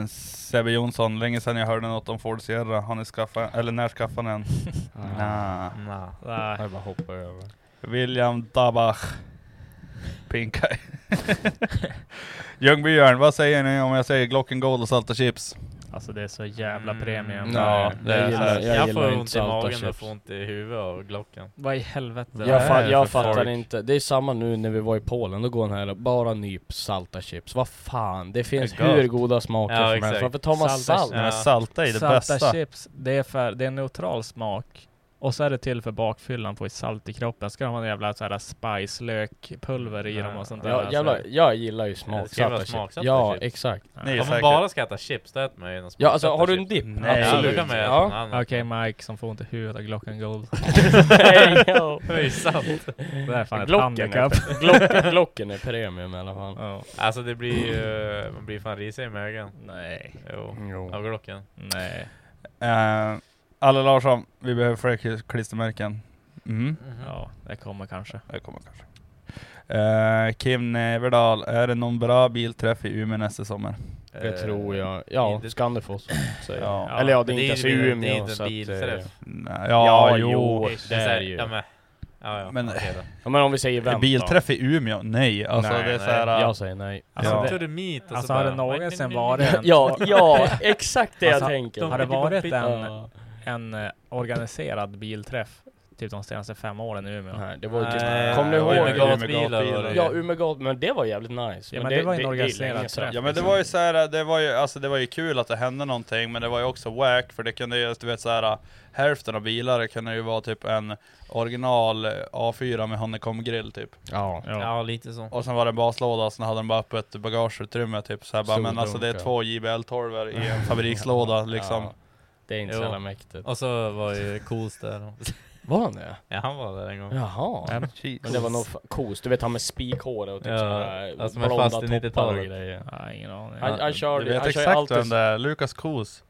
S4: Sebbe Jonsson, länge sedan jag hörde något om Ford Sierra. Har ni skaffat, eller när skaffade ni den? Nah.
S1: Nah.
S5: Nej.
S2: Jag bara hoppar över.
S4: William Dabach. Pink Eye. Ljungbyhjörn, vad säger ni om jag säger Glocken Gold och salta chips?
S5: Alltså det är så jävla
S1: Mm.
S5: premium.
S4: Nej. Ja, det är
S2: jag,
S4: så här.
S2: gillar, jag,
S1: Jag,
S2: gillar
S1: får
S2: inte
S1: ont i
S2: salta
S1: magen och
S2: chips.
S1: får ont i huvudet av Glocken.
S5: Vad i helvete?
S4: Ja,
S2: Jag,
S4: är
S2: fa
S4: det
S2: jag
S4: för
S2: fattar
S4: folk?
S2: inte, det är samma nu när vi var i Polen, då går den här bara nyp salta chips. Vad fan, det finns
S4: Det är gott.
S2: hur goda smaker
S1: Ja,
S2: som helst.
S1: exakt.
S2: Varför tar man
S5: Salta
S2: salt?
S4: Nej,
S1: Ja.
S4: men salta är det
S5: salta
S4: bästa.
S5: chips, det är, för, det är en neutral smak. Och så är det till för bakfyllan, få i salt i kroppen. Ska de ha en jävla så här spice, lökpulver i
S1: Ja.
S5: dem och sånt där.
S2: Ja,
S5: alltså.
S2: jävla, jag gillar ju
S1: Det
S2: smak,
S1: ska ju vara
S2: salta chips.
S1: smaksatta
S2: Ja,
S1: chips.
S2: exakt.
S4: Ni är
S1: Om man
S4: säkert.
S1: bara ska äta chips, då äter man ju någon
S2: Ja, alltså
S1: smaksatta
S2: har du en
S1: chips.
S2: dipp?
S4: Nej.
S1: Ja, då
S2: Absolut.
S1: kan man ju äta någon
S2: Ja.
S1: annan.
S5: Okej Mike som får inte huvudet av Glocken Gold.
S2: Nej,
S1: Det är sant.
S5: Det där är fan ett
S2: Glocken
S5: handikapp.
S2: är, Glock, Glocken är premium i alla fall.
S5: Ja.
S1: Alltså det blir ju... Man blir fan risig i magen.
S5: Nej.
S1: Jo.
S2: Jo.
S1: Av Glocken.
S5: Nej.
S4: Eh, Alle Larsson, vi behöver fler kli- klistermärken. Mm,
S5: Ja, det kommer kanske.
S4: det kommer kanske. Eh, Kim Neverdal, är det någon bra bilträff i Umeå nästa sommar?
S2: Det
S1: Eh,
S2: tror jag. Ja,
S1: inte-
S2: Skanderfoss säger jag.
S4: Ja.
S2: Eller ja, det
S1: men
S2: är
S1: ju
S2: inte ens
S1: bil-
S2: Umeå.
S1: Det är inte
S2: så
S1: en
S2: att,
S1: bilträff.
S2: eh,
S4: Nej,
S2: Ja,
S4: ja,
S2: jo.
S4: jo.
S1: Ish,
S2: det
S1: så här,
S2: är ju.
S1: Ja men, ja, ja,
S4: Men-
S1: okej då.
S2: Ja, men om vi säger
S4: En
S2: vänta.
S4: bilträff i Umeå? Nej, alltså
S2: Nej,
S4: det är
S1: nej.
S4: såhär...
S2: Jag säger nej.
S1: Alltså
S4: Ja.
S1: to the meet och så
S5: Alltså har
S1: bara,
S5: det någonsin varit en...
S2: Ja, ja, exakt det jag
S5: Alltså,
S2: tänker.
S5: Har det varit en,
S2: Ja.
S5: en eh, organiserad bilträff typ de senaste fem åren i Umeå?
S2: Nej, det var ju typ...
S1: Nej,
S2: Kom du
S4: det var ju
S2: ihåg?
S4: Umeå
S2: att-
S1: gatbilar
S4: gatbilar.
S1: var det.
S2: Ja, Umeå Gat- men det var jävligt nice.
S5: Ja, men det var en
S2: är
S5: organiserad
S2: länge sedan.
S5: träff. liksom.
S4: Ja men det var ju så här, det var ju, alltså det var ju kul att det hände någonting men det var ju också wack för det kunde ju, du vet så här, hälften av bilarna kunde ju vara typ en original A4 med Honeycomb grill typ.
S2: Ja.
S1: Ja lite så.
S4: Och sen var det en baslåda, sen hade de bara öppet bagageutrymme typ så här, bara, men alltså det är
S2: Soldunkar.
S4: två JBL 12 i en fabrikslåda liksom.
S2: Ja, Det är inte
S1: Jo.
S2: så jävla mäktigt.
S1: Och så var ju Koos där.
S2: Var han det?
S1: Ja han var där en gång.
S2: Jaha. Men det var nog fa- kos. Du vet han med spikhåret och typ
S1: Ja,
S2: sådana
S1: alltså som är
S2: blonda
S1: fast i
S2: toppar och
S1: 90-talet.
S2: grejer.
S5: Nej, ingen aning.
S2: Han, han kör,
S4: Du vet
S2: han kör ju
S4: exakt
S2: alltid,
S4: vem det är, Lukas Kos.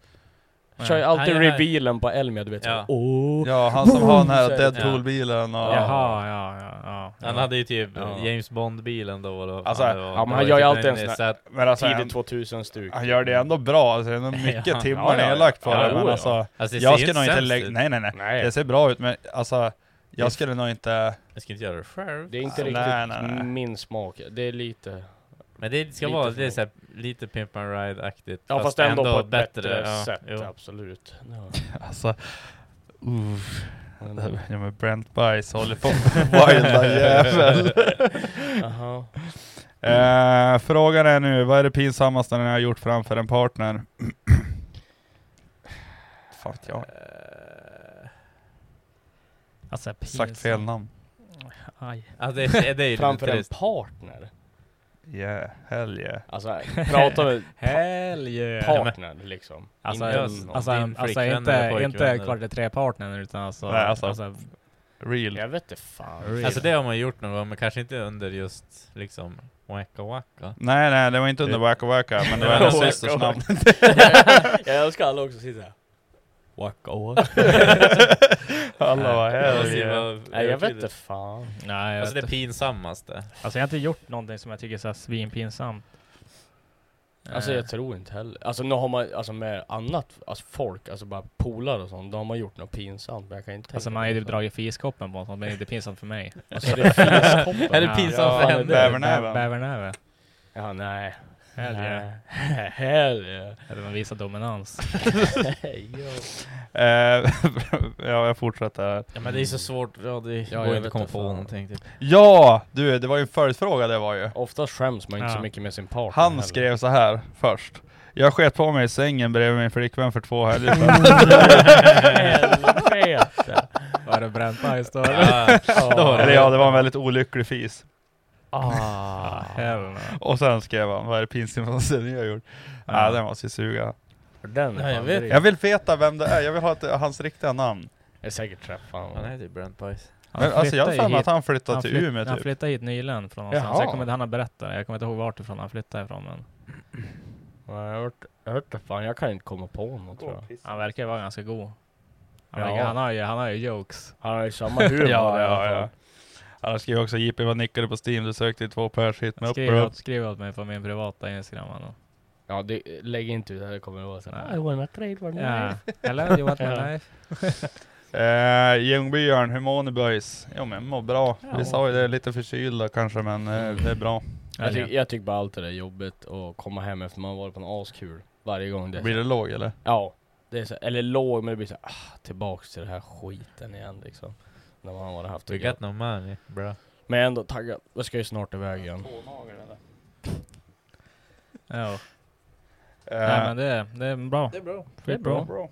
S2: kör ju alltid
S1: Han gör-
S2: revealen på Elmia, du vet
S1: Ja.
S2: ja. Åh!
S4: Ja, han som har den här
S2: Ja.
S4: Deadpool-bilen och...
S5: Jaha, ja, ja, ja.
S1: Han hade ju typ
S2: Ja.
S1: James Bond-bilen då. Eller vad
S4: Alltså,
S1: fan det var.
S2: ja, men
S1: Det
S2: han
S1: var
S2: gör ju
S1: typ
S2: alltid en sån här-
S1: Nissan.
S4: Men alltså, han,
S2: Tidigt 2000 stuk.
S4: han gör det ändå bra, alltså, det är nog mycket
S1: Ja.
S4: timmar
S2: Ja, ja, ja.
S4: nedlagt på
S2: Ja,
S4: det
S2: jo,
S4: men
S2: ja.
S4: alltså...
S1: Alltså, det
S4: jag
S1: ser
S4: skulle
S1: inte
S4: nog inte
S1: sämst
S4: lägga...
S1: ut.
S4: Nej, nej, nej.
S2: Nej.
S4: Det ser bra ut, men alltså... Jag skulle nog inte...
S1: Jag ska inte göra det själv.
S2: Det är inte
S4: Nej,
S2: riktigt
S4: nej, nej.
S2: min smak. Det är lite...
S1: Men det ska
S2: Lite
S1: vara
S2: för
S1: det är så här, lite Pimp and Ride-aktigt.
S2: Ja fast, ändå, på ett bättre, sätt,
S1: jo.
S2: absolut. Ja.
S4: Alltså... Uff.
S2: Men-
S4: Ja men Brent Bice håller på wilda jävel.
S2: Jaha.
S4: Eh, frågan är nu, vad är det pinsammaste ni har gjort framför en partner? Fan vet jag.
S5: Alltså, pinsamt.
S4: Sagt fel namn.
S5: Aj.
S1: Alltså, det, är- det är ju lite
S2: Framför en
S1: trist.
S2: partner?
S4: Yeah, hell yeah.
S2: Alltså prata med
S5: Hell yeah.
S2: partner liksom.
S5: Alltså,
S2: Inte
S1: jag-
S2: någon.
S5: Alltså,
S1: Din
S5: alltså
S1: flickvän eller
S5: inte,
S1: pojkvän
S5: inte
S1: eller?
S5: kvart i tre-partnern utan alltså...
S4: Nej, alltså- Real.
S2: jag vet inte fan.
S5: Really?
S1: Alltså det har man gjort någon gång, men kanske inte under just liksom Wacka Wacka.
S4: Nej nej, det var inte under Wacka Wacka, men det var hennes systers namn.
S2: jag älskar alla också sitter här.
S1: Wacka alltså, Wacka.
S4: Alla var hell yeah.
S2: Nej jag vet inte fan.
S5: Nej, jag
S1: Alltså det
S5: vet inte.
S1: pinsammaste.
S5: Alltså jag har inte gjort någonting som jag tycker är så här svinpinsamt.
S2: Alltså
S5: Eh,
S2: jag tror inte heller. Alltså nu har man, alltså med annat, alltså folk, alltså bara polare och sånt, då har man gjort något pinsamt. Men jag kan inte
S5: Alltså
S2: tänka
S5: man har ju
S2: på
S5: typ
S2: något
S5: dragit fiskoppen på något, men det är inte pinsamt för mig.
S2: Alltså det är fiskoppen.
S1: Är det pinsamt för
S2: fan,
S1: henne?
S2: det-
S4: Bävernäven.
S5: Bävernäve.
S2: Ja nej.
S5: Hell yeah.
S2: Nej. Hell yeah.
S5: Eller man visar dominans.
S2: Jo.
S4: Eh, ja, jag fortsätter här.
S1: Ja men det är så svårt, ja det
S2: jag
S1: går
S2: vet
S1: inte att komma
S2: inte
S1: på
S2: fan.
S1: någonting typ.
S4: Ja! Du, det var ju en följdfråga det var ju.
S2: Oftast skäms man inte så
S5: Ja.
S2: mycket med sin partner
S4: Han
S2: heller.
S4: skrev så här först. Jag sket på mig i sängen bredvid min flickvän för två helger sedan.
S2: Helvete!
S5: Var det bränt bajs då eller?
S1: Ja,
S4: Eller ja, det var en väldigt olycklig fis.
S5: Ah,
S2: Ah.
S5: hell no.
S4: Och sen skrev han, vad är det pinsammaste ni har gjort? Nej, den måste ju suga.
S2: Den
S1: Ja, jag vet.
S4: Jag vill veta vem det är, jag vill ha ett, hans riktiga namn.
S2: Jag säkert träffat
S1: Han
S2: honom.
S1: är typ Brent Pies.
S5: Han
S4: Men alltså jag
S5: flyttade
S4: har
S5: ju
S4: för mig
S5: hit-
S4: att han flyttade
S5: han
S4: till
S5: flytt-
S4: Umeå
S5: Han
S4: typ.
S5: flyttade hit nyligen från någonstans.
S2: Jaha.
S5: Jag kommer inte, han har berättat det. Jag kommer inte ihåg vart ifrån han flyttade ifrån men
S2: Jag har hört, jag har hört det fan, jag kan inte komma på något tror jag.
S5: han verkar ju vara ganska god. Han,
S2: Ja.
S5: verkar, han, har, ju, han har ju jokes.
S2: Han har ju samma humor
S4: Ja,
S2: i alla
S4: ja,
S2: fall.
S4: ja. Han skrev också JP vad nickade på Steam, du sökte i två pers hit med
S5: Skriv
S4: upprop.
S5: åt, skriv åt mig på min privata Instagram. Han.
S2: Ja, det, lägg inte ut det, det kommer vara såhär.
S5: Nej.
S2: I wanna trade for
S5: Yeah.
S2: life.
S5: Hello, you want my
S2: Ja.
S5: life?
S4: Eh, Ljungbyarn, hur mår ni boys? Jo men mår bra. Vi sa ju det, lite förkylda kanske men eh, det är bra.
S2: Jag, tyck, jag tycker bara allt det där är jobbigt att komma hem efter man har varit på en askul. Varje gång det...
S4: Blir det låg eller?
S2: Ja. Det är så, eller låg, men det blir såhär, ah, tillbaks till den här skiten igen liksom. När man har varit haft
S1: We
S2: det gött.
S1: got no money bro.
S2: Men jag är ändå taggad. Jag ska ju snart iväg igen.
S5: Ja.
S4: Eh,
S5: Nej men det, det är bra.
S1: är bra.
S5: Det är bra.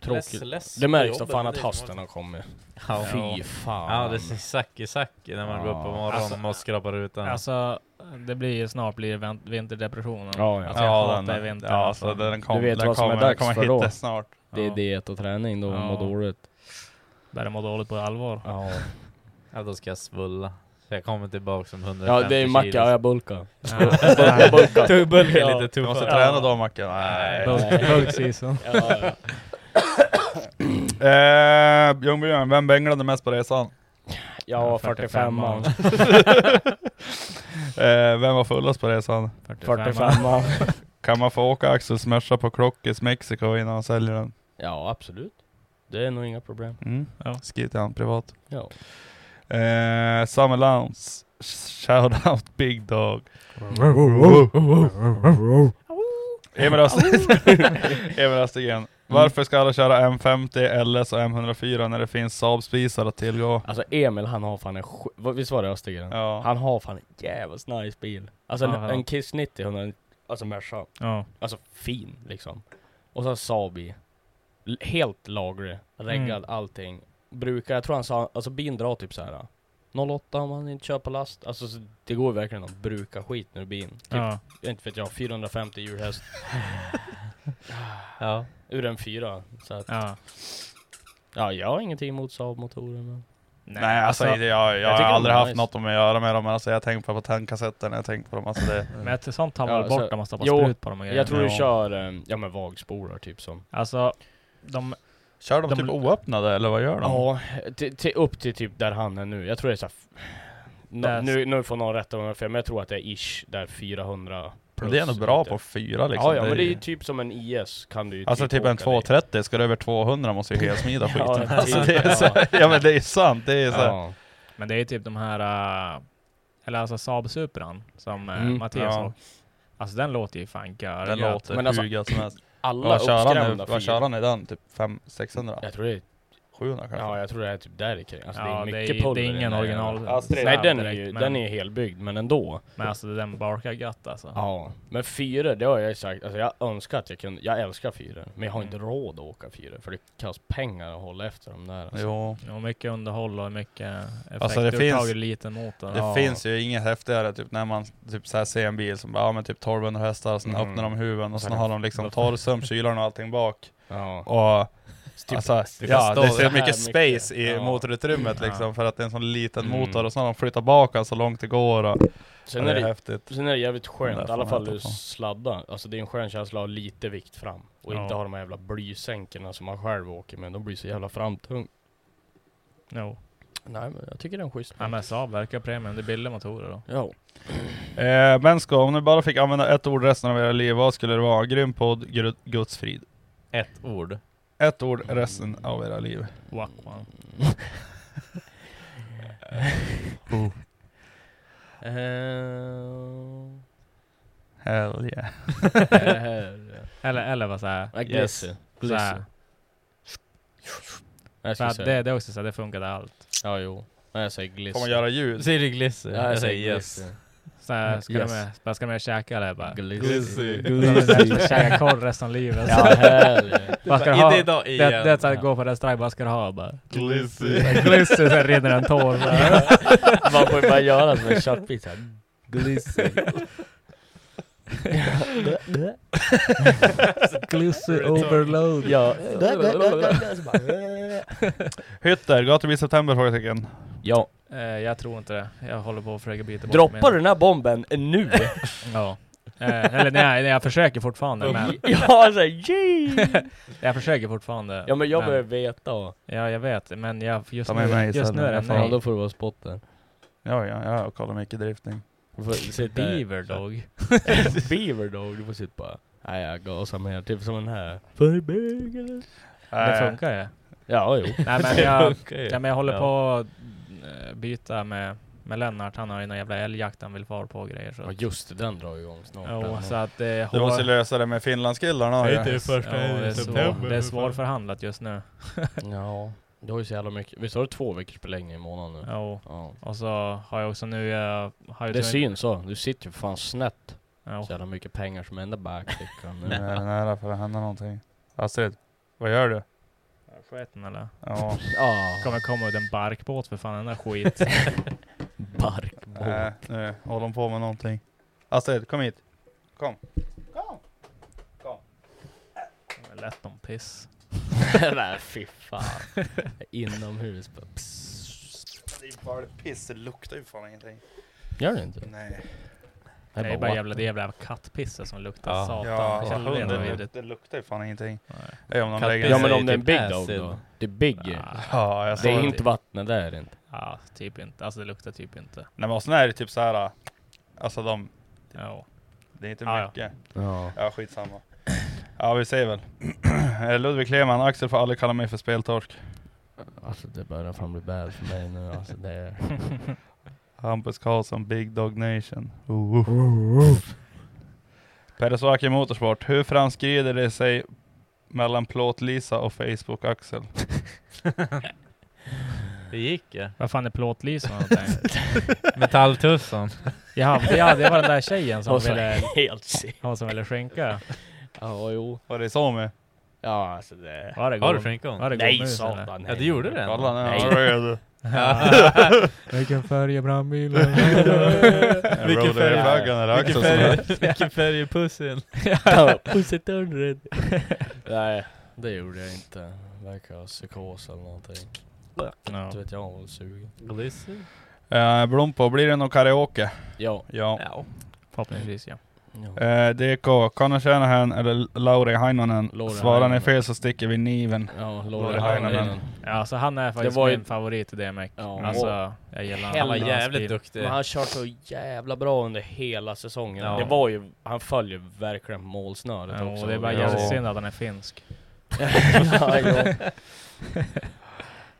S2: Tråkigt. Det märks då fan att hösten har kommit. Fy fan.
S1: Ja det är sacki sacki när man går upp på morgonen
S5: Alltså-
S1: och skrapar rutan.
S5: Alltså, det blir ju snart blir det vin- vinterdepressionen.
S2: Ja, ja.
S5: Alltså, jag
S4: Ja,
S5: hatar
S4: den,
S5: vintern.
S4: ja alltså, den kom,
S2: vet
S4: den
S2: vad som är
S4: kommer, den
S2: dags
S4: kommer
S2: för
S4: hit
S2: då.
S4: snart.
S2: Det är
S5: Ja.
S2: diet och träning då, man
S5: Ja.
S2: mår dåligt.
S5: Där jag mår dåligt på allvar.
S2: Ja,
S1: Ja då ska jag svulla. Så jag kommer tillbaka som 150
S2: ja det är macka,
S1: kilos.
S2: ja jag bulkar.
S5: Ja.
S2: Jag bulkar.
S1: Tog bulken
S2: Ja.
S1: lite
S4: Du
S1: tuffare.
S4: måste träna då Mackan. Nej.
S5: Bulk, bulk season.
S2: Ja, ja.
S4: Eh, Ljungbyarn, vem bänglade mest på resan?
S2: Jag var 45 man.
S4: Eh, vem var fullast på resan?
S2: 45.
S4: Kan man få åka Axels Merca på Crockis Mexico innan han säljer den?
S2: Ja, absolut. Det är nog inga problem.
S4: Mm.
S2: Ja.
S4: Skriv till han privat.
S2: Ja.
S4: Eh, Summer Lounge, shout out Big Dog. Emil Östergren. Emil Östergren. Varför ska alla köra M50, LS och M104 när det finns Saab-spisar att tillgå?
S2: Alltså Emil han har fan en sj- vad- Visst var det Östergren?
S4: Ja.
S2: Han har fan en jävligt nice bil. Alltså en,
S5: Ja, ja.
S2: en Kiss 90, 100, alltså Merca.
S5: Ja.
S2: Alltså fin liksom. Och så en Saab i. L- Helt laglig, reggad,
S5: Mm.
S2: allting. Brukar, jag tror han sa, alltså bilen drar typ så här. 08 om man inte kör på last. Alltså så det går ju verkligen att bruka skit nu bilen. Typ,
S5: Ja.
S2: inte vet jag, 450 djurhäst.
S1: Ja.
S2: Ur en fyra. Så att,
S5: Ja.
S2: ja, jag har ingenting emot Saab-motorer men.
S4: Nej, alltså,
S5: alltså,
S4: jag, jag,
S2: jag
S4: har
S2: tycker de är
S4: aldrig haft
S2: nice.
S4: något med att göra med dem, men alltså, jag har tänkt på patentkassetterna, jag har tänkt på dem. Alltså, det,
S2: Mm.
S5: Men ett sånt tar man
S2: Ja,
S5: väl bort
S2: alltså,
S5: när man stoppar
S2: jo,
S5: sprut på dem och grejer.
S2: Jag tror du
S4: Ja.
S2: kör, eh, ja men vagspolar typ som.
S5: Alltså, de...
S4: kör de,
S5: De-
S4: typ oöppnade eller vad gör de?
S2: Ja, till, till, upp till typ där han är nu. Jag tror det är såhär...
S5: Där-
S2: No, nu, nu får någon rätta mig om jag har fel, men jag tror att det är ish där 400
S4: Men
S2: plus.
S4: det är nog bra på fyra liksom.
S2: Ja, ja, men det är
S4: ju-
S2: ju typ som en IS kan du ju
S4: Alltså typ en
S2: åka i.
S4: 230, ska du över 200 måste du helsmida skiten.
S2: Ja,
S4: alltså,
S2: typ.
S4: det är så, ja men det är sant, det är så. här-
S2: Ja.
S5: Men det är ju typ de här... äh, eller alltså Saab Supran som uh,
S2: Mm,
S5: Mattias
S4: ja.
S5: sa. Alltså den låter ju fan gör.
S4: Den låter
S2: Men
S4: men
S2: alltså,
S4: hur gött som helst.
S2: Alla
S4: Vad kör, han nu,
S2: uppskrämda
S4: vad kör han i den? Typ 500, 600?
S2: Jag tror det är,
S4: 700 kanske?
S2: ja, jag tror det är typ där ikring. Alltså
S5: ja,
S2: det är mycket pulver
S5: det
S2: i
S5: är
S2: den
S5: ingen
S2: där jäveln.
S5: original.
S4: Ja, straight
S2: Nej
S5: Saab
S2: den är
S5: direkt,
S2: ju,
S5: men,
S2: den är ju helbyggd, men ändå.
S5: Men alltså den barkar gött alltså.
S2: Ja, men fyra, det har jag ju sagt. Alltså jag önskar att jag kunde, jag älskar fyra. Men jag har inte råd att åka fyra, för det krävs pengar att hålla efter dem där. Alltså.
S4: Jo.
S5: Och mycket underhåll och mycket effektupptag
S4: Alltså, det
S5: alltså,
S4: finns-
S5: finns... liten motor.
S4: Det finns ju inget häftigare typ när man typ så här ser en bil som bara, ja men typ 1200 hästar, sen
S2: Mm.
S4: öppnar de huven och sen
S2: Sen-
S4: har de liksom torrsöm, kylan och allting bak.
S2: Ja.
S4: Och
S2: Typ-
S4: alltså,
S2: du kan
S4: ja,
S2: stå
S4: det är
S2: så
S4: så
S2: här
S4: mycket space i
S2: Ja.
S4: motorutrymmet liksom för att det är en sån liten
S2: Mm.
S4: motor och sen har de flyttat bak den så långt det går och ja,
S2: Sen
S4: det
S2: är
S4: är
S2: det,
S4: häftigt.
S2: sen är det jävligt skönt,
S4: Där
S2: i alla
S4: får
S2: fall
S4: man
S2: du
S4: äta på.
S2: sladdar. Alltså det är en skön känsla att ha lite vikt fram. Och
S5: Ja.
S2: inte ha de här jävla blysänkorna som man själv åker med. De blir så jävla framtung.
S5: Jo.
S2: Nej men jag tycker den är en schysst.
S5: Ja, men Saab verkar premium. Det är billiga motorer då.
S2: Ja.
S4: Eh, Bensko, om ni bara fick använda ett ord resten av era liv, vad skulle det vara? Grym podd, gru- Guds frid.
S1: Ett ord.
S4: Ett ord resten av era liv.
S5: Walkman.
S2: Eh, Ehm,
S4: Hell yeah.
S2: eh,
S5: Eller, eller vad såhär.
S2: I guess. Yes.
S5: såhär.
S2: Jag
S5: För
S2: ska
S5: att
S2: säga.
S5: det, det är också såhär, det funkar där allt.
S2: Ja jo. Nej jag säger
S4: Får man
S2: gliss.
S4: göra ljud?
S1: Säger du glisser?
S2: Ja, jag säger yes. Mm,
S5: Såhär, ska,
S1: Yes.
S5: de med, bara, ska de med käka eller? Bara,
S1: Glizzy.
S5: Glizzy. Käka korv resten av livet.
S2: Ja helvete.
S5: Vad ska du
S1: Inte
S5: ha?
S1: idag
S5: Det, det är
S1: igen.
S5: såhär, gå på restaurang, vad ska du ha? Bara,
S4: Glizzy.
S5: Glizzy, sen rinner en tår. bara.
S2: Man får ju bara göra som en köttbit här.
S1: Glizzy.
S5: Glizzy overload.
S2: Ja.
S4: Hytter, gatubil i september? Frågetecken.
S2: ja.
S5: Eh, jag tror inte det. Jag håller på att försöka bita bort min-
S2: Droppar du den här bomben nu?
S5: Ja. Eh, eller nej, nej, jag försöker fortfarande. Men
S2: ja, så här, "Yay!"
S5: jag försöker fortfarande.
S2: ja men jag behöver veta. och-
S5: Ja, jag vet. Men jag, just,
S4: Ta med mig
S5: nu, just nu
S4: istället.
S5: är det
S4: Jag får
S2: Fan,
S5: nej.
S2: då får du vara spotten.
S4: Ja, ja, ja, jag kollar mycket drifting.
S2: Du får sitta-
S5: Beaver dog.
S2: Beaver dog, du får sitta bara. Nej jag gasar mer, typ som den här. Förbygger.
S5: Det
S4: Eh,
S5: funkar ju.
S2: Ja jo.
S5: Nej men
S2: Det
S5: jag,
S2: funkar ju.
S5: ja, men jag håller
S2: Ja.
S5: på att eh, byta med, med Lennart. Han har ju någon jävla älgjakt han vill fara på och grejer. Så,
S2: Ja just det, den drar igång snart.
S5: jo,
S2: den.
S5: så att det är
S4: Du måste
S5: hår-
S4: lösa det med finlandskillarna. har
S1: Det är
S4: jag.
S1: inte det
S5: ja,
S1: första
S5: det, är
S1: i
S5: svår,
S1: september.
S5: det är svårförhandlat just nu.
S2: Ja. Du har ju så jävla mycket. Visst har du två veckors beläggning i månaden nu?
S5: Jo.
S2: Ja.
S5: Och så har jag också nu... Jag, har ju
S2: Det
S5: tyvärr-
S2: syns så. Du sitter ju för fan snett.
S5: Jo.
S2: Så jävla mycket pengar som ända bakfickan.
S4: Nu är det nära för att hända någonting. Astrid, vad gör du?
S5: Sketen eller?
S4: Ja,
S2: Ja.
S5: Kommer komma ut en barkbåt för fan, den där skit.
S2: Bark.
S4: nej, nu håller hon på med någonting. Astrid, kom hit. Kom.
S5: Lätt om piss.
S2: Nej fy fan. Inomhus bara.
S4: Det är bara piss, det luktar ju fan ingenting.
S2: Gör det inte?
S4: Nej.
S5: Det är bara jävla, det är jävla kattpisset som luktar
S1: Ja.
S5: satan.
S4: Ja,
S5: Jag känner
S4: hunden, det,
S5: det redan
S4: luk-
S5: vidrigt.
S4: det luktar ju fan ingenting.
S5: Nej.
S4: Det är om någon
S1: Katt-
S4: lägger
S2: Ja men
S4: sig
S2: om
S4: i
S2: det är en
S1: typ
S2: big dog
S1: acid.
S2: då? Det är big ju.
S5: Ah,
S4: Ja, jag
S2: Det
S4: såg
S2: är
S4: det.
S2: inte vattnet där inte.
S5: Ja, typ inte. Alltså det luktar typ inte.
S4: Nej men och sen är det typ så här. Alltså de... Det är inte
S5: Ja, ja.
S4: mycket.
S9: Ja.
S4: ja, skitsamma. Ja, vi säger väl. Eh, Ludvig Kleman, Axel får aldrig kalla mig för speltorsk.
S9: Alltså det börjar fan bli bad för mig nu alltså. Det är...
S4: Hampus Karlsson, Big Dog Nation. Peresaki Motorsport, hur framskrider det sig mellan Plåt-Lisa och Facebook-Axel?
S1: Det gick ju.
S5: Vad fan är plåtlisa och någonting?
S1: Metalltussan.
S5: Jaha, men ja, det var den där tjejen som
S1: Hon
S2: Alltså,
S1: som
S5: ville...
S1: är helt sen.
S5: Hon som ville skänka.
S2: Ja, jo.
S4: Var det så med?
S2: Ja, alltså det...
S5: Var det
S1: Har du
S5: god-
S1: skänkat honom?
S5: var det god
S1: Nej,
S5: mus,
S1: satan,
S5: eller?
S1: nej. Ja, det gjorde det ändå.
S4: Kolla nu,
S1: Nej.
S4: han röd.
S1: Ja.
S5: Vilken färg är brandbilen?
S4: Vilken färg är flaggan? Är det Axel
S1: Vilken
S4: som
S1: färg,
S4: är?
S1: vilken färg är pussin?
S2: Ja, Pusset under Nej, det gjorde jag inte. Verkar ha psykos eller någonting. Inte vet jag om jag var sugen.
S1: Glissy?
S4: Eh, Blompo, blir det någon karaoke?
S2: Ja.
S4: Ja.
S5: Förhoppningsvis ja.
S4: Eh, DK, Connor Shanahan eller Lauri Heinonen?
S5: Lauri
S4: Svarar ni
S5: Heinonen.
S4: fel så sticker vi niven.
S2: Ja, Lauri
S5: Ja, alltså han är faktiskt
S2: Det var ju-
S5: min favorit i DMX.
S2: Ja.
S5: Alltså, jag gillar
S2: Hela
S5: hans
S1: jävligt
S5: stil.
S1: duktig.
S2: Men han har kört så jävla bra under hela säsongen.
S1: Ja.
S2: Det var ju, han följer verkligen målsnöret
S5: Ja,
S2: också.
S5: och det är bara
S4: Ja.
S5: jävligt synd att han är finsk.
S2: ja, jo.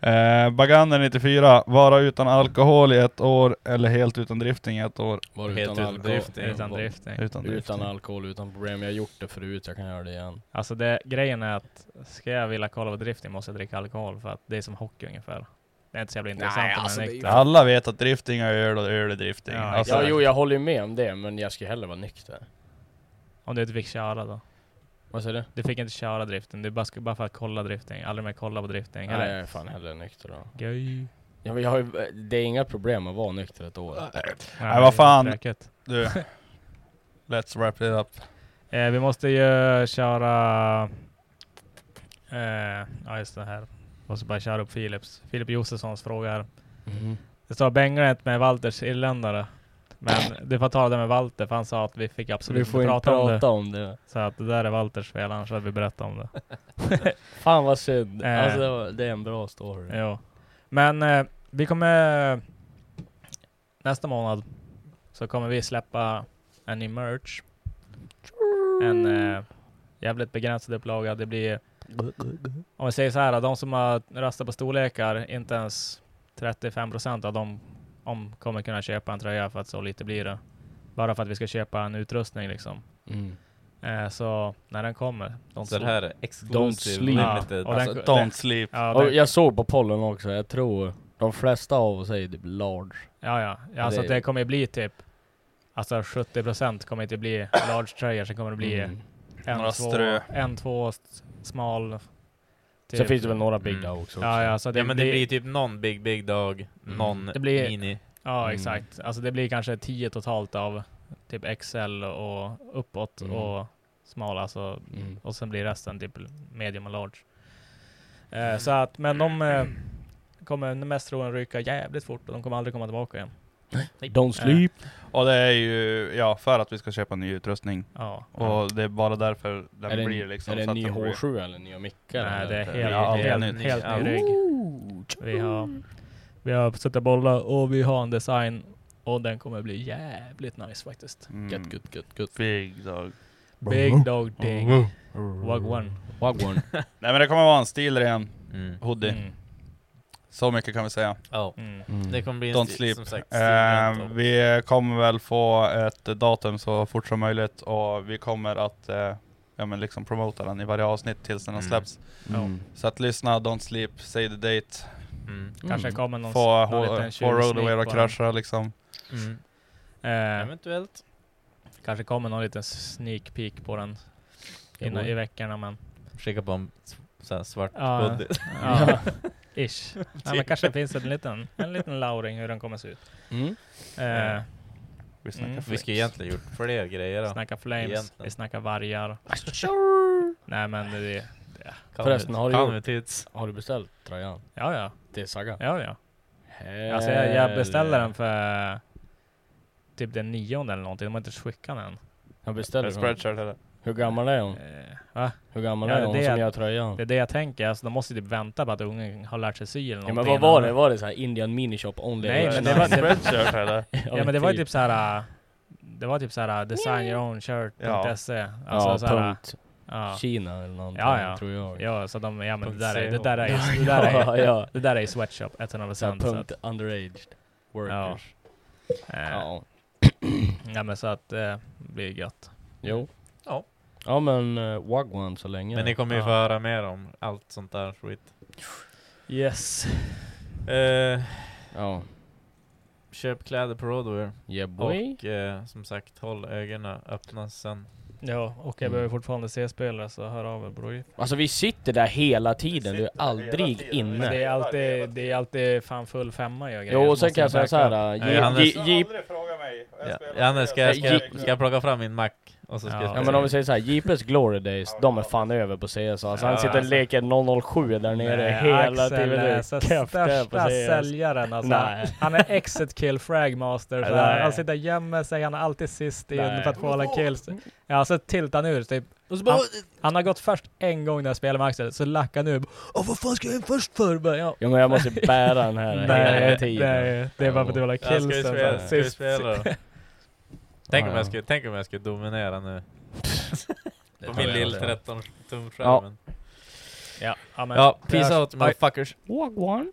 S4: Eh, Bagander 94, vara utan alkohol i ett år eller helt utan drifting i ett år?
S2: Var
S1: Helt
S2: utan
S1: utan
S2: alkohol.
S1: drifting.
S5: Utan drifting.
S4: Utan drifting.
S2: Utan alkohol, utan problem. Jag har gjort det förut, jag kan göra det igen.
S5: Alltså det, grejen är att ska jag vilja kolla på drifting måste jag dricka alkohol för att det är som hockey ungefär. Det är inte så jävla intressant om
S2: alltså,
S5: man är
S2: det är
S5: nykter.
S4: Alla vet att drifting är öl och öl är drifting.
S5: Ja,
S4: alltså,
S2: Ja, jo, jag håller ju med om det, men jag skulle hellre vara nykter.
S5: Om du inte fick köra då.
S2: Vad säger du?
S5: Du fick inte köra driften, du bara, ska, bara för att kolla drifting. Aldrig mer kolla på drifting.
S2: Nej, jag
S5: Eller?
S2: är fan hellre nykter då.
S5: Göj.
S2: Ja, men jag har ju, det är inga problem att vara nykter ett år.
S5: Nej,
S4: vad fan.
S5: fräkhet.
S4: Du, let's wrap it up.
S5: Eh, vi måste ju köra... Eh, ja just det här. Måste bara köra upp Philips. Filip Josefssons fråga här.
S2: Mm.
S5: Det står bänglet med Walters irländare. Men du får ta det med Walter, för han sa att vi fick absolut
S2: Vi får
S5: inte
S2: inte
S5: prata om det.
S2: prata om det.
S5: Så att det där är Walters fel, annars hade vi berättat om det.
S2: Fan vad synd.
S5: Eh.
S2: Alltså, det var- det är en bra story.
S5: Jo. Men eh, vi kommer... Nästa månad så kommer vi släppa en ny merch. En eh, jävligt begränsad upplaga. Det blir... Om vi säger så här, de som har röstat på storlekar, inte ens 35% av dem om kommer kunna köpa en tröja för att så lite blir det. Bara för att vi ska köpa en utrustning liksom.
S2: Mm.
S5: Eh, så när den kommer. don't
S1: Så det
S5: sleep.
S1: här är exclusive
S2: sleep.
S1: limited.
S5: Ja, och
S1: Alltså,
S5: den-
S4: Don't sleep.
S5: Ja,
S2: Och
S5: den-
S2: jag såg på pollen också, jag tror de flesta av oss är typ large.
S5: Ja, ja. ja alltså
S2: det-
S5: det, det kommer ju bli typ... Alltså 70 procent kommer inte bli large tröjor, sen kommer det bli
S2: Mm.
S5: en,
S4: Några
S5: två,
S4: strö.
S5: en, två, s- smal... typ.
S2: Sen finns det väl några big
S1: Mm.
S2: där också.
S5: Ja, ja, så det,
S1: ja men det, blir typ någon Big Big Dog, någon
S5: Det blir-
S1: Mini.
S5: ja
S2: Mm.
S5: exakt. Alltså det blir kanske 10 totalt av typ XL och uppåt
S2: Mm.
S5: och smal, alltså.
S2: Mm.
S5: Och sen blir resten typ medium och large. Eh,
S1: Mm.
S5: Så att, men de eh, kommer mest troligen ryka jävligt fort och de kommer aldrig komma tillbaka igen. Eh,
S2: Don't sleep.
S4: Och det är ju ja, för att vi ska köpa ny utrustning.
S5: Ja.
S4: Och det är bara därför den
S2: är det,
S4: blir liksom.
S2: är det
S4: så
S2: en
S4: att
S2: ny
S4: den blir-
S2: H7 eller nya mickar?
S5: Nej,
S2: eller?
S5: det är
S4: Det är
S5: helt,
S4: allt
S5: helt,
S4: nytt.
S5: helt, helt
S1: Allt.
S5: ny rygg. Vi har, vi har suttit bollar och vi har en design och den kommer bli jävligt nice faktiskt.
S4: Mm.
S2: Gött, gött, gött, gött.
S4: Big dog.
S5: Big dog ding. Wag one.
S2: Wagwan.
S4: Nej men det kommer vara en stil igen.
S1: Mm.
S4: Hoodie.
S5: Mm.
S4: Så mycket kan vi säga.
S1: Ja.
S5: Mm.
S1: Det kommer bli en
S4: Don't
S1: sti-
S4: sleep.
S1: som sagt
S4: Eh,
S1: stilrent och-
S4: vi kommer väl få ett datum så fort som möjligt och vi kommer att eh, ja, men liksom promota den i varje avsnitt tills den har
S1: Mm.
S4: släppts.
S5: Mm.
S4: Så att lyssna, don't sleep, say the date,
S1: Mm.
S5: Kanske kommer någon,
S4: få,
S5: någon liten
S4: h- få
S5: tjuvsnitt
S4: Roadaway
S5: på
S4: att
S5: den.
S4: krascha liksom.
S1: Mm.
S5: Eh,
S1: Eventuellt.
S5: kanske kommer någon liten sneak peek på den innan, i veckorna men...
S1: Skicka på en s- så här svart
S5: Ja.
S1: hoodie.
S5: Ja, ish. Nej, men
S2: Typ.
S5: kanske finns det en liten, en liten lauring hur den kommer se ut.
S2: Mm.
S5: Eh,
S4: Vi snackar
S5: Mm.
S1: Vi
S4: flex.
S1: skulle egentligen gjort fler grejer då.
S5: Snacka flames,
S1: Egentligen.
S5: vi snackar vargar. Nej men det är...
S1: Kan
S2: Förresten,
S1: vi-
S2: har du
S1: kan
S2: gjort-
S1: vi tids?
S2: Har du beställt tröjan?
S5: Ja ja,
S2: Det är Saga.
S5: ja ja. Alltså jag, jag
S2: Eh.
S5: beställer den för typ den nionde eller någonting. De har inte skickat den än.
S2: Jag
S4: Är det
S2: beställer den.
S4: spreadshirt eller?
S2: Hur gammal är hon?
S5: Eh, va?
S2: Hur gammal
S5: Ja,
S2: är hon
S5: det är-
S2: som gör tröjan?
S5: Det är det jag tänker. Alltså, de måste ju typ vänta på att ungen har lärt sig sy eller
S2: Ja, men
S5: någonting.
S2: vad var det?
S5: innan.
S2: Var det så här Indian mini shop only?
S5: Nej, men
S4: Det
S5: det var-
S4: spreadshirt eller?
S5: Ja men det var ju typ så här. äh, det var typ såhär designyourownshirts.se
S2: typ
S5: alltså,
S10: Ja,
S5: såhär,
S10: punkt Kina eller någonting,
S5: ja, ja.
S10: tror jag.
S5: Ja, så de, ja men det
S10: Punkt
S5: där är,
S10: CO.
S5: det där är, det där är,
S10: Ja, ja.
S5: Det där är ju sweatshop 100%
S10: Så här,
S5: så
S10: punkt
S5: att-
S10: underaged workers.
S5: Ja. Eh, ja. men så att eh, det blir gött.
S10: Jo.
S4: Ja.
S10: Ja men
S2: eh,
S10: uh, Wagwan så länge.
S4: Men ni kommer ju få höra mer om allt sånt där skit.
S5: Yes.
S4: Eh,
S10: Ja.
S4: Köp kläder på Roadwear.
S10: Yeah, boy.
S4: Och eh, som sagt, håll ögonen öppna sen.
S5: Ja, och
S2: Mm.
S5: jag behöver fortfarande C-spelare så hör av er bror.
S2: Alltså vi sitter där hela tiden, du är aldrig inne.
S5: Det är alltid, det är alltid fan full femma jag
S2: Jo, och sen kan jag säga så här. eh, äh,
S4: Nej, Johannes- Du har
S2: mig.
S4: Ja, Janne, ska jag, ska, jag, ska jag plocka fram min Mac? Och så ska jag
S2: Ja men om vi säger såhär, JP's glory days, de är fan över på CS alltså. Han
S4: Ja,
S2: sitter och
S4: alltså.
S2: leker 007 där nere
S5: Nej,
S2: hela
S5: Axel
S2: tiden. Det
S5: är
S2: är
S5: så
S2: kefft där på
S5: största
S2: CS.
S5: säljaren alltså.
S2: Nej.
S5: Han är exit kill fragmaster. Så
S2: Nej.
S5: han sitter och gömmer sig, han är alltid sist in
S2: Nej.
S5: för att få alla kills. Ja, så tiltar han ur typ. Han, han har gått först en gång när jag spelar med Axel, så lackar han ur. Åh vad fan ska jag in först för? Bara, Ja.
S2: Jo men jag måste bära den här hela
S5: Nej,
S2: tiden.
S5: nej, det är bara för att du vill ha
S4: Ja, ska vi
S5: killsen.
S4: spela-
S5: så
S4: ska vi
S5: sist.
S4: spela då? Tänk, om
S2: Ja, ja.
S4: jag skulle, tänk om jag skulle dominera nu. På
S5: tror
S4: min
S5: jag
S4: lilla
S5: inte.
S4: 13 tumskärmen.
S5: Ja, amen.
S4: ja,
S5: Vi
S4: peace
S5: hörs.
S4: out
S5: Bye.
S4: motherfuckers.
S2: Wagwan.